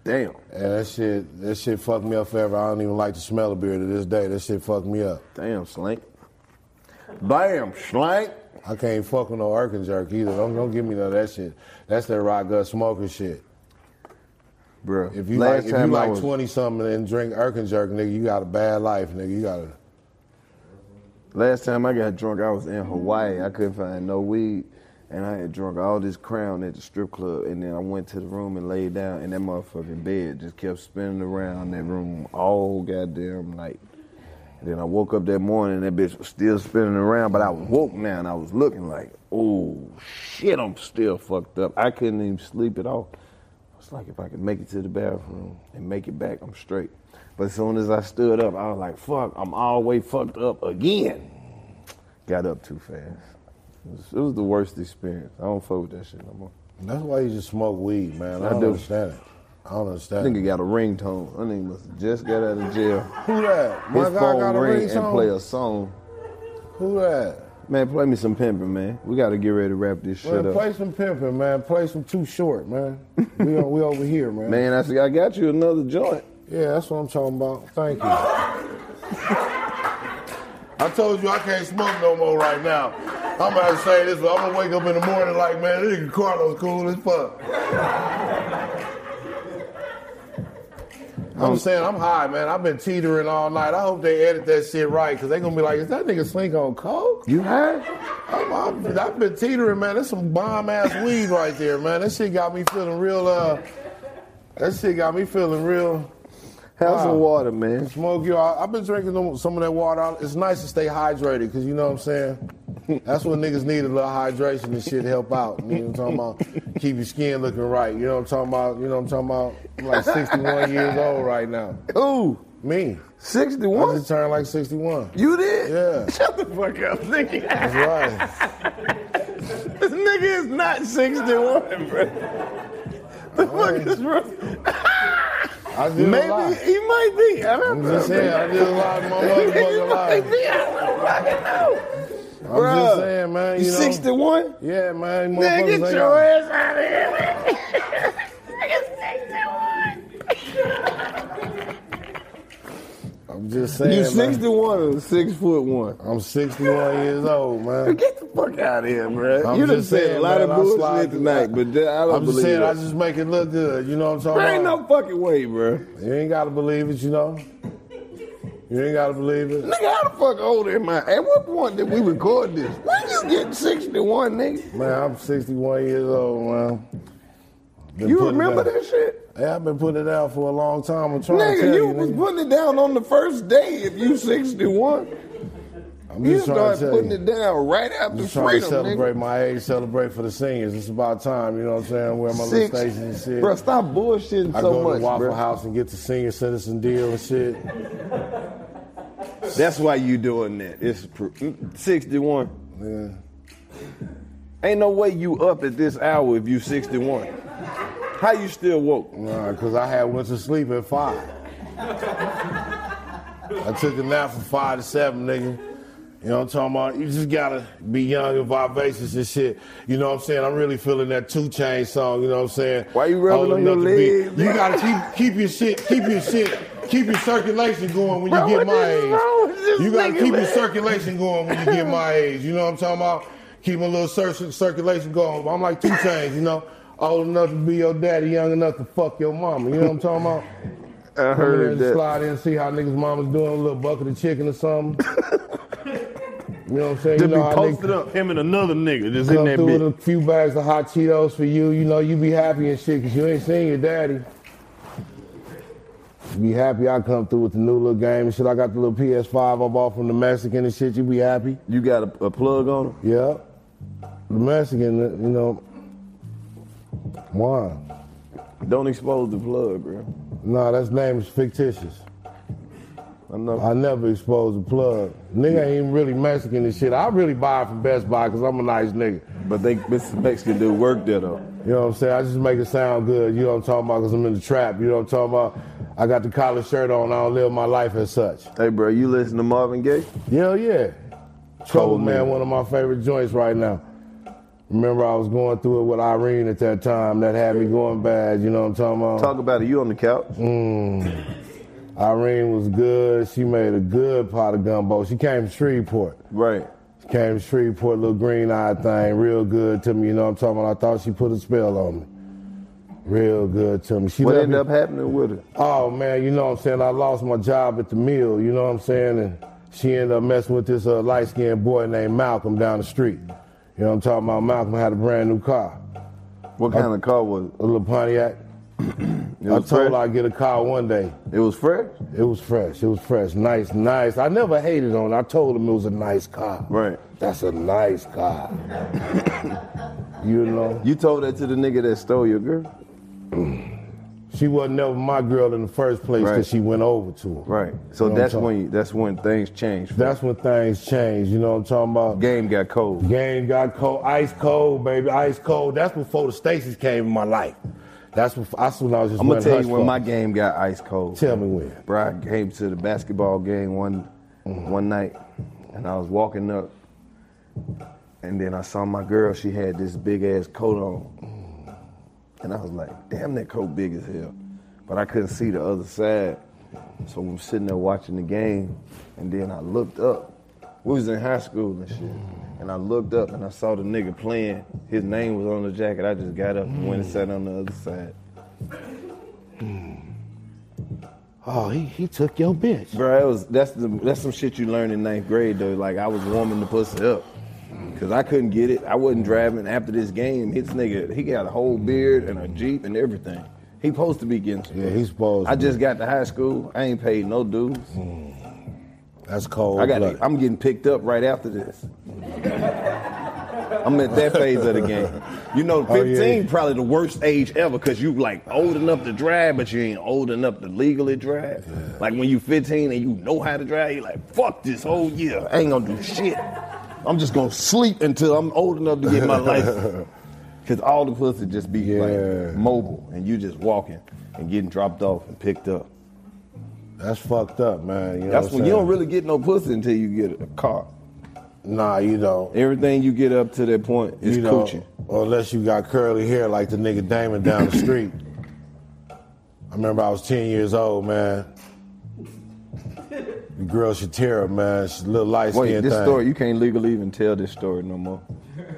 B: Damn.
C: And that shit, that shit fucked me up forever. I don't even like the smell of beer to this day. That shit fucked me up.
B: Damn, Slank. Damn, Slank.
C: I can't fuck with no Erkin jerk either. Don't, don't give me none of that shit. That's that rock gut smoker shit. bro. If you
B: last
C: like, if you
B: time I
C: like
B: was-
C: twenty something and drink Erkin jerk, nigga, you got a bad life, nigga. You got a
B: Last time I got drunk, I was in Hawaii. I couldn't find no weed, and I had drunk all this crown at the strip club. And then I went to the room and laid down, and that motherfucking bed just kept spinning around that room all goddamn night. And then I woke up that morning, and that bitch was still spinning around, but I was woke now, and I was looking like, oh shit, I'm still fucked up. I couldn't even sleep at all. I was like, if I could make it to the bathroom and make it back, I'm straight. But as soon as I stood up, I was like, fuck, I'm all way fucked up again. Got up too fast. It was, it was the worst experience. I don't fuck with that shit no more.
C: That's why you just smoke weed, man. I,
B: I
C: don't
B: do.
C: understand it. I don't understand.
B: Nigga got a ringtone. That nigga must have just got out of jail.
C: Who that? My
B: His
C: guy
B: phone
C: got a
B: ring and
C: ringtone?
B: play a song.
C: Who that?
B: Man, play me some pimpin', man. We got to get ready to wrap this shit
C: Man,
B: up.
C: play some pimping, man. Play some too short, man. we, o- we over here, man.
B: Man, I, see, I got you another joint.
C: Yeah, that's what I'm talking about. Thank you.
I: I told you I can't smoke no more right now. I'm about to say this, I'm gonna wake up in the morning like, man, this nigga Carlos cool as fuck.
B: Um,
C: I'm saying I'm high, man. I've been teetering all night. I hope they edit that shit right, because they gonna be like, is that nigga Slink on coke?
B: You high?
C: I'm, I'm, I've been teetering, man. That's some bomb ass weed right there, man. That shit got me feeling real. Uh, that shit got me feeling real.
B: Have
C: Wow.
B: some water, man.
C: Smoke you. I- I've been drinking them- some of that water. It's nice to stay hydrated because you know what I'm saying. That's what niggas need a little hydration and shit help out. You know what I'm talking about? Keep your skin looking right. You know what I'm talking about? You know what I'm talking about? I'm like 61 years old right now.
B: Ooh,
C: me.
B: 61?
C: I just turned like 61.
B: You did?
C: Yeah.
B: Shut the fuck up, nigga.
C: That's right.
B: This nigga is not 61, bro. The fuck is wrong?
C: I did
B: Maybe
C: a lot.
B: he might be. I don't
C: I'm
B: know.
C: just saying, I did a lot in my
B: He
C: motherfucking
B: might
C: life.
B: be. I don't fucking know.
C: I'm
B: Bruh,
C: just saying, man. You,
B: you
C: know,
B: 61?
C: Yeah, man.
B: Man,
C: motherfuckers
B: get
C: ain't
B: your
C: got-
B: ass out of here.
C: I'm just saying.
B: you
C: man.
B: 61 or 6 foot 1?
C: I'm 61 years old, man.
B: Get the fuck out of here, bro.
C: I'm
B: you done
C: just
B: said a
C: saying,
B: lot
C: man,
B: of
C: I
B: bullshit
C: slide-
B: tonight, but that- I don't
C: I'm just
B: believe
C: saying,
B: it.
C: I just make it look good. You know what I'm talking
B: there ain't
C: about?
B: no fucking way, bro.
C: You ain't gotta believe it, you know. You ain't gotta believe it.
B: Nigga, how the fuck old am I? At what point did we record this? When you get 61, nigga?
C: Man, I'm 61 years old, man. Been
B: You
C: putting it
B: remember
C: down.
B: that shit?
C: Yeah, I've been putting it out for a long time. I'm trying to
B: Nigga,
C: tell
B: you
C: you.
B: was
C: nigga.
B: putting it down on the first day if you 61.
C: I'm
B: You
C: just trying
B: started
C: to tell
B: putting
C: you.
B: it down right
C: I'm
B: after
C: just trying to
B: freedom,
C: celebrate
B: nigga.
C: my age, celebrate for the seniors. It's about time, you know what I'm saying? Wear my
B: Six.
C: little station and shit.
B: Bro, stop bullshitting
C: I
B: so
C: go
B: much,
C: to Waffle
B: bro.
C: House and get the senior citizen deal and shit.
B: That's why you doing that. It's pr- 61.
C: Yeah.
B: Ain't no way you up at this hour if you 61. How you still woke?
C: Nah, cause I had went to sleep at five. I took a nap from five to seven, nigga. You know what I'm talking about? You just gotta be young and vivacious and shit. You know what I'm saying? I'm really feeling that two chain song, you know what I'm saying?
B: Why you rubbing
C: Old
B: on your
C: enough to be-
B: legs?
C: You gotta keep keep your shit, keep your shit, keep your circulation going when
B: Bro,
C: you
B: what
C: get my
B: is wrong with this
C: age. You gotta
B: nigga,
C: keep
B: man?
C: your circulation going when you get my age. You know what I'm talking about? Keep a little cir- circulation going. I'm like two chains, you know? Old enough to be your daddy, young enough to fuck your mama. You know what I'm talking about?
B: I
C: Come in there
B: heard
C: and
B: that.
C: Slide in and see how niggas' mama's doing, a little bucket of chicken or something. you know what I'm saying?
I: Just
C: you know
I: be
C: how
I: posted
C: niggas
I: up, him and another nigga just in
C: come
I: that
C: through
I: bitch.
C: with a few bags of hot Cheetos for you. You know, you be happy and shit because you ain't seen your daddy. You Be happy I come through with the new little game and shit. I got the little PS5 I bought from the Mexican and shit. You be happy?
B: You got a, a plug on him?
C: Yeah. The Mexican, uh, you know. Why?
B: Don't expose the plug, bro.
C: Nah, that's name is fictitious.
B: I know.
C: I never expose the plug. Nigga ain't even really Mexican and shit. I really buy it from Best Buy because I'm a nice nigga.
B: But they, this Mexican dude worked there though.
C: You know what I'm saying? I just make it sound good. You know what I'm talking about because I'm in the trap. You know what I'm talking about? I got the collar shirt on. I don't live my life as such.
B: Hey, bro, you listen to Marvin Gaye?
C: Hell yeah. Trouble
B: Cold
C: Man,
B: man.
C: one of my favorite joints right now. Remember, I was going through it with Irene at that time. That had me going bad. You know what I'm talking about?
B: Talk about it. You on the couch?
C: Mm. Irene was good. She made a good pot of gumbo. She came to Shreveport.
B: Right.
C: She came to Shreveport, little green eyed thing, real good to me. You know what I'm talking about? I thought she put a spell on me. Real good to me. She
B: What
C: let
B: ended
C: me-
B: up happening with her?
C: Oh man, you know what I'm saying? I lost my job at the mill, you know what I'm saying? And she ended up messing with this uh, light skinned boy named Malcolm down the street. You know what I'm talking about? Malcolm had a brand new car.
B: What kind of car was it?
C: A little Pontiac. I
B: was
C: told her
B: fresh?
C: I'd get a car one day.
B: It was fresh?
C: It was fresh. It was fresh. Nice, nice. I never hated on it. I told him it was a nice car.
B: Right.
C: That's a nice car. you know?
B: You told that to the nigga that stole your girl?
C: She wasn't never my girl in the first place because
B: Right.
C: she went over to him.
B: Right. So
C: You know what I'm
B: that's
C: talking-
B: when you, that's when things changed.
C: That's when things changed. You know what I'm talking about?
B: Game got cold.
C: Game got cold. Ice cold, baby. Ice cold. That's before the Stacy's came in my life. That's when that's when I was just.
B: I'm gonna
C: wearing
B: tell
C: hush
B: you when my
C: puppies.
B: game got ice cold.
C: Tell me when.
B: Bro, I came to the basketball game one one night, and I was walking up, and then I saw my girl. She had this big ass coat on, and I was like, "Damn, that coat big as hell," but I couldn't see the other side. So I'm sitting there watching the game, and then I looked up. We was in high school and shit, and I looked up and I saw the nigga playing. His name was on the jacket. I just got up and went and sat on the other side.
C: Oh, he, he took your bitch.
B: Bro, that was that's the, that's some shit you learn in ninth grade though. Like I was warming the pussy up, cause I couldn't get it. I wasn't driving after this game. His nigga, he got a whole beard and a jeep and everything. He supposed to be getting. Some
C: Yeah, he's supposed.
B: I
C: to.
B: just got to high school. I ain't paid no dues.
C: That's cold.
B: I got.
C: blooded.
B: I'm getting picked up right after this. I'm at that phase of the game. You know, 15
C: Oh, yeah.
B: probably the worst age ever because you like old enough to drive, but you ain't old enough to legally drive. Like when you 15 and you know how to drive, you like, fuck this whole year. I ain't gonna do shit. I'm just gonna sleep until I'm old enough to get my license. Cause all the pussy just be like mobile and you just walking and getting dropped off and picked up.
C: That's fucked up, man. You know
B: That's
C: what
B: when
C: I'm
B: you
C: saying?
B: don't really get no pussy until you get a car.
C: Nah, you don't.
B: Everything you get up to that point is
C: you know,
B: coochie.
C: unless you got curly hair like the nigga Damon down the street. I remember I was 10 years old, man. The girl Shatira, man, she's a little light skinned
B: Wait,
C: thing.
B: this story you can't legally even tell this story no more.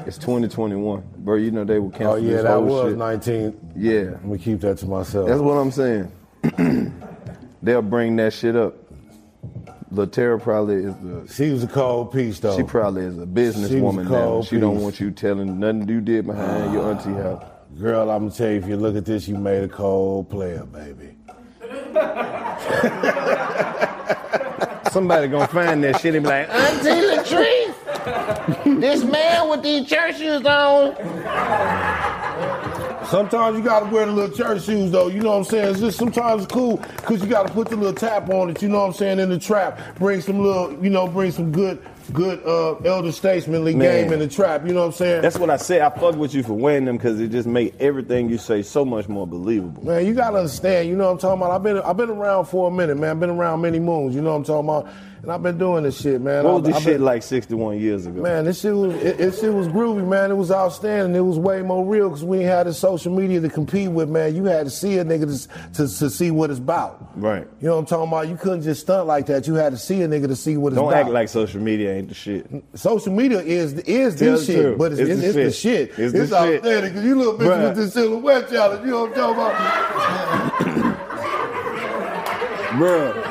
B: It's 2021, bro. You know they will cancel.
C: Oh yeah,
B: this
C: that
B: whole
C: was
B: shit.
C: 19.
B: Yeah,
C: I'm gonna keep that to myself.
B: that's what I'm saying. They'll bring that shit up. Laterra probably is the.
C: she was a cold piece though.
B: She probably is
C: She
B: a
C: was
B: businesswoman now.
C: cold
B: She don't
C: piece.
B: want you telling nothing you did behind your auntie house.
C: Girl, I'm gonna tell you, if you look at this, you made a cold player, baby.
B: Somebody gonna find that shit and be like, "Uh,
D: Auntie Latrice, this man with these church shoes on.
C: Sometimes you gotta wear the little church shoes though, you know what I'm saying? It's just sometimes it's cool because you gotta put the little tap on it, you know what I'm saying, in the trap. Bring some little, you know, bring some good, good uh elder statesmanly
B: Man.
C: game in the trap, you know what I'm saying?
B: That's what I say. I fuck with you for wearing them because it just make everything you say so much more believable.
C: Man, you gotta understand, you know what I'm talking about. I've been I've been around for a minute, man. I've been around many moons, you know what I'm talking about. And I've been doing this shit, man.
B: What was
C: I've-
B: this
C: I've been-
B: shit like 61 years ago?
C: Man, this shit was it, it shit was groovy, man. It was outstanding. It was way more real because we ain't had the social media to compete with, man. You had to see a nigga to, s- to, to see what it's about.
B: Right.
C: You know what I'm talking about? You couldn't just stunt like that. You had to see a nigga to see what it's
B: Don't
C: about.
B: act like social media ain't the shit.
C: social media is is
B: Tell
C: this
B: the
C: shit,
B: truth.
C: but it's, it's, it's the shit.
B: It's the shit.
C: outstanding because you little bitch
B: Bruh.
C: with this silhouette challenge. You know what I'm talking about?
B: Bruh.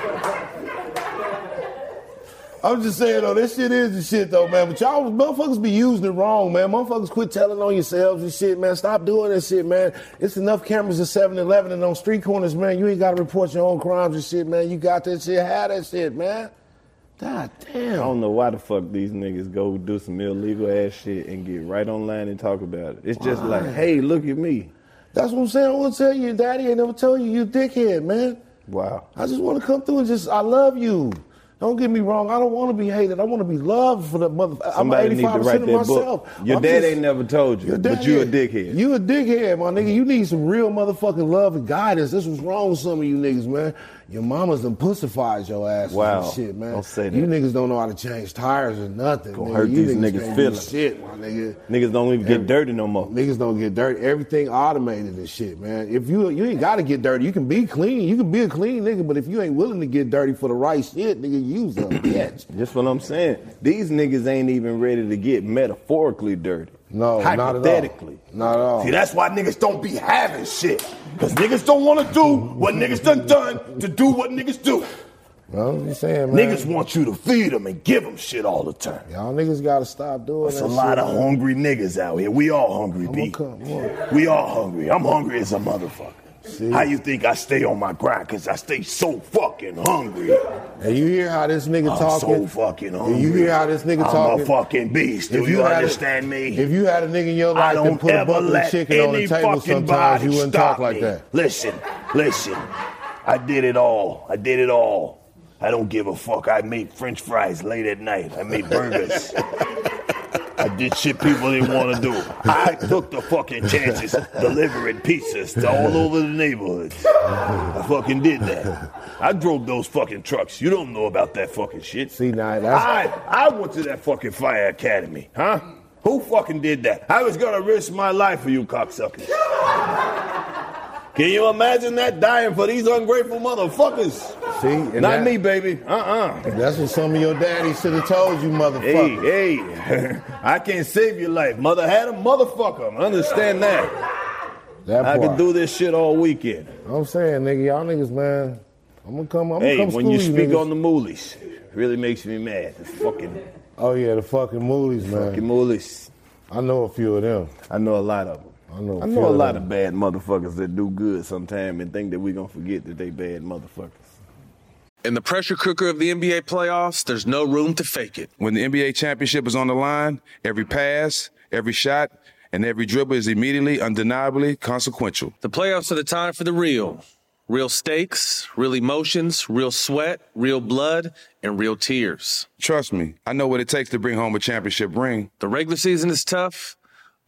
C: I'm just saying though, this shit is the shit though, man. But y'all motherfuckers be using it wrong, man. Motherfuckers quit telling on yourselves and shit, man. Stop doing this shit, man. It's enough cameras at 7-Eleven and on street corners, man. You ain't gotta report your own crimes and shit, man. You got that shit, have that shit, man. God
B: I
C: damn.
B: don't know why the fuck these niggas go do some illegal ass shit and get right online and talk about it. It's just like, hey, look at me.
C: That's what I'm saying. I want to tell you, daddy ain't never told you you dickhead, man.
B: Wow.
C: I just want to come through and just, I love you. Don't get me wrong. I don't want to be hated. I want to be loved for the mother.
B: Somebody
C: I'm
B: need to
C: 85%
B: write
C: of
B: that
C: myself.
B: book. Your
C: I'm
B: dad
C: just-
B: ain't never told you,
C: Your dad
B: but you a
C: ain't-
B: dickhead.
C: You a dickhead, my nigga. You need some real motherfucking love and guidance. This was wrong with some of you niggas, man. Your mamas done pussifies your ass. and
B: Wow.
C: shit, man.
B: Don't say that.
C: You niggas don't know how to change tires or nothing.
B: Gonna
C: nigga.
B: hurt
C: You
B: these
C: niggas
B: niggas'
C: can't do
B: feelings.
C: Shit, my nigga.
B: niggas don't even get dirty no more.
C: Niggas don't get dirty. Everything automated and shit, man. If you you ain't gotta get dirty, you can be clean. You can be a clean nigga, but if you ain't willing to get dirty for the right shit, nigga, use a bitch.
B: That's what I'm saying. These niggas ain't even ready to get metaphorically dirty.
C: No, not at all.
J: hypothetically.
C: Not at all.
J: See, that's why niggas don't be having shit. Because niggas don't want to do what niggas done done to do what niggas do.
C: Well, I'm just saying, man.
J: Niggas want you to feed them and give them shit all the time.
C: Y'all niggas gotta stop doing
J: It's a
C: that
J: lot
C: shit,
J: of
C: man.
J: hungry niggas out here. We all hungry, B. We all hungry. I'm hungry as a motherfucker. How you think I stay on my grind? Because I stay so fucking hungry.
C: And you hear how this nigga
J: I'm so
C: talking?
J: fucking
C: And
J: hungry.
C: You hear how this nigga
J: I'm
C: talking?
J: a fucking beast. Do
C: If
J: you,
C: had a-
J: understand me?
C: If you had a nigga in your life
J: I
C: that
J: don't
C: put a
J: ever
C: bucket
J: let
C: of chicken on
J: any
C: the table,
J: fucking
C: sometimes
J: body
C: you wouldn't
J: stop
C: talk like
J: me.
C: that.
J: Listen, listen. I did it all. I did it all. I don't give a fuck. I made French fries late at night. I made burgers. I did shit people didn't want to do. I took the fucking chances delivering pizzas to all over the neighborhoods. I fucking did that. I drove those fucking trucks. You don't know about that fucking shit.
C: See, now that's
J: I I went to that fucking fire academy, huh? Who fucking did that? I was gonna risk my life for you cocksuckers. Can you imagine that dying for these ungrateful motherfuckers?
C: see,
J: Not
C: and that-
J: me, baby. Uh-uh.
C: That's what some of your daddy should have told you,
J: Hey,
C: motherfucker.
J: hey, I can't save your life. Mother had a motherfucker. Understand that.
C: that
J: I
C: part.
J: could do this shit all weekend.
C: I'm saying, nigga, y'all niggas, man. I'm gonna come. I'm
J: hey,
C: gonna come
J: when you
C: school
J: speak
C: niggas.
J: on the moolies, it really makes me mad. It's fucking
C: Oh yeah, the fucking moolies, man.
J: fucking moolies.
C: I know a few of them.
J: I know a lot of them.
C: I know.
J: I
C: few
J: know a lot
C: them.
J: of bad motherfuckers that do good sometime and think that we're gonna forget that they bad motherfuckers.
F: In the pressure cooker of the NBA playoffs, there's no room to fake it.
G: When the NBA championship is on the line, every pass, every shot, and every dribble is immediately, undeniably consequential.
F: The playoffs are the time for the real. Real stakes, real emotions, real sweat, real blood, and real tears.
G: Trust me, I know what it takes to bring home a championship ring.
F: The regular season is tough,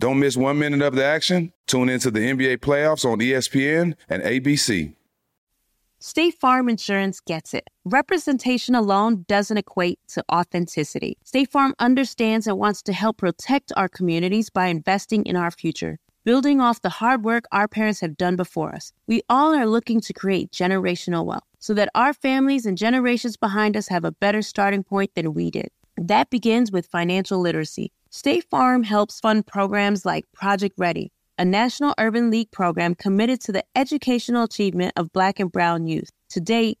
G: Don't miss one minute of the action. Tune into the NBA playoffs on E ESPN and ABC.
K: State Farm Insurance gets it. Representation alone doesn't equate to authenticity. State Farm understands and wants to help protect our communities by investing in our future, building off the hard work our parents have done before us. We all are looking to create generational wealth so that our families and generations behind us have a better starting point than we did. That begins with financial literacy. State Farm helps fund programs like Project Ready a National Urban League program committed to the educational achievement of Black and Brown youth. To date,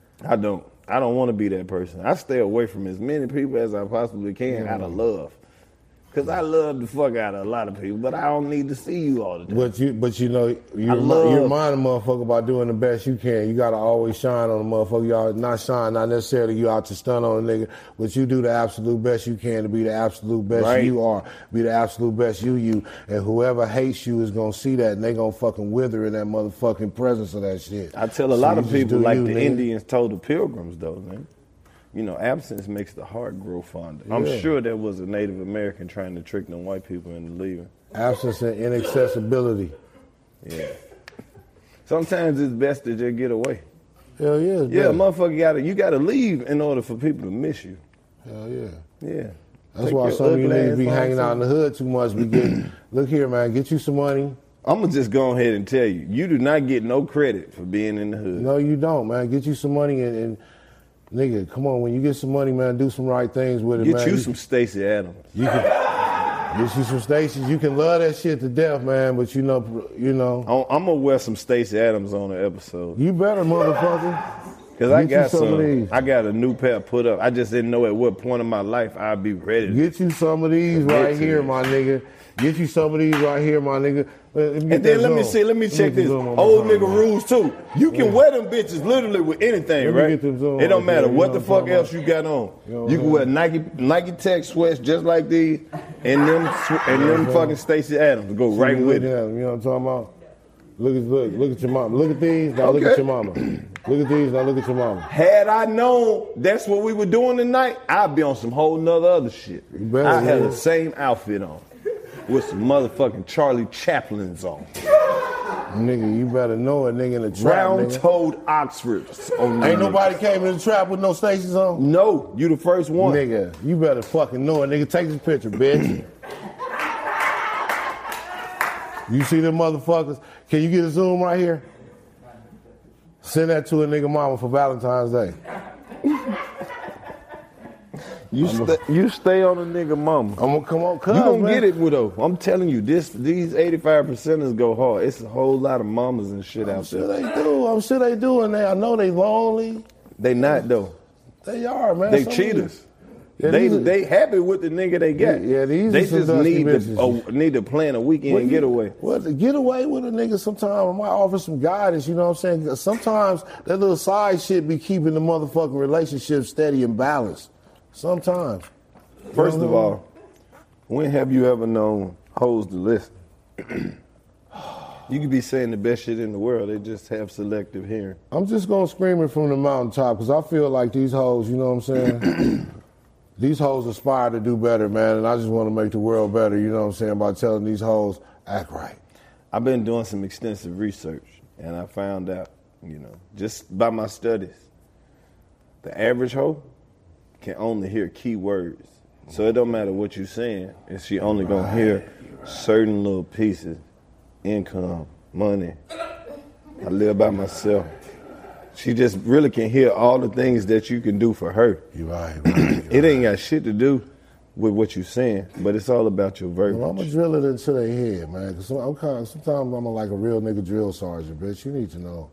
J: I don't. I don't want to be that person. I stay away from as many people as I possibly can out of love. Cause I love the fuck out of a lot of people, but I don't need to see you all the time.
C: But you, but you know, you,
J: I
C: remi-
J: love-
C: you remind a motherfucker about doing the best you can. You gotta always shine on a motherfucker. Y'all not shine, not necessarily you out to stun on a nigga, but you do the absolute best you can to be the absolute best
J: Right.
C: you are, be the absolute best you you. And whoever hates you is gonna see that, and they gonna fucking wither in that motherfucking presence of that shit.
J: I tell a
C: So
J: lot
C: you
J: of
C: just
J: people,
C: do
J: like
C: you,
J: the
C: nigga.
J: Indians told the Pilgrims, though, man. You know, absence makes the heart grow fonder. I'm
C: Yeah.
J: sure there was a Native American trying to trick them white people into leaving.
C: Absence and inaccessibility.
J: Yeah. Sometimes it's best to just get away.
C: Hell yeah,
J: Yeah,
C: brother.
J: motherfucker, gotta, you got to leave in order for people to miss you.
C: Hell yeah.
J: Yeah.
C: That's
J: Take
C: why
J: your
C: some of you
J: ugly
C: niggas
J: ass
C: be
J: on
C: hanging out in
J: somewhere.
C: the hood too much. Be getting, look here, man, get you some money.
B: I'm gonna just go ahead and tell you, you do not get no credit for being in the hood.
C: No, you don't, man. Get you some money and, and nigga, come on. When you get some money, man, do some right things with it,
B: Get
C: man.
B: you some Stacy Adams.
C: You can get you some stations. You can love that shit to death, man. But you know, you know.
B: I'm gonna wear some Stacy Adams on the episode.
C: You better, motherfucker.
B: Cause I
C: Get you
B: got
C: some of
B: some,
C: these.
B: I got a new pair put up. I just didn't know at what point in my life I'd be ready.
C: Get you some of these
B: Get
C: right
B: to
C: here,
B: it.
C: my nigga. Get you some of these right here, my nigga.
B: And then let me see, let me check this. Old nigga rules too. You can wear them bitches literally with anything,
C: Let me
B: right?
C: get them zoom
B: It don't
C: right
B: matter
C: there, you
B: what
C: know
B: the
C: what I'm
B: fuck
C: talking about.
B: else you got on.
C: know what
B: You
C: I'm
B: can wear Nike Nike Tech sweats just like these, and them sw- and them
C: Yeah,
B: fucking Stacy Adams go right with it.
C: You know what I'm talking about? Look at look, look at your mama. Look at these. Now look at
B: Okay.
C: your mama. Look at these. Now look at your mama.
B: Had I known that's what we were doing tonight, I'd be on some whole nother other shit.
C: better,
B: I had
C: yeah.
B: the same outfit on with some motherfucking Charlie Chaplin's on.
C: Nigga, you better know it, nigga. In the trap,
B: Round
C: nigga.
B: toed Oxfords. On
C: Ain't
B: them
C: nobody came in the trap with no stations on.
B: No, you the first one.
C: Nigga, you better fucking know it, nigga. Take this picture, bitch. you see them motherfuckers? Can you get a zoom right here? Send that to a nigga mama for Valentine's Day.
B: You sta you stay on a nigga mama.
C: I'm gonna come on.
B: You
C: Cuz,
B: gonna
C: man.
B: get it, widow. I'm telling you, this these 85 percenters go hard. It's a whole lot of mamas and shit out
C: Sure
B: there.
C: they do. I'm sure they do, and they, I know they lonely.
B: They not though.
C: They are, man.
B: They
C: Some of these-
B: cheaters.
C: Yeah,
B: they
C: these are-
B: they happy with the nigga they got.
C: Yeah, yeah, these
B: they
C: are some
B: just
C: dusty
B: need to
C: bitches.
B: a, need to plan a weekend
C: Well, you-
B: getaway.
C: Well, to get away with a nigga sometimes I might offer some guidance, you know what I'm saying? Sometimes that little side shit be keeping the motherfucking relationship steady and balanced. Sometimes.
B: First
C: You know
B: of
C: what I'm
B: all, when have you ever known hoes to listen? you could be saying the best shit in the world. They just have selective hearing.
C: I'm just gonna scream it from the mountaintop because I feel like these hoes, you know what I'm saying? these hoes aspire to do better, man, and I just wanna make the world better, you know what I'm saying, by telling these hoes, act right.
B: I've been doing some extensive research, and I found out, you know, just by my studies, the average hoe can only hear key words. So it don't matter what you're saying, and she only gonna hear certain little pieces, income, money. I live by myself. She just really can hear all the things that you can do for her.
C: You right,
B: it ain't got shit to do with what you're saying, but it's all about your verbiage.
C: Well, I'm gonna drill it into their head, man. Cause I'm kind of, sometimes I'm like a real nigga drill sergeant, bitch. You need to know.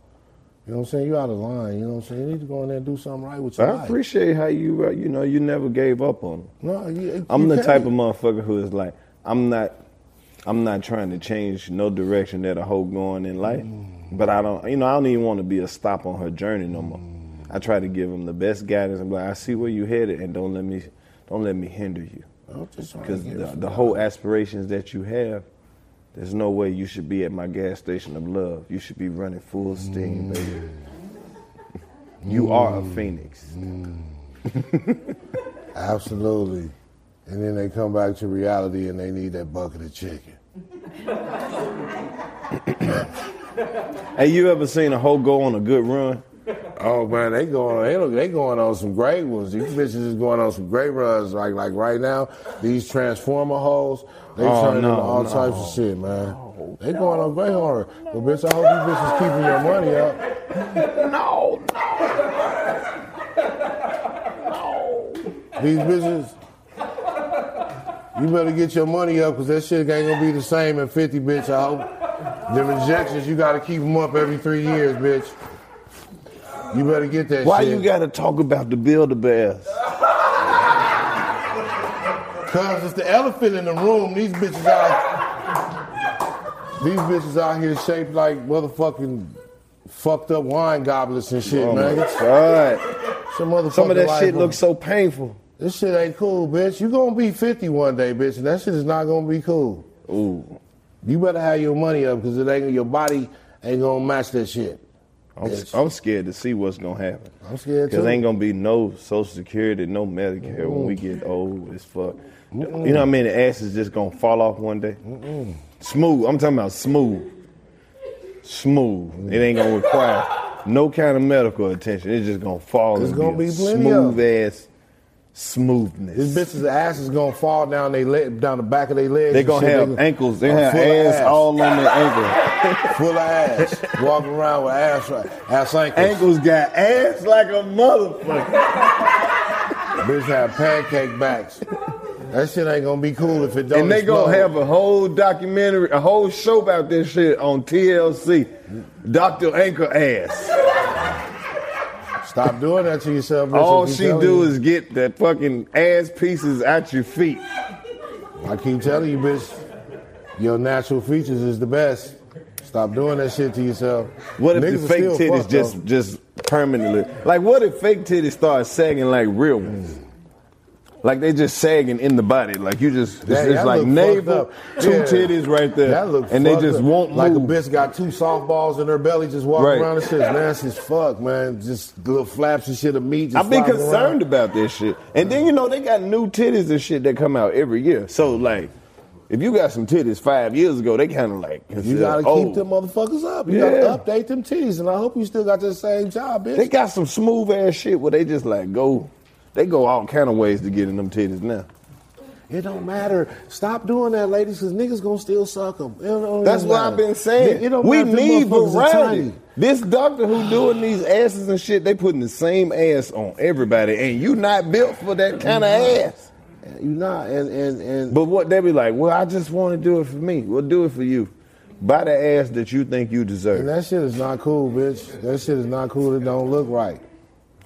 C: You know what I'm saying? You out of line. You know what I'm saying? You need to go in there and do something right with your
B: I
C: life.
B: appreciate how you, uh, you know, you never gave up on them.
C: No, you,
B: I'm
C: you
B: the
C: can't.
B: type of motherfucker who is like, I'm not, I'm not trying to change no direction that a hoe going in life,
C: Mm.
B: but I don't, you know, I don't even want to be a stop on her journey no more.
C: Mm.
B: I try to give them the best guidance. I'm like, I see where you headed, and don't let me, don't let me hinder you,
C: I'm just trying to
B: because
C: get
B: the,
C: some-
B: the whole aspirations that you have, there's no way you should be at my gas station of love. You should be running full steam, baby.
C: Mm.
B: You are a phoenix.
C: Absolutely. And then they come back to reality and they need that bucket of chicken.
B: Hey, you ever seen a hoe go on a good run?
C: Oh man, they going they, don't- they going on some great ones. These bitches is going on some great runs. Like like right now, these transformer hoes, they
B: Oh,
C: turning
B: no,
C: into all
B: no.
C: types of shit, man. they going on great hard. But bitch, I hope you bitches keeping your money up.
B: No,
C: These bitches, you better get your money up because that shit ain't gonna be the same in 50, bitch. I hope. Them injections, you gotta keep them up every three years, bitch. You better get that
B: Why
C: shit.
B: you gotta talk about the Builder Bears?
C: Cause it's the elephant in the room. These bitches out. These bitches out here shaped like motherfucking fucked up wine goblets and shit,
B: Oh my
C: man.
B: God.
C: Some motherfucking
B: Some of that
C: life
B: shit
C: on-
B: looks so painful.
C: This shit ain't cool, bitch. You gonna be 50 one day, bitch, and that shit is not gonna be cool.
B: Ooh.
C: You better have your money up because it ain't your body ain't gonna match that shit.
B: I'm, I'm scared to see what's gonna happen.
C: I'm scared
B: Cause
C: too.
B: ain't gonna be no Social Security, no Medicare when we get old as fuck. You know what I mean? The ass is just gonna fall off one day. Smooth. I'm talking about smooth. Smooth. It ain't gonna require no kind of medical attention. It's just gonna fall.
C: There's
B: and
C: gonna be plenty
B: smooth
C: of
B: ass
C: smoothness. This bitch's ass is gonna fall down they leg, down the back of their legs.
B: They
C: and
B: gonna
C: shit.
B: have
C: gonna-
B: ankles. They
C: a
B: have
C: full of
B: ass all on their ankle.
C: full of ass, walking around with ass right, ass ankles.
B: Ankles got ass like a motherfucker.
C: Bitch have pancake backs. That shit ain't gonna be cool if it don't.
B: And they gonna
C: explode.
B: have a whole documentary, a whole show about this shit on TLC. Dr. Ankle Ass.
C: Stop doing that to yourself. Richard.
B: All
C: Keep
B: she
C: telling
B: do
C: you.
B: is get the fucking ass pieces at your feet.
C: I keep telling you, bitch, your natural features is the best. Stop doing that shit to yourself.
B: What if
C: Niggas
B: the
C: are
B: fake
C: still
B: titties
C: fucked,
B: just
C: though.
B: just permanently? Like, what if fake titties start sagging like real ones? Like they just sagging in the body, like you just it's,
C: That-
B: it's
C: that
B: like
C: look fucked
B: navel,
C: up.
B: two
C: Yeah.
B: titties right there,
C: That look
B: and they
C: fucked
B: just
C: up.
B: won't
C: like
B: move.
C: a bitch got two softballs in her belly, just walking
B: Right.
C: around and shit. Nasty as fuck, man. Just little flaps and shit of meat. Just
B: I've been
C: flopping
B: concerned about this shit, and then you know they got new titties and shit that come out every year. So like, if you got some titties five years ago, they kind of like
C: Around. You gotta
B: oh,
C: keep them motherfuckers up. You
B: Yeah.
C: gotta update them titties, and I hope you still got the same job, bitch.
B: They got some smooth ass shit where they just like go, they go all kind of ways to get in them titties now.
C: It don't matter. Stop doing that, ladies, because niggas gonna still suck them.
B: That's what I've been saying. we need variety. This doctor who doing these asses and shit, they putting the same ass on everybody, and you not built for that kind of ass.
C: You not, and and and
B: But what they be like? Well, I just want to do it for me. Well, do it for you. Buy the ass that you think you
C: And
B: deserve.
C: that shit is not cool, bitch. That shit is not cool. It don't look right.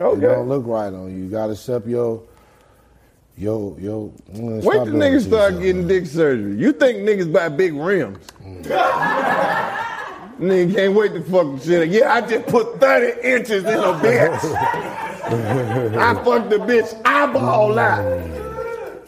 B: Okay.
C: It don't look right on you. You gotta step your mm, yo yo. Wait
B: Wait till niggas start getting dick surgery. You think niggas buy big rims? Nigga can't wait to fuck the shit. up. Yeah, I just put 30 inches in a bitch. I fucked the bitch eyeball out.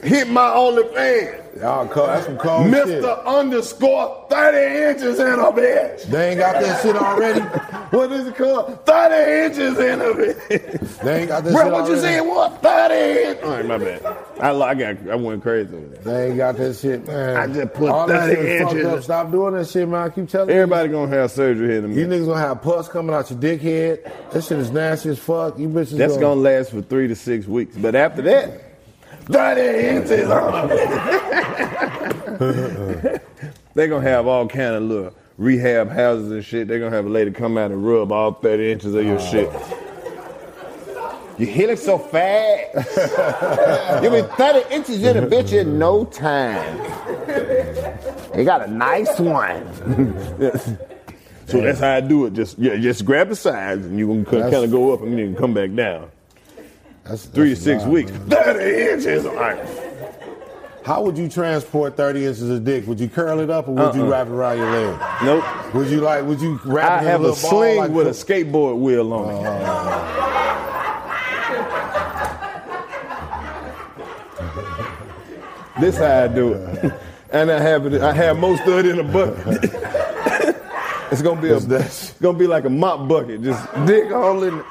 B: Hit my OnlyFans.
C: Y'all call, that's some cold
B: Mr.
C: shit.
B: Underscore 30 inches in a bitch.
C: They ain't got that shit already.
B: What is it called? 30 inches in a bitch.
C: They ain't got that
B: Bro,
C: shit
B: what you
C: already.
B: saying? What? 30 inches? All right, my bad. I, li- I, got, I went crazy with that.
C: They ain't got that shit, man.
B: I just put
C: All that
B: 30
C: shit fucked
B: inches.
C: up. Stop doing that shit, man. I keep telling you.
B: Everybody gonna have surgery here in a
C: You
B: minute.
C: niggas gonna have pus coming out your dickhead. That shit is nasty as fuck. You bitches
B: That's gonna last for three to six weeks. But after that, 30 inches on them. They're gonna have all kind of little rehab houses and shit. They're gonna have a lady come out and rub all 30 inches of your
C: Ah.
B: shit. You hit it so fast. You'll be 30 inches in a bitch in no time. You got a nice one. so that's how I do it. Just yeah, just grab the sides and you're gonna
C: That's-
B: kind of go up and then come back down.
C: That's,
B: Three to
C: that's
B: six
C: wild,
B: weeks.
C: man.
B: 30 inches. All right.
C: How would you transport 30 inches of dick? Would you curl it up or would you
B: Uh-uh.
C: wrap it around your leg?
B: Nope.
C: Would you like, would you wrap
B: I
C: it
B: have
C: in a,
B: a,
C: little ball
B: sling
C: like- Uh-huh.
B: with a skateboard wheel on it. This how I do it. And I have it, I have most of it in a bucket. it's gonna be a, it's gonna be like a mop bucket, just dick all in it.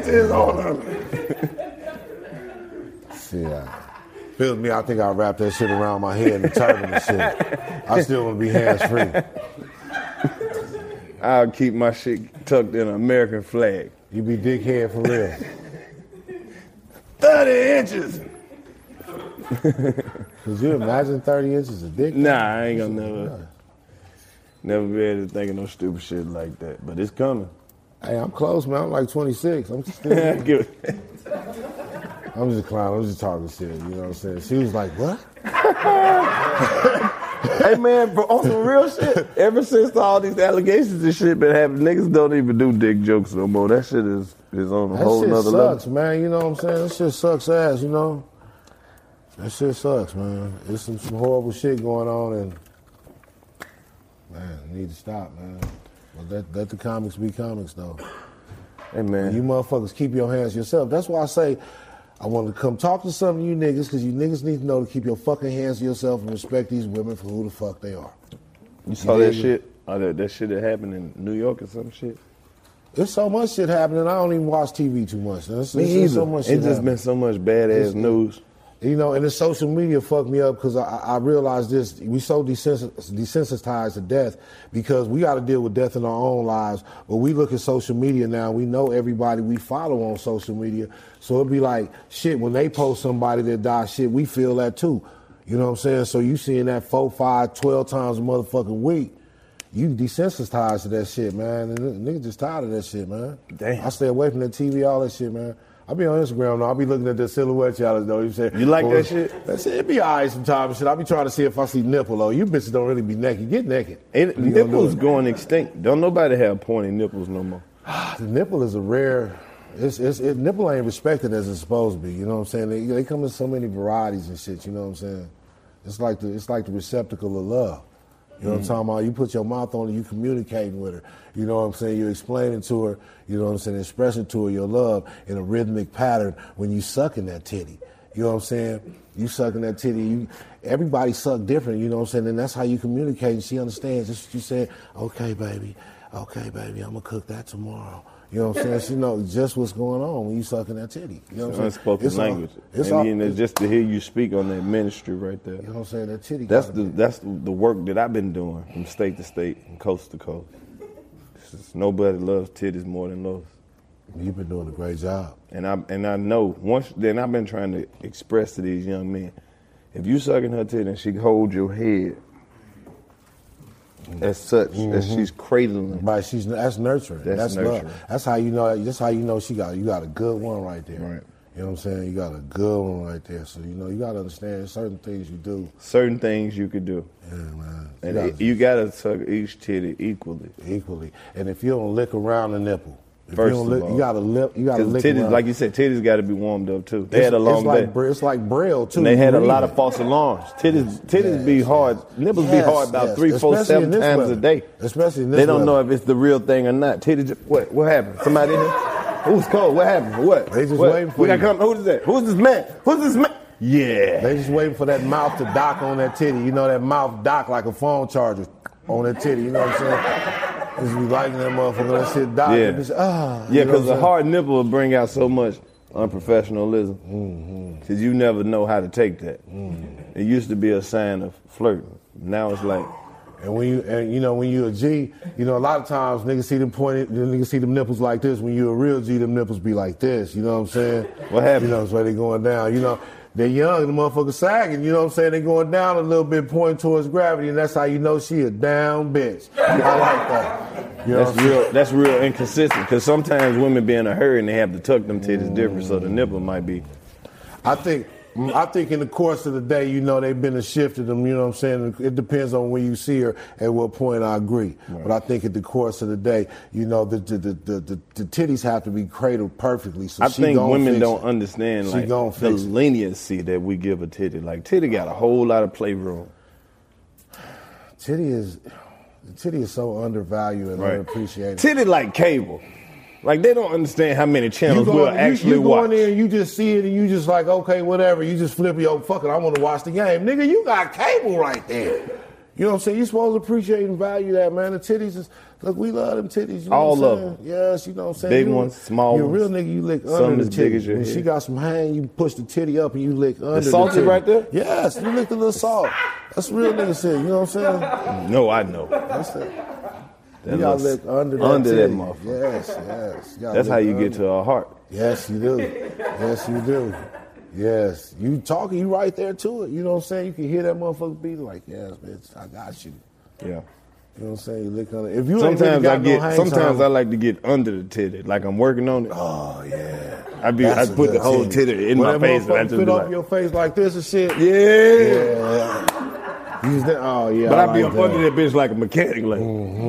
B: 30 inches on them.
C: Shit, I- Feel me, I think I wrap that shit around my head and turban and shit. I still want to be hands free.
B: I'll keep my shit tucked in an American flag.
C: You be dickhead for real.
B: 30 inches.
C: Could you imagine 30 inches of dick?
B: Nah, I ain't gonna never, never be able to think of no stupid shit like that. But it's coming.
C: Hey, I'm close, man. I'm like 26. I'm still.
B: Give-
C: I'm just clowning. I'm just talking shit. You know what I'm saying? She was like, "What?"
B: hey man, bro, on some real shit. Ever since all these allegations and shit been happening, niggas don't even do dick jokes no more. That shit is is on a
C: That
B: whole
C: shit
B: nother
C: sucks,
B: level.
C: man. You know what I'm saying? That shit sucks ass. You know. That shit sucks, man. There's some, some horrible shit going on, and man, it need to stop, man. But let, let the comics be comics, though.
B: Hey man,
C: You motherfuckers keep your hands to yourself. That's why I say I want to come talk to some of you niggas because you niggas need to know to keep your fucking hands to yourself and respect these women for who the fuck they are.
B: you saw that
C: dig it?
B: shit? Oh, that, that shit that happened in New York or some shit.
C: There's so much shit happening. I don't even watch TV too much. There's,
B: Me
C: there's so
B: either.
C: much
B: It
C: shit
B: just
C: happening.
B: been so much badass
C: It's-
B: news.
C: You know, and the social media fucked me up because I, I realized this. We so desens- desensitized to death because we got to deal with death in our own lives. But we look at social media now. We know everybody we follow on social media. So it'd be like, shit, when they post somebody that died, shit, we feel that too. You know what I'm saying? So you seeing that four, five, 12 times a motherfucking week. You desensitized to that shit, man. And niggas just tired of that shit, man. Damn. I stay away from the TV, all that shit, man. I be on Instagram now. I be looking at the silhouette challenge though. You say
B: You like
C: Boy,
B: that shit?
C: That shit it be alright sometimes. Shit, I be trying to see if I see nipple. though. you bitches don't really be naked. Get naked.
B: It,
C: You gonna do
B: nipples
C: it.
B: going extinct. Don't nobody have pointy nipples no more.
C: The nipple is a rare. It's, it's it, nipple ain't respected as it's supposed to be. You know what I'm saying? They, they come in so many varieties and shit. You know what I'm saying? It's like the it's like the receptacle of love. You know what I'm talking about? You put your mouth on it, you communicating with her. You know what I'm saying? You're explaining to her, you know what I'm saying, expressing to her your love in a rhythmic pattern when you sucking that titty. You know what I'm saying? You sucking that titty. You, everybody suck different, you know what I'm saying? And that's how you communicate and she understands. That's what you said, okay, baby, okay, baby, I'm gonna cook that tomorrow. You know what I'm saying? She knows just what's going on when you sucking that titty. You know what I'm saying?
B: unspoken
C: It's all-
B: language.
C: it's
B: and
C: all-
B: then it's just to hear you speak on that ministry right there. You know
C: what I'm saying? That titty.
B: That's
C: gotta
B: the that's the the work that I've been doing from state to state, from coast to coast. It's just nobody loves titties more than those.
C: You've been doing a great job.
B: And I and I know once then I've been trying to express to these young men, if you sucking her titty and she hold your head as such as
C: Mhm.
B: she's cradling.
C: Right, she's that's nurturing.
B: That's
C: That's,
B: nurturing.
C: love. That's how you know. That's how you know she got you got a good one right there. Right. You know what I'm saying? You got a good one right there. So you know you got to understand certain things you do.
B: certain things you could do. Yeah, man. And
C: You
B: it- you gotta suck each titty equally.
C: Equally. And if you don't lick around the nipple, if
B: First
C: you don't
B: of
C: lick,
B: all,
C: you got to lip. You got to
B: 'Cause
C: lick
B: titties,
C: around.
B: like you said, titties got to be warmed up too. They
C: It's-
B: had a
C: it's
B: long
C: like,
B: day.
C: bra- It's like braille too.
B: And they
C: You
B: had a
C: read
B: lot
C: it.
B: of false alarms. Titties, titties be hard. Nipples be
C: Yes,
B: hard about
C: yes.
B: three, four,
C: Especially
B: seven
C: in this
B: times
C: weather.
B: a day.
C: Especially in this
B: They don't
C: weather.
B: know if it's the real thing or not. Titties, ju- what? What happened? Somebody in here? Who's cold? What happened? What?
C: They just
B: What?
C: waiting for
B: we
C: you.
B: got come. Who's that? Who's this man? Who's this man? Yeah.
C: They just waiting for that mouth to dock on that titty. You know that mouth dock like a phone charger on that titty. You know what I'm saying? Just be liking that motherfucker. That shit dock.
B: Yeah.
C: It Just, ah.
B: yeah,
C: You know what
B: because
C: I'm
B: the
C: saying?
B: hard nipple will bring out so much unprofessionalism.
C: Mm-hmm.
B: Because you never know how to take that. It used to be a sign of flirting. Now it's like,
C: And when you and you know when you a G, you know a lot of times niggas see them pointed, the niggas see them nipples like this. When you a real G, them nipples be like this. You know what I'm saying? What happened? You know that's why they going down. You know they young, the motherfucker sagging. You know what I'm saying? They going down a little bit, pointing towards gravity, and that's how you know she a down bitch. I like that. You know
B: that's
C: what I'm saying?
B: real. That's real inconsistent. Because sometimes women be in a hurry and they have to tuck them titties different,
C: Mm.
B: so the nipple might be.
C: I think I think in the course of the day, you know, they've been a shift to them. You know what I'm saying? It depends on when you see her. At what point, I agree. But I think at the course of the day, you know, the the the, the, the, the titties have to be cradled perfectly. So
B: I
C: she
B: think
C: gonna
B: women
C: fix
B: don't
C: it.
B: understand
C: She
B: like
C: gonna
B: the
C: fix it.
B: leniency that we give a titty. Like titty got a whole lot of playroom.
C: Titty is titty is so undervalued and
B: Right.
C: underappreciated.
B: Titty like cable. Like they don't understand how many channels
C: go
B: we'll
C: in-
B: actually
C: you, you
B: watch.
C: go in there and you just see it and you just like, okay, whatever. You just flip your fuck it. I want to watch the game. Nigga, you got cable right there. You know what I'm saying? you supposed to appreciate and value that, man. The titties is, look, we love them titties. You know
B: All
C: what I'm
B: of
C: saying?
B: them.
C: Yes, you know what I'm saying?
B: Big
C: You-
B: ones, small
C: you a
B: ones.
C: real nigga, you lick
B: Some
C: under
B: as
C: the
B: big
C: titty.
B: as your
C: when
B: head.
C: she got some hang, you push the titty up and you lick under
B: salty
C: titty.
B: right there?
C: Yes, you lick the little salt. That's real nigga shit, you know what I'm saying?
B: No, I know.
C: That's it.
B: That
C: you gotta
B: little-
C: lick under that
B: under that
C: titty.
B: motherfucker.
C: Yes, yes. gotta
B: That's how
C: lick
B: you get
C: under.
B: to a heart.
C: Yes, you do. Yes, you do. Yes, you talking, you right there to it. You know what I'm saying? You can hear that motherfucker beating like, yes, bitch, I got you.
B: Yeah.
C: You know what I'm saying? You lick on it. If you ain't
B: sometimes
C: really
B: I
C: got
B: get
C: no hang
B: sometimes I
C: time,
B: like to get under the titty. Like I'm working on it.
C: Oh yeah.
B: I be
C: That's
B: I
C: a
B: put the
C: good
B: whole titty in
C: When
B: my
C: that
B: face and I
C: motherfucker
B: just be
C: fit off
B: like,
C: your face like this and shit.
B: Yeah.
C: Yeah. Use that. Oh yeah.
B: But
C: I
B: I, be
C: like
B: up under that Mm-hmm. bitch like a mechanic, like,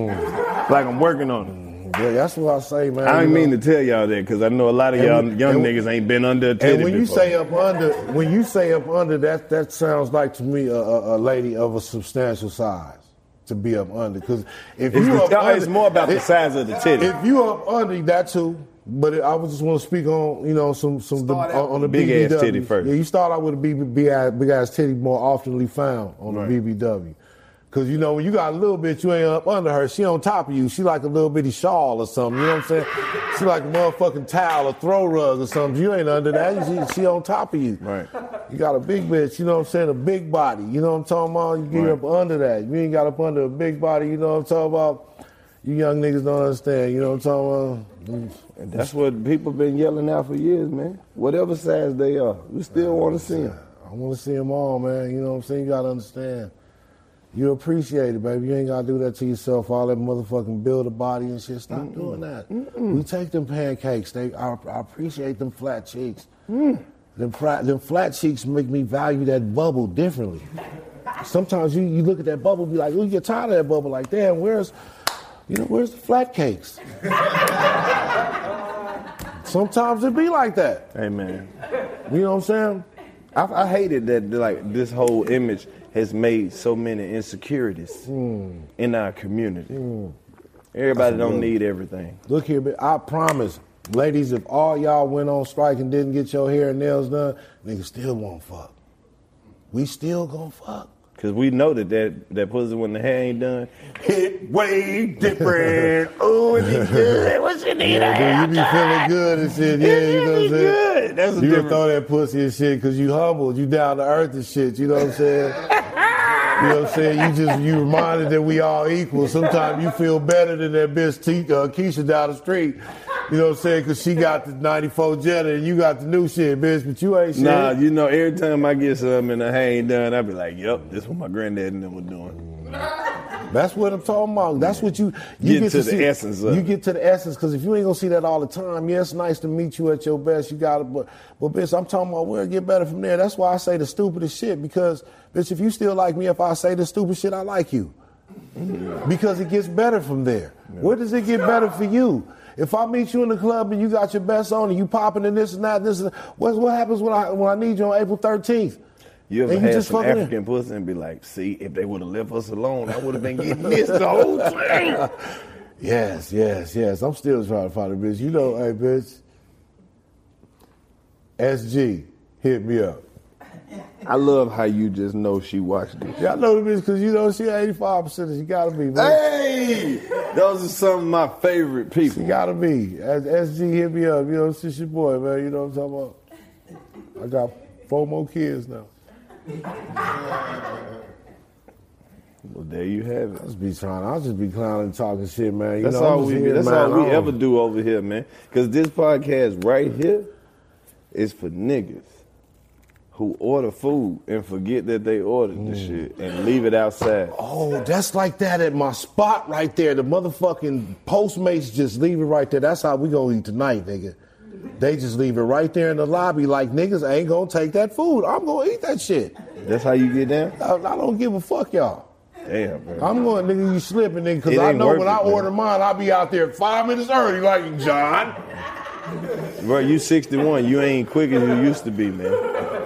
B: like I'm working on it.
C: Yeah, that's what I say, man.
B: I
C: you
B: didn't
C: know?
B: mean to tell y'all that because I know a lot of
C: And
B: y'all
C: when-
B: young
C: and when-
B: niggas ain't been under a titty
C: And when you
B: before.
C: say up under, when you say up under, that that sounds like to me a, a, a lady of a substantial size to be up under. Because if
B: It's
C: you
B: the-
C: up
B: oh,
C: under,
B: it's more about the size of the titty.
C: If you up under, that too. But it, I was just want to speak on you know some some the, on, on the
B: Big ass
C: BBW.
B: titty first.
C: Yeah, you start out with a BB, big ass titty more oftenly found on
B: Right.
C: the BBW. Cause you know when you got a little bit, you ain't up under her. She on top of you. She like a little bitty shawl or something. You know what I'm saying? She like a motherfucking towel or throw rug or something. You ain't under that. She, she on top of you.
B: Right.
C: You got a big bitch. You know what I'm saying? A big body. You know what I'm talking about? You get
B: Right.
C: up under that. You ain't got up under a big body. You know what I'm talking about? You young niggas don't understand. You know what I'm talking about?
B: And that's what people been yelling out for years, man. Whatever size they are, we still want to see them.
C: I want to see them all, man. You know what I'm saying? You got to understand. You appreciate it, baby. You ain't got to do that to yourself. All that motherfucking build a body and shit. Stop doing that. We take them pancakes. They, I, I appreciate them flat cheeks. Them, fri- them flat cheeks make me value that bubble differently. Sometimes you, you look at that bubble and be like, oh, you get tired of that bubble. Like, damn, where's, you know, where's the flat cakes? Sometimes it be like that.
B: Hey, man.
C: You know what I'm saying?
B: I, I hated that like this whole image has made so many insecurities in our community. Everybody don't need everything.
C: Look here, but I promise, ladies, if all y'all went on strike and didn't get your hair and nails done, niggas still won't fuck. We still gonna fuck.
B: Cause we know that that, that pussy when the hair ain't done, hit way different. oh, it's good. What you need? a
C: Yeah,
B: hair
C: dude, you be feeling good and shit. Yeah, you know what I'm saying?
B: good. That's a
C: you
B: different-
C: would throw that pussy and shit because you humble, you down to earth and shit. You know what I'm saying? you know what I'm saying? You just you reminded that we all equal. Sometimes you feel better than that bitch T- uh, Keisha down the street. You know what I'm saying? Because she got the '94 Jetta and you got the new shit, bitch. But you ain't shit.
B: Nah, you know, every time I get something and the hair ain't done, I be like, "Yup, this what my granddad and them was doing."
C: That's what I'm talking about. That's what you you
B: Get to the
C: see,
B: essence of
C: You
B: it.
C: get to the essence because if you ain't gonna see that all the time, yeah, it's nice to meet you at your best. You got it, but but bitch, I'm talking about where it get better from there. That's why I say the stupidest shit because bitch, if you still like me, if I say the stupid shit, I like you because it gets better from there. Where does it get better for you? If I meet you in the club and you got your best on and you popping and this and that, this and what what happens when I when I need you on April 13th?
B: You ever
C: And
B: had some
C: fucking in.
B: African pussy and be like, "See, if they would have left us alone, I would have been getting this the whole time."
C: Yes, yes, yes. I'm still trying to find a bitch. You know, hey, bitch. SG hit me up.
B: I love how you just know she watched it.
C: Y'all know the bitch because you know she 85%. She gotta be. Man.
B: Hey, those are some of my favorite people.
C: She gotta be. As SG hit me up. You know, she's your boy, man. You know what I'm talking about. I got four more kids now.
B: Well, there you have it.
C: I just be trying. I just be clowning, talking shit, man. You
B: That's
C: know, I'm
B: all
C: just
B: we.
C: here,
B: That's
C: man.
B: all
C: I
B: we
C: don't-
B: ever do over here, man. Because this podcast right here is for niggas who order food and forget that they ordered the
C: Mm.
B: shit and leave it outside.
C: Oh, that's like that at my spot right there. The motherfucking Postmates just leave it right there. That's how we gonna eat tonight, nigga. They just leave it right there in the lobby like niggas ain't gonna take that food. I'm gonna eat that shit.
B: That's how you get down.
C: I, I don't give a fuck, y'all.
B: Damn, bro.
C: I'm going, nigga, you slipping, nigga, because
B: It
C: I
B: ain't
C: know
B: worth
C: when I
B: it, man.
C: order mine, I'll be out there five minutes early like, John.
B: Bro, you 61. You ain't quick as you used to be, man.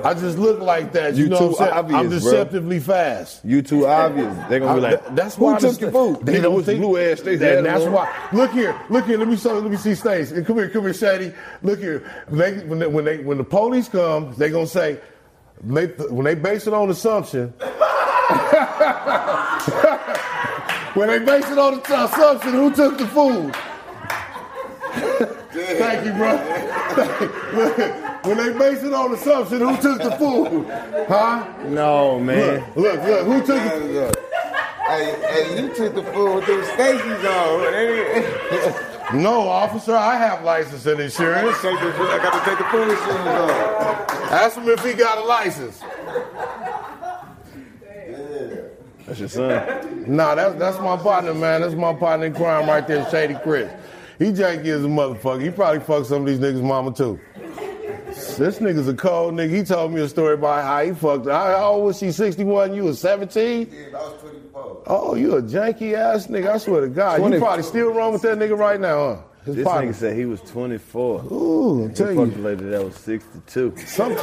C: I just look like that. You,
B: You
C: know
B: too
C: what I'm saying? I'm
B: obvious, bro.
C: deceptively fast.
B: You too obvious. They're gonna be
C: I-
B: like,
C: th- that's
B: who
C: why I
B: took your
C: understand-
B: food?
C: They
B: Nigga,
C: don't
B: with the
C: think
B: blue ass. They
C: that-
B: had
C: That's
B: them on.
C: why. Look here, look here. Let me show. Let me see stains. Come here, come here, Shady. Look here. When they, when they, when, they, when the police come, they gonna say, they, when they base it on assumption. when they base it on the assumption, who took the food? Thank you, bro. when they base it on assumption, who took the food? Huh?
B: No, man.
C: Look, look, look. Who took it?
L: Hey, hey, you took the food with them Stacy's on.
C: No, officer, I have license and insurance.
L: I got to take the food shoes off.
C: Ask him if he got a license.
B: That's your son.
C: Nah, that's that's my partner, man. That's my partner in crime right there, Shady Chris. He janky is a motherfucker. He probably fucked some of these niggas' mama too. This nigga's a cold nigga. He told me a story about how he fucked. her. How how old was she? 61? You was 17?
L: Yeah, I was 24.
C: Oh, you a janky ass nigga. I swear to God. You
B: 24.
C: probably still wrong with that nigga right now, huh? His
B: This
C: partner.
B: nigga said he was 24.
C: Ooh, I'm
B: he
C: telling you.
B: fucked a lady that was 62.
C: Some,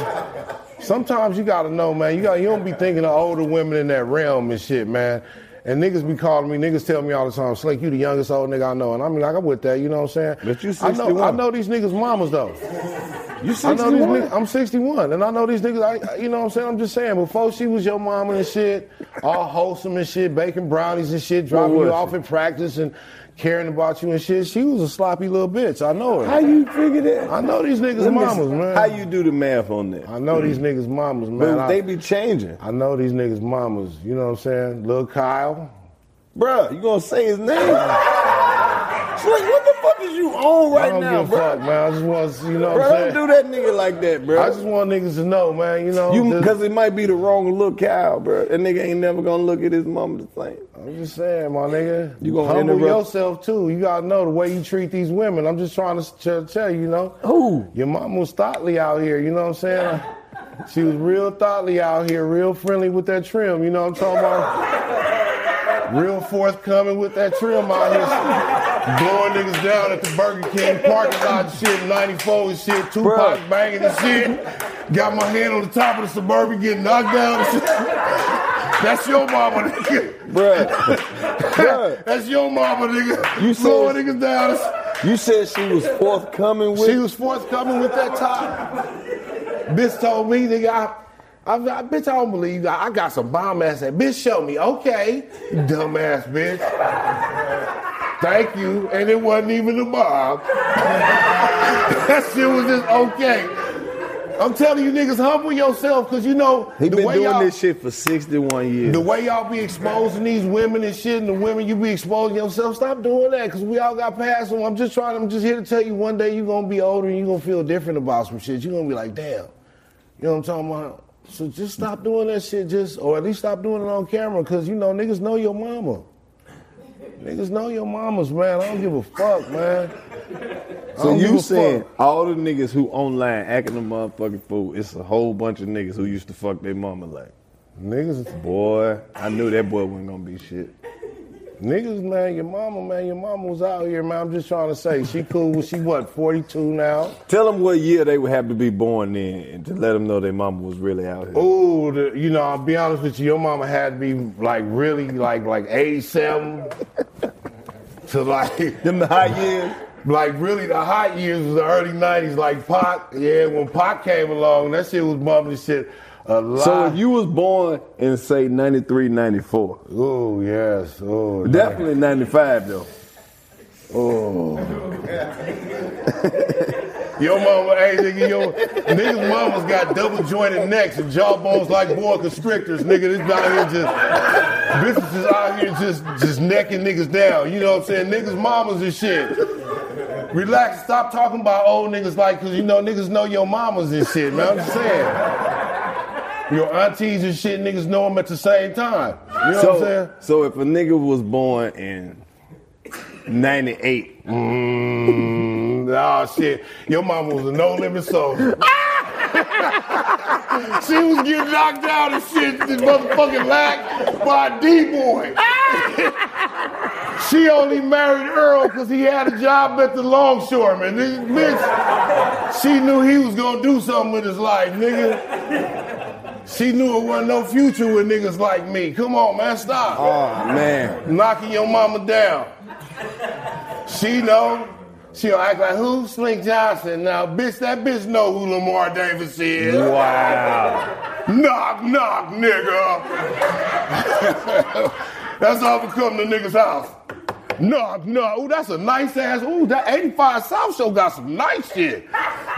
C: sometimes you gotta know, man. You got you don't be thinking of older women in that realm and shit, man. And niggas be calling me, niggas tell me all the time, Slink, you the youngest old nigga I know. And I'm like, I'm with that, you know what I'm saying?
B: But you
C: I know, I
B: 61.
C: know these niggas' mamas though.
B: You
C: I know these
B: 61?
C: niggas, I'm 61, and I know these niggas. I, I- you know what I'm saying? I'm just saying. Before she was your mama and shit, all wholesome and shit, baking brownies and shit, dropping
B: was
C: you
B: she?
C: off in practice and caring about you and shit. She was a sloppy little bitch. I know her.
B: How you figure that?
C: I know these niggas'
B: Let me
C: mamas,
B: see.
C: man.
B: How you do the math on that? Mm.
C: I know these niggas' mamas, man.
B: But
C: I-
B: they be changing.
C: I know these niggas' mamas. You know what I'm saying? Lil Kyle.
B: Bruh, you gonna say his name? Slick, what the fuck is you on
C: I
B: right
C: don't
B: now,
C: give a fuck,
B: bruh?
C: man. I just want, to- you know what
B: Bruh,
C: I'm saying?
B: don't do that nigga like that, bruh.
C: I just want niggas to know, man. You know,
B: You
C: just-
B: because it might be the wrong look cow, bruh. That nigga ain't never gonna look at his mama the same.
C: I'm just saying, my nigga.
B: You gonna
C: humble
B: interrupt-
C: yourself too. You gotta know the way you treat these women. I'm just trying to s- to tell you, you know.
B: Who?
C: Your mom was thoughtly out here. You know what I'm saying? she was real thoughtly out here, real friendly with that trim. You know what I'm talking about? real forthcoming with that trim out here, blowing niggas down at the Burger King parking lot and shit, 94 and shit, Tupac
B: Bruh.
C: banging and shit. Got my hand on the top of the suburban, getting knocked down. And shit. That's your mama, nigga.
B: Bruh.
C: That's your mama, nigga.
B: You
C: Blowing
B: said-
C: niggas down.
B: You said she was forthcoming with
C: She was forthcoming with that top. bitch told me, nigga, I, I, I- bitch, I don't believe you. I, I got some bomb ass. That bitch showed me. Okay, dumbass bitch. Thank you. And it wasn't even a bomb. that shit was just okay. I'm telling you, niggas, humble yourself, cause you know
B: He been doing
C: y'all-
B: this shit for 61 years.
C: the way y'all be exposing these women and shit, and the women you be exposing yourself, stop doing that, cause we all got past them. I'm just trying. I'm just here to tell you, one day you're gonna be older and you're gonna feel different about some shit. You're gonna be like, damn, you know what I'm talking about. So just stop doing that shit, just or at least stop doing it on camera, cause you know niggas know your mama. Niggas know your mamas, man. I don't give a fuck, man. I
B: so
C: don't give
B: you
C: a
B: saying
C: fuck.
B: all the niggas who online acting a motherfucking fool, it's a whole bunch of niggas who used to fuck their mama like.
C: niggas?
B: Boy, I knew that boy wasn't gonna be shit.
C: Niggas, man, your mama, man, your mama was out here, man. I'm just trying to say, she cool. She what, 42 now?
B: Tell them what year they would have to be born in and to let them know their mama was really out here.
C: Ooh, the, you know, I'll be honest with you, your mama had to be like really like like 87 to like
B: Them the hot years.
C: like really the hot years was the early 90s, like Pac. Yeah, when Pac came along, that shit was bumping the shit a lot.
B: So if you was born in say 93, 94,
C: oh yes, oh
B: definitely 95 though.
C: Your mama, hey nigga, your niggas' mamas got double jointed necks and jawbones like boa constrictors, nigga. This out here just bitches is out here just just necking niggas down. You know what I'm saying? Niggas mamas and shit. Relax, stop talking about old niggas like cause you know niggas know your mamas and shit, man. I'm just saying. Your aunties and shit, niggas know them at the same time. You know
B: so,
C: what I'm saying?
B: so if a nigga was born in 98,
C: Mm, ah, shit. Your mama was a no limit soldier. she was getting knocked out and shit, this motherfucking lack by a D boy. she only married Earl because he had a job at the longshoreman. This bitch, she knew he was gonna do something with his life, nigga. She knew it wasn't no future with niggas like me. Come on, man, stop
B: oh man.
C: knocking your mama down. She know. She'll act like who? Slink Johnson. Now, bitch, that bitch know who Lamar Davis is.
B: Wow.
C: Knock, knock, nigga. that's how we come to niggas' house. Knock, knock. Ooh, that's a nice ass. Ooh, that 85 South Show got some nice shit.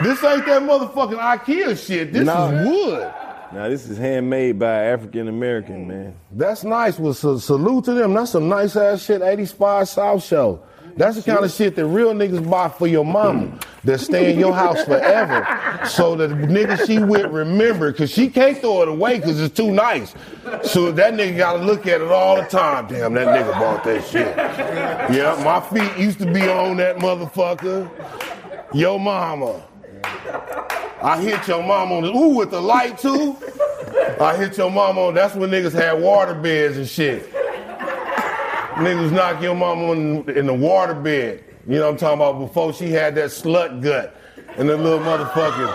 C: This ain't that motherfucking IKEA shit. This
B: Nah.
C: is wood.
B: Now this is handmade by African American man.
C: That's nice. Well, sa- salute to them. That's some nice ass shit. 85 South Show. That's the kind of shit that real niggas buy for your mama that stay in your house forever. So that the nigga she with remember, cause she can't throw it away cause it's too nice. So that nigga gotta look at it all the time. Damn, that nigga bought that shit. Yeah, my feet used to be on that motherfucker. Yo mama. I hit your mom on the ooh with the light too. I hit your mom on. That's when niggas had water beds and shit. niggas knock your mom on in the water bed. You know what I'm talking about? Before she had that slut gut and the little motherfucking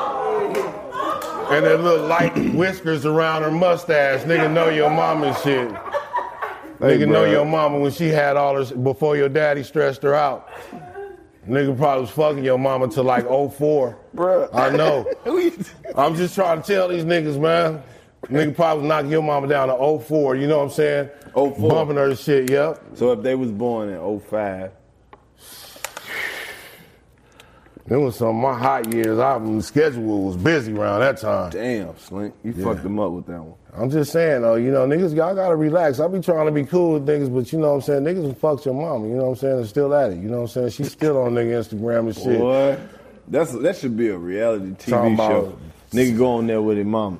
C: and that little light whiskers around her mustache. Nigga know your mom and shit.
J: Hey,
C: nigga, know
J: bruh.
C: your mama when she had all this before your daddy stressed her out. Nigga probably was fucking your mama till like 04.
B: Bruh.
C: I know. I'm just trying to tell these niggas, man. Nigga probably was knocking your mama down to 04, you know what I'm saying? 04. Bumping her to shit, yep.
B: So if they was born in 05.
C: It was some of my hot years. I my schedule was busy around that time.
B: Damn, Slink. You
C: Yeah.
B: fucked them up with that one.
C: I'm just saying though, you know, niggas, y'all gotta relax. I be trying to be cool with niggas, but you know what I'm saying? Niggas fucked your mama, you know what I'm saying? And still at it, you know what I'm saying? She's still on nigga Instagram and shit.
B: Boy, that's that should be a reality TV
C: Talking about-
B: show. Nigga go on there with his mama.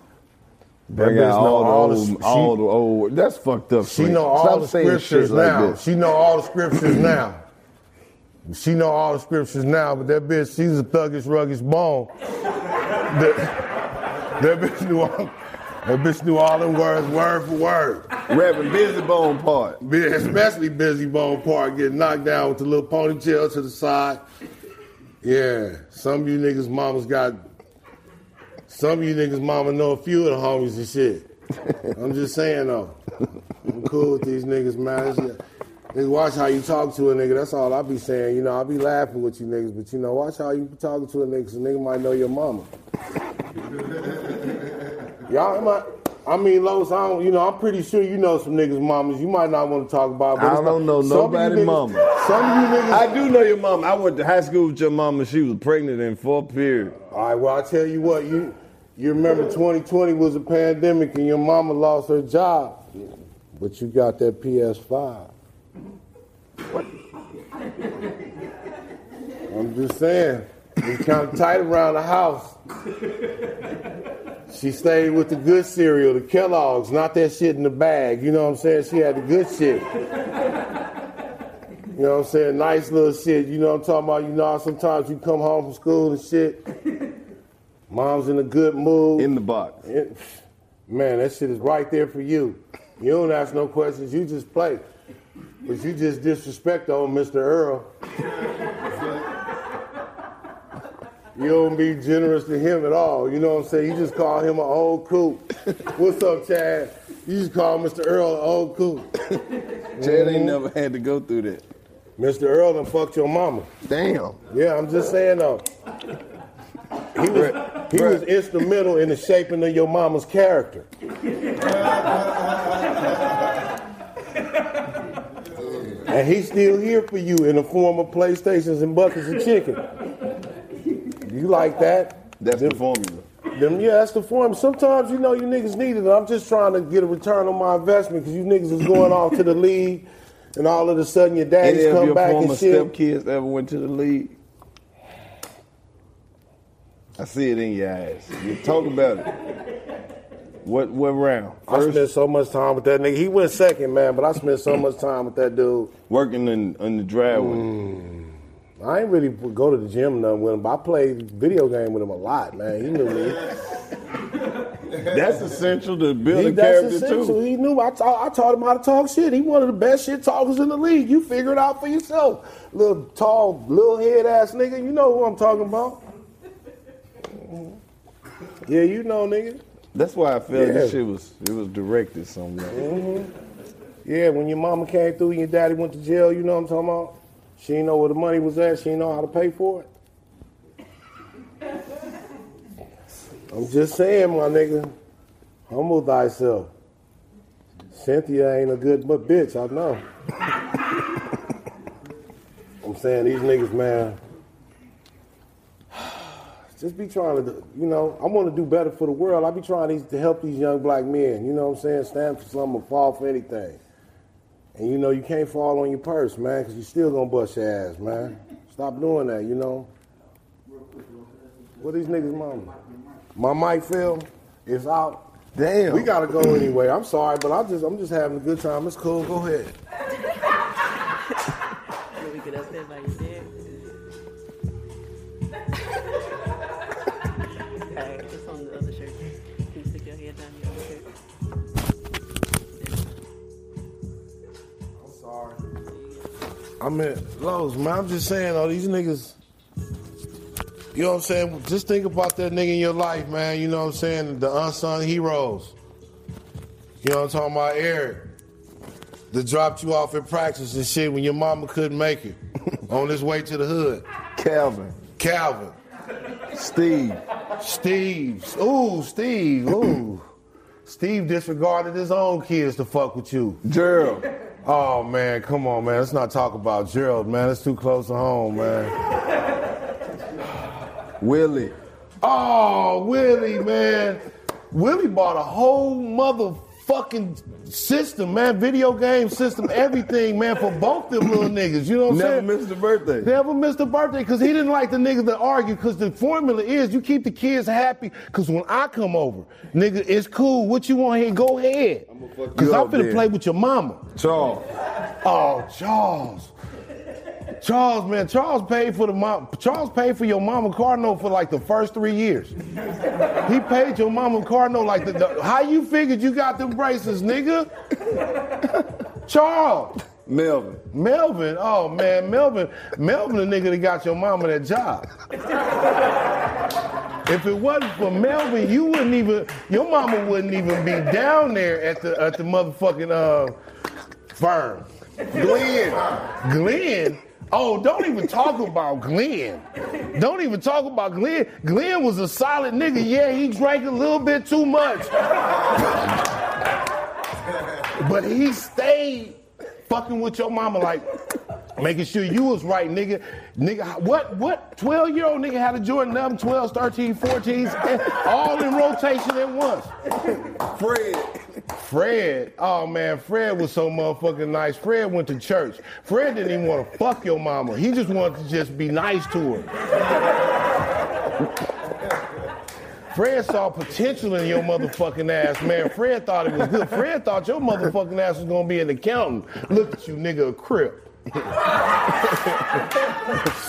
B: Bring
C: bitch
B: out
C: know
B: all,
C: all
B: the
C: the
B: old,
C: s- she-
B: all the old. That's fucked up.
C: She
B: Slink.
C: know all
B: Stop
C: the
B: saying shit
C: scriptures
B: like
C: now.
B: that.
C: she know all the scriptures now. She know all the scriptures now, but that bitch, she's a thuggish, ruggish bone. that, that bitch knew all, that bitch knew all them words, word for word.
B: Rapping busy bone part.
C: Especially busy bone part, getting knocked down with the little ponytail to the side. Yeah, some of you niggas' mamas got. Some of you niggas' mama know a few of the homies and shit. I'm just saying though, I'm cool with these niggas, man. It's just- Nigga, watch how you talk to a nigga. That's all I be saying. You know, I be laughing with you niggas, but you know, watch how you be talking to a nigga. 'cause a nigga might know your mama. Y'all, am I? I mean, Los, I don't. You know, I'm pretty sure you know some niggas' mamas. You might not want to talk about. But
B: I
C: it's
B: don't know
C: not- some of you
B: nobody
C: niggas-
B: mama.
C: Some of you niggas.
B: I do know your mama. I went to high school with your mama. She was pregnant in fourth period.
C: All right. Well, I tell you what, you you remember 2020 was a pandemic and your mama lost her job, but you got that PS5. I'm just saying, it's kind of tight around the house. She stayed with the good cereal, the Kellogg's, not that shit in the bag. You know what I'm saying? She had the good shit. You know what I'm saying? Nice little shit. You know what I'm talking about? You know how sometimes you come home from school and shit. Mom's in a good mood.
B: In the box.
C: It- man, that shit is right there for you. You don't ask no questions. You just play. But you just disrespect old Mr. Earl. You don't be generous to him at all. You know what I'm saying? You just call him an old coot. What's up, Chad? You just call Mr. Earl an old coot.
B: Chad ain't
C: Mhm.
B: never had to go through that.
C: Mr. Earl done fucked your mama.
B: Damn.
C: Yeah, I'm just saying though. He was, he was instrumental in the shaping of your mama's character. and he's still here for you in the form of PlayStations and buckets of chicken. You like that?
B: That's the formula.
C: Them, yeah, that's the form. Sometimes you know you niggas need it. and I'm just trying to get a return on my investment because you niggas is going off to the league, and all of a sudden your
B: Any
C: daddies
B: of
C: come
B: your
C: back
B: former
C: and shit.
B: stepkids ever went to the league? I see it in your eyes. You talk about it. What what round?
C: I spent so much time with that nigga. He went second, man, but I spent so much time with that dude.
B: Working in, in the driveway.
C: I ain't really go to the gym nothing with him, but I played video game with him a lot, man. He knew me.
B: That's essential to
C: Mm. he,
B: building
C: that's
B: character
C: essential.
B: too.
C: He knew. I, ta- I taught him how to talk shit. He one of the best shit talkers in the league. You figure it out for yourself, little tall, little head ass nigga. You know who I'm talking about? Yeah, you know, nigga.
B: That's why I felt this
C: Yeah.
B: shit was it was directed somewhere.
C: hmm Yeah, when your mama came through and your daddy went to jail, you know what I'm talking about? She didn't know where the money was at. She didn't know how to pay for it. I'm just saying, my nigga, humble thyself. Cynthia ain't a good but bitch, I know. I'm saying these niggas, man, just be trying to, do- you know, I want to do better for the world. I be trying these, to help these young black men. You know what I'm saying? Stand for something, or fall for anything. And you know, you can't fall on your purse, man, because you still gonna bust your ass, man. Stop doing that, you know. What these niggas' mama? My mic fell. It's out.
B: Damn.
C: We gotta go anyway. I'm sorry, but I'm just I'm just having a good time. It's cool. Go ahead. I mean, Lowe's, man, I'm just saying, all these niggas, you know what I'm saying? Just think about that nigga in your life, man. You know what I'm saying? The unsung heroes. You know what I'm talking about? Eric. that dropped you off at practice and shit when your mama couldn't make it on his way to the hood.
B: Calvin.
C: Calvin.
B: Steve.
C: Steve. Ooh, Steve. Ooh. Steve disregarded his own kids to fuck with you.
B: Gerald.
C: Oh man, come on, man. Let's not talk about Gerald, man. That's too close to home, man.
B: Willie.
C: Oh, Willie, man. Willie bought a whole motherfucking system, man. Video game system, everything, man, for both them little niggas. You know what I'm
B: Never
C: saying?
B: missed a birthday.
C: Never missed a birthday because he didn't like the niggas that argue because the formula is you keep the kids happy because when I come over, nigga, it's cool. What you want here? Go ahead. Because
B: you
C: I'm
B: up,
C: finna
B: then.
C: play with your mama.
B: Charles.
C: Oh, Charles. Charles, man, Charles paid for the mom. Charles paid for your mama car note for like the first three years. He paid your mama car note like the, the how you figured you got them braces, nigga. Charles.
B: Melvin.
C: Melvin, oh man, Melvin, Melvin, the nigga that got your mama that job. If it wasn't for Melvin, you wouldn't even, your mama wouldn't even be down there at the at the motherfucking uh, firm. Glenn, Glenn. Oh, don't even talk about Glenn. Don't even talk about Glenn. Glenn was a solid nigga. Yeah, he drank a little bit too much. But he stayed fucking with your mama, like making sure you was right, nigga. Nigga, what, what 12 year old nigga had a Jordan 11, 12s, 13s, 14s, and all in rotation at once? Fred. Fred. Oh man, Fred was so motherfucking nice. Fred went to church. Fred didn't even want to fuck your mama. He just wanted to just be nice to her. Fred saw potential in your motherfucking ass, man. Fred thought it was good. Fred thought your motherfucking ass was gonna be an accountant. Look at you, nigga, a crip.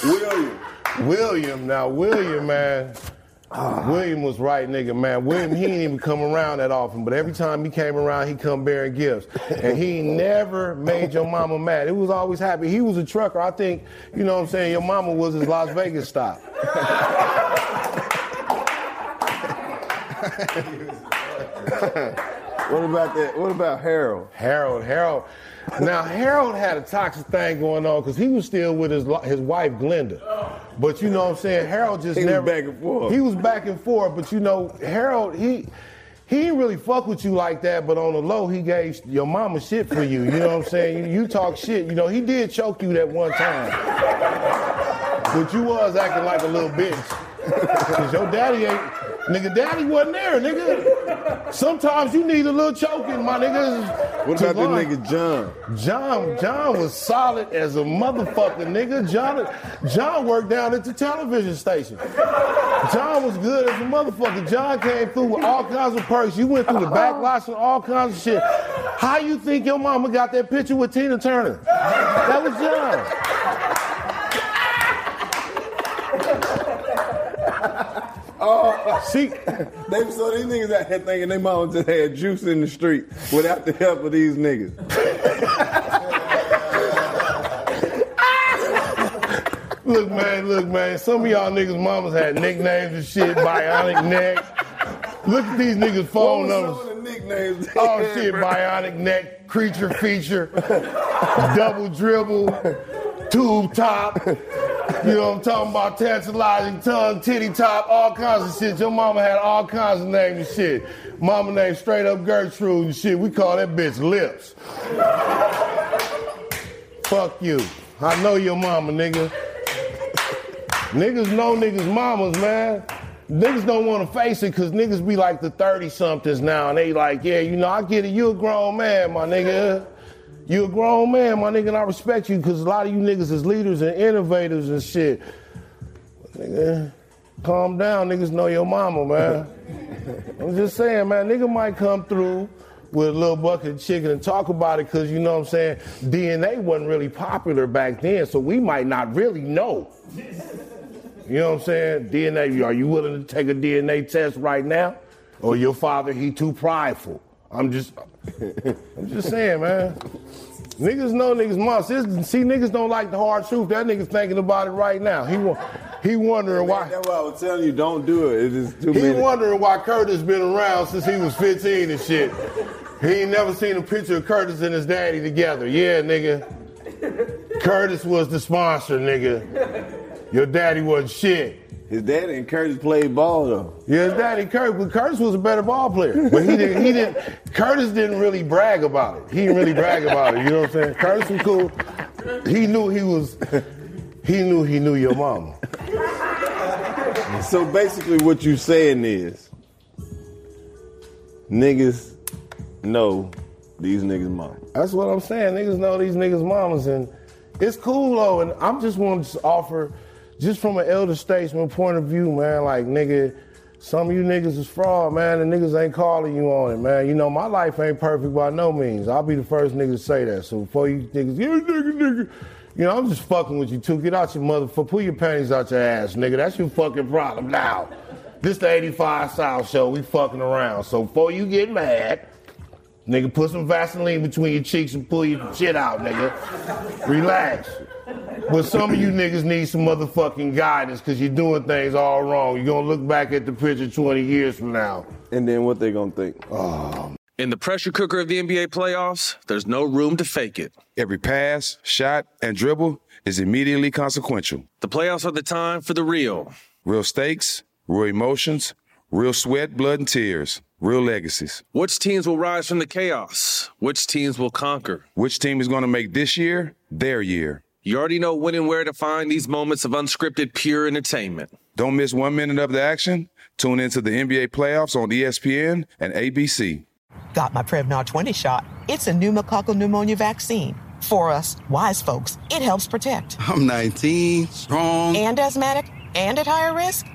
C: William. William, now William, man. William was right, nigga, man. William, he ain't even come around that often, but every time he came around, he come bearing gifts. And he never made your mama mad. It was always happy. He was a trucker. I think, you know what I'm saying, your mama was his Las Vegas stop.
B: What about that? What about Harold?
C: Harold, Harold. Now Harold had a toxic thing going on because he was still with his lo- his wife Glenda, but you know what I'm saying. Harold just
B: He was
C: never
B: back and forth.
C: He was back and forth, but you know Harold he. He didn't really fuck with you like that, but on the low, he gave your mama shit for you. You know what I'm saying? You, you talk shit. You know, he did choke you that one time. But you was acting like a little bitch. Cause your daddy ain't, nigga, daddy wasn't there, nigga. Sometimes you need a little choking, my nigga.
B: What about that
C: Javon-
B: nigga John?
C: John, John was solid as a motherfucker, nigga. John, John worked down at the television station. John was good as a motherfucker. John came through with all kinds of perks. You went through the back lots and all kinds of shit. How you think your mama got that picture with Tina Turner? That was John. See,
B: they so these niggas out here thinking they mama just had juice in the street without the help of these niggas.
C: Look, man, look, man. Some of y'all niggas' mamas had nicknames and shit, bionic neck. Look at these niggas' phone
B: What
C: numbers.
B: was some of the nicknames? they
C: Oh
B: had,
C: shit,
B: bro?
C: bionic neck, creature feature, double dribble, tube top. You know what I'm talking about? Tantalizing tongue, titty top, all kinds of shit. Your mama had all kinds of names and shit. Mama named straight up Gertrude and shit. We call that bitch lips. Fuck you. I know your mama, nigga. Niggas know niggas mamas, man. Niggas don't want to face it because niggas be like the 30 somethings now and they like, yeah, you know, I get it. You a grown man, my nigga. You a grown man, my nigga, and I respect you because a lot of you niggas is leaders and innovators and shit. Nigga, calm down. Niggas know your mama, man. I'm just saying, man, nigga might come through with a little bucket of chicken and talk about it because, you know what I'm saying, DNA wasn't really popular back then, so we might not really know. You know what I'm saying? DNA, are you willing to take a DNA test right now? Or your father, he too prideful? I'm just, I'm just saying, man. Niggas know niggas must. This- See, niggas don't like the hard truth. That nigga's thinking about it right now. He, wa- he wondering why.
B: That's why I was telling you, don't do it. It is too
C: He
B: many.
C: wondering why Curtis been around since he was 15 and shit. He ain't never seen a picture of Curtis and his daddy together. Yeah, nigga. Curtis was the sponsor, nigga. Your daddy wasn't shit. His daddy and Curtis played ball though. Yeah, his daddy Curtis, but Curtis was a better ball player. But he didn't. He didn't. Curtis didn't really brag about it. He didn't really brag about it. You know what I'm saying? Curtis was cool. He knew he was. He knew he knew your mama.
B: So basically, what you saying is, niggas know these niggas mom.
C: That's what I'm saying. Niggas know these niggas mamas, and it's cool though. And I'm just want to offer, just from an elder statesman point of view, man. Like nigga, some of you niggas is fraud, man. And niggas ain't calling you on it, man. You know my life ain't perfect by no means. I'll be the first nigga to say that. So before you niggas, yeah, nigga, nigga. You know, I'm just fucking with you too. Get out your motherfucker. Pull your panties out your ass, nigga. That's your fucking problem now. This the 85 South show. We fucking around. So before you get mad, Nigga, put some Vaseline between your cheeks and pull your shit out, nigga. Relax. But some of you niggas need some motherfucking guidance because you're doing things all wrong. You're gonna look back at the picture 20 years from now.
B: And then what they gonna think?
F: In the pressure cooker of the NBA playoffs, there's no room to fake it.
G: Every pass, shot, and dribble is immediately consequential.
F: The playoffs are the time for the real.
G: Real stakes, real emotions, real sweat, blood, and tears, real legacies.
F: Which teams will rise from the chaos? Which teams will conquer?
G: Which team is going to make this year their year?
F: You already know when and where to find these moments of unscripted, pure entertainment.
G: Don't miss one minute of the action. Tune into the NBA playoffs on E ESPN and ABC.
M: Got my Prevnar 20 shot. It's a pneumococcal pneumonia vaccine. For us, wise folks, it helps protect.
N: I'm 19, strong.
M: And asthmatic and at higher risk,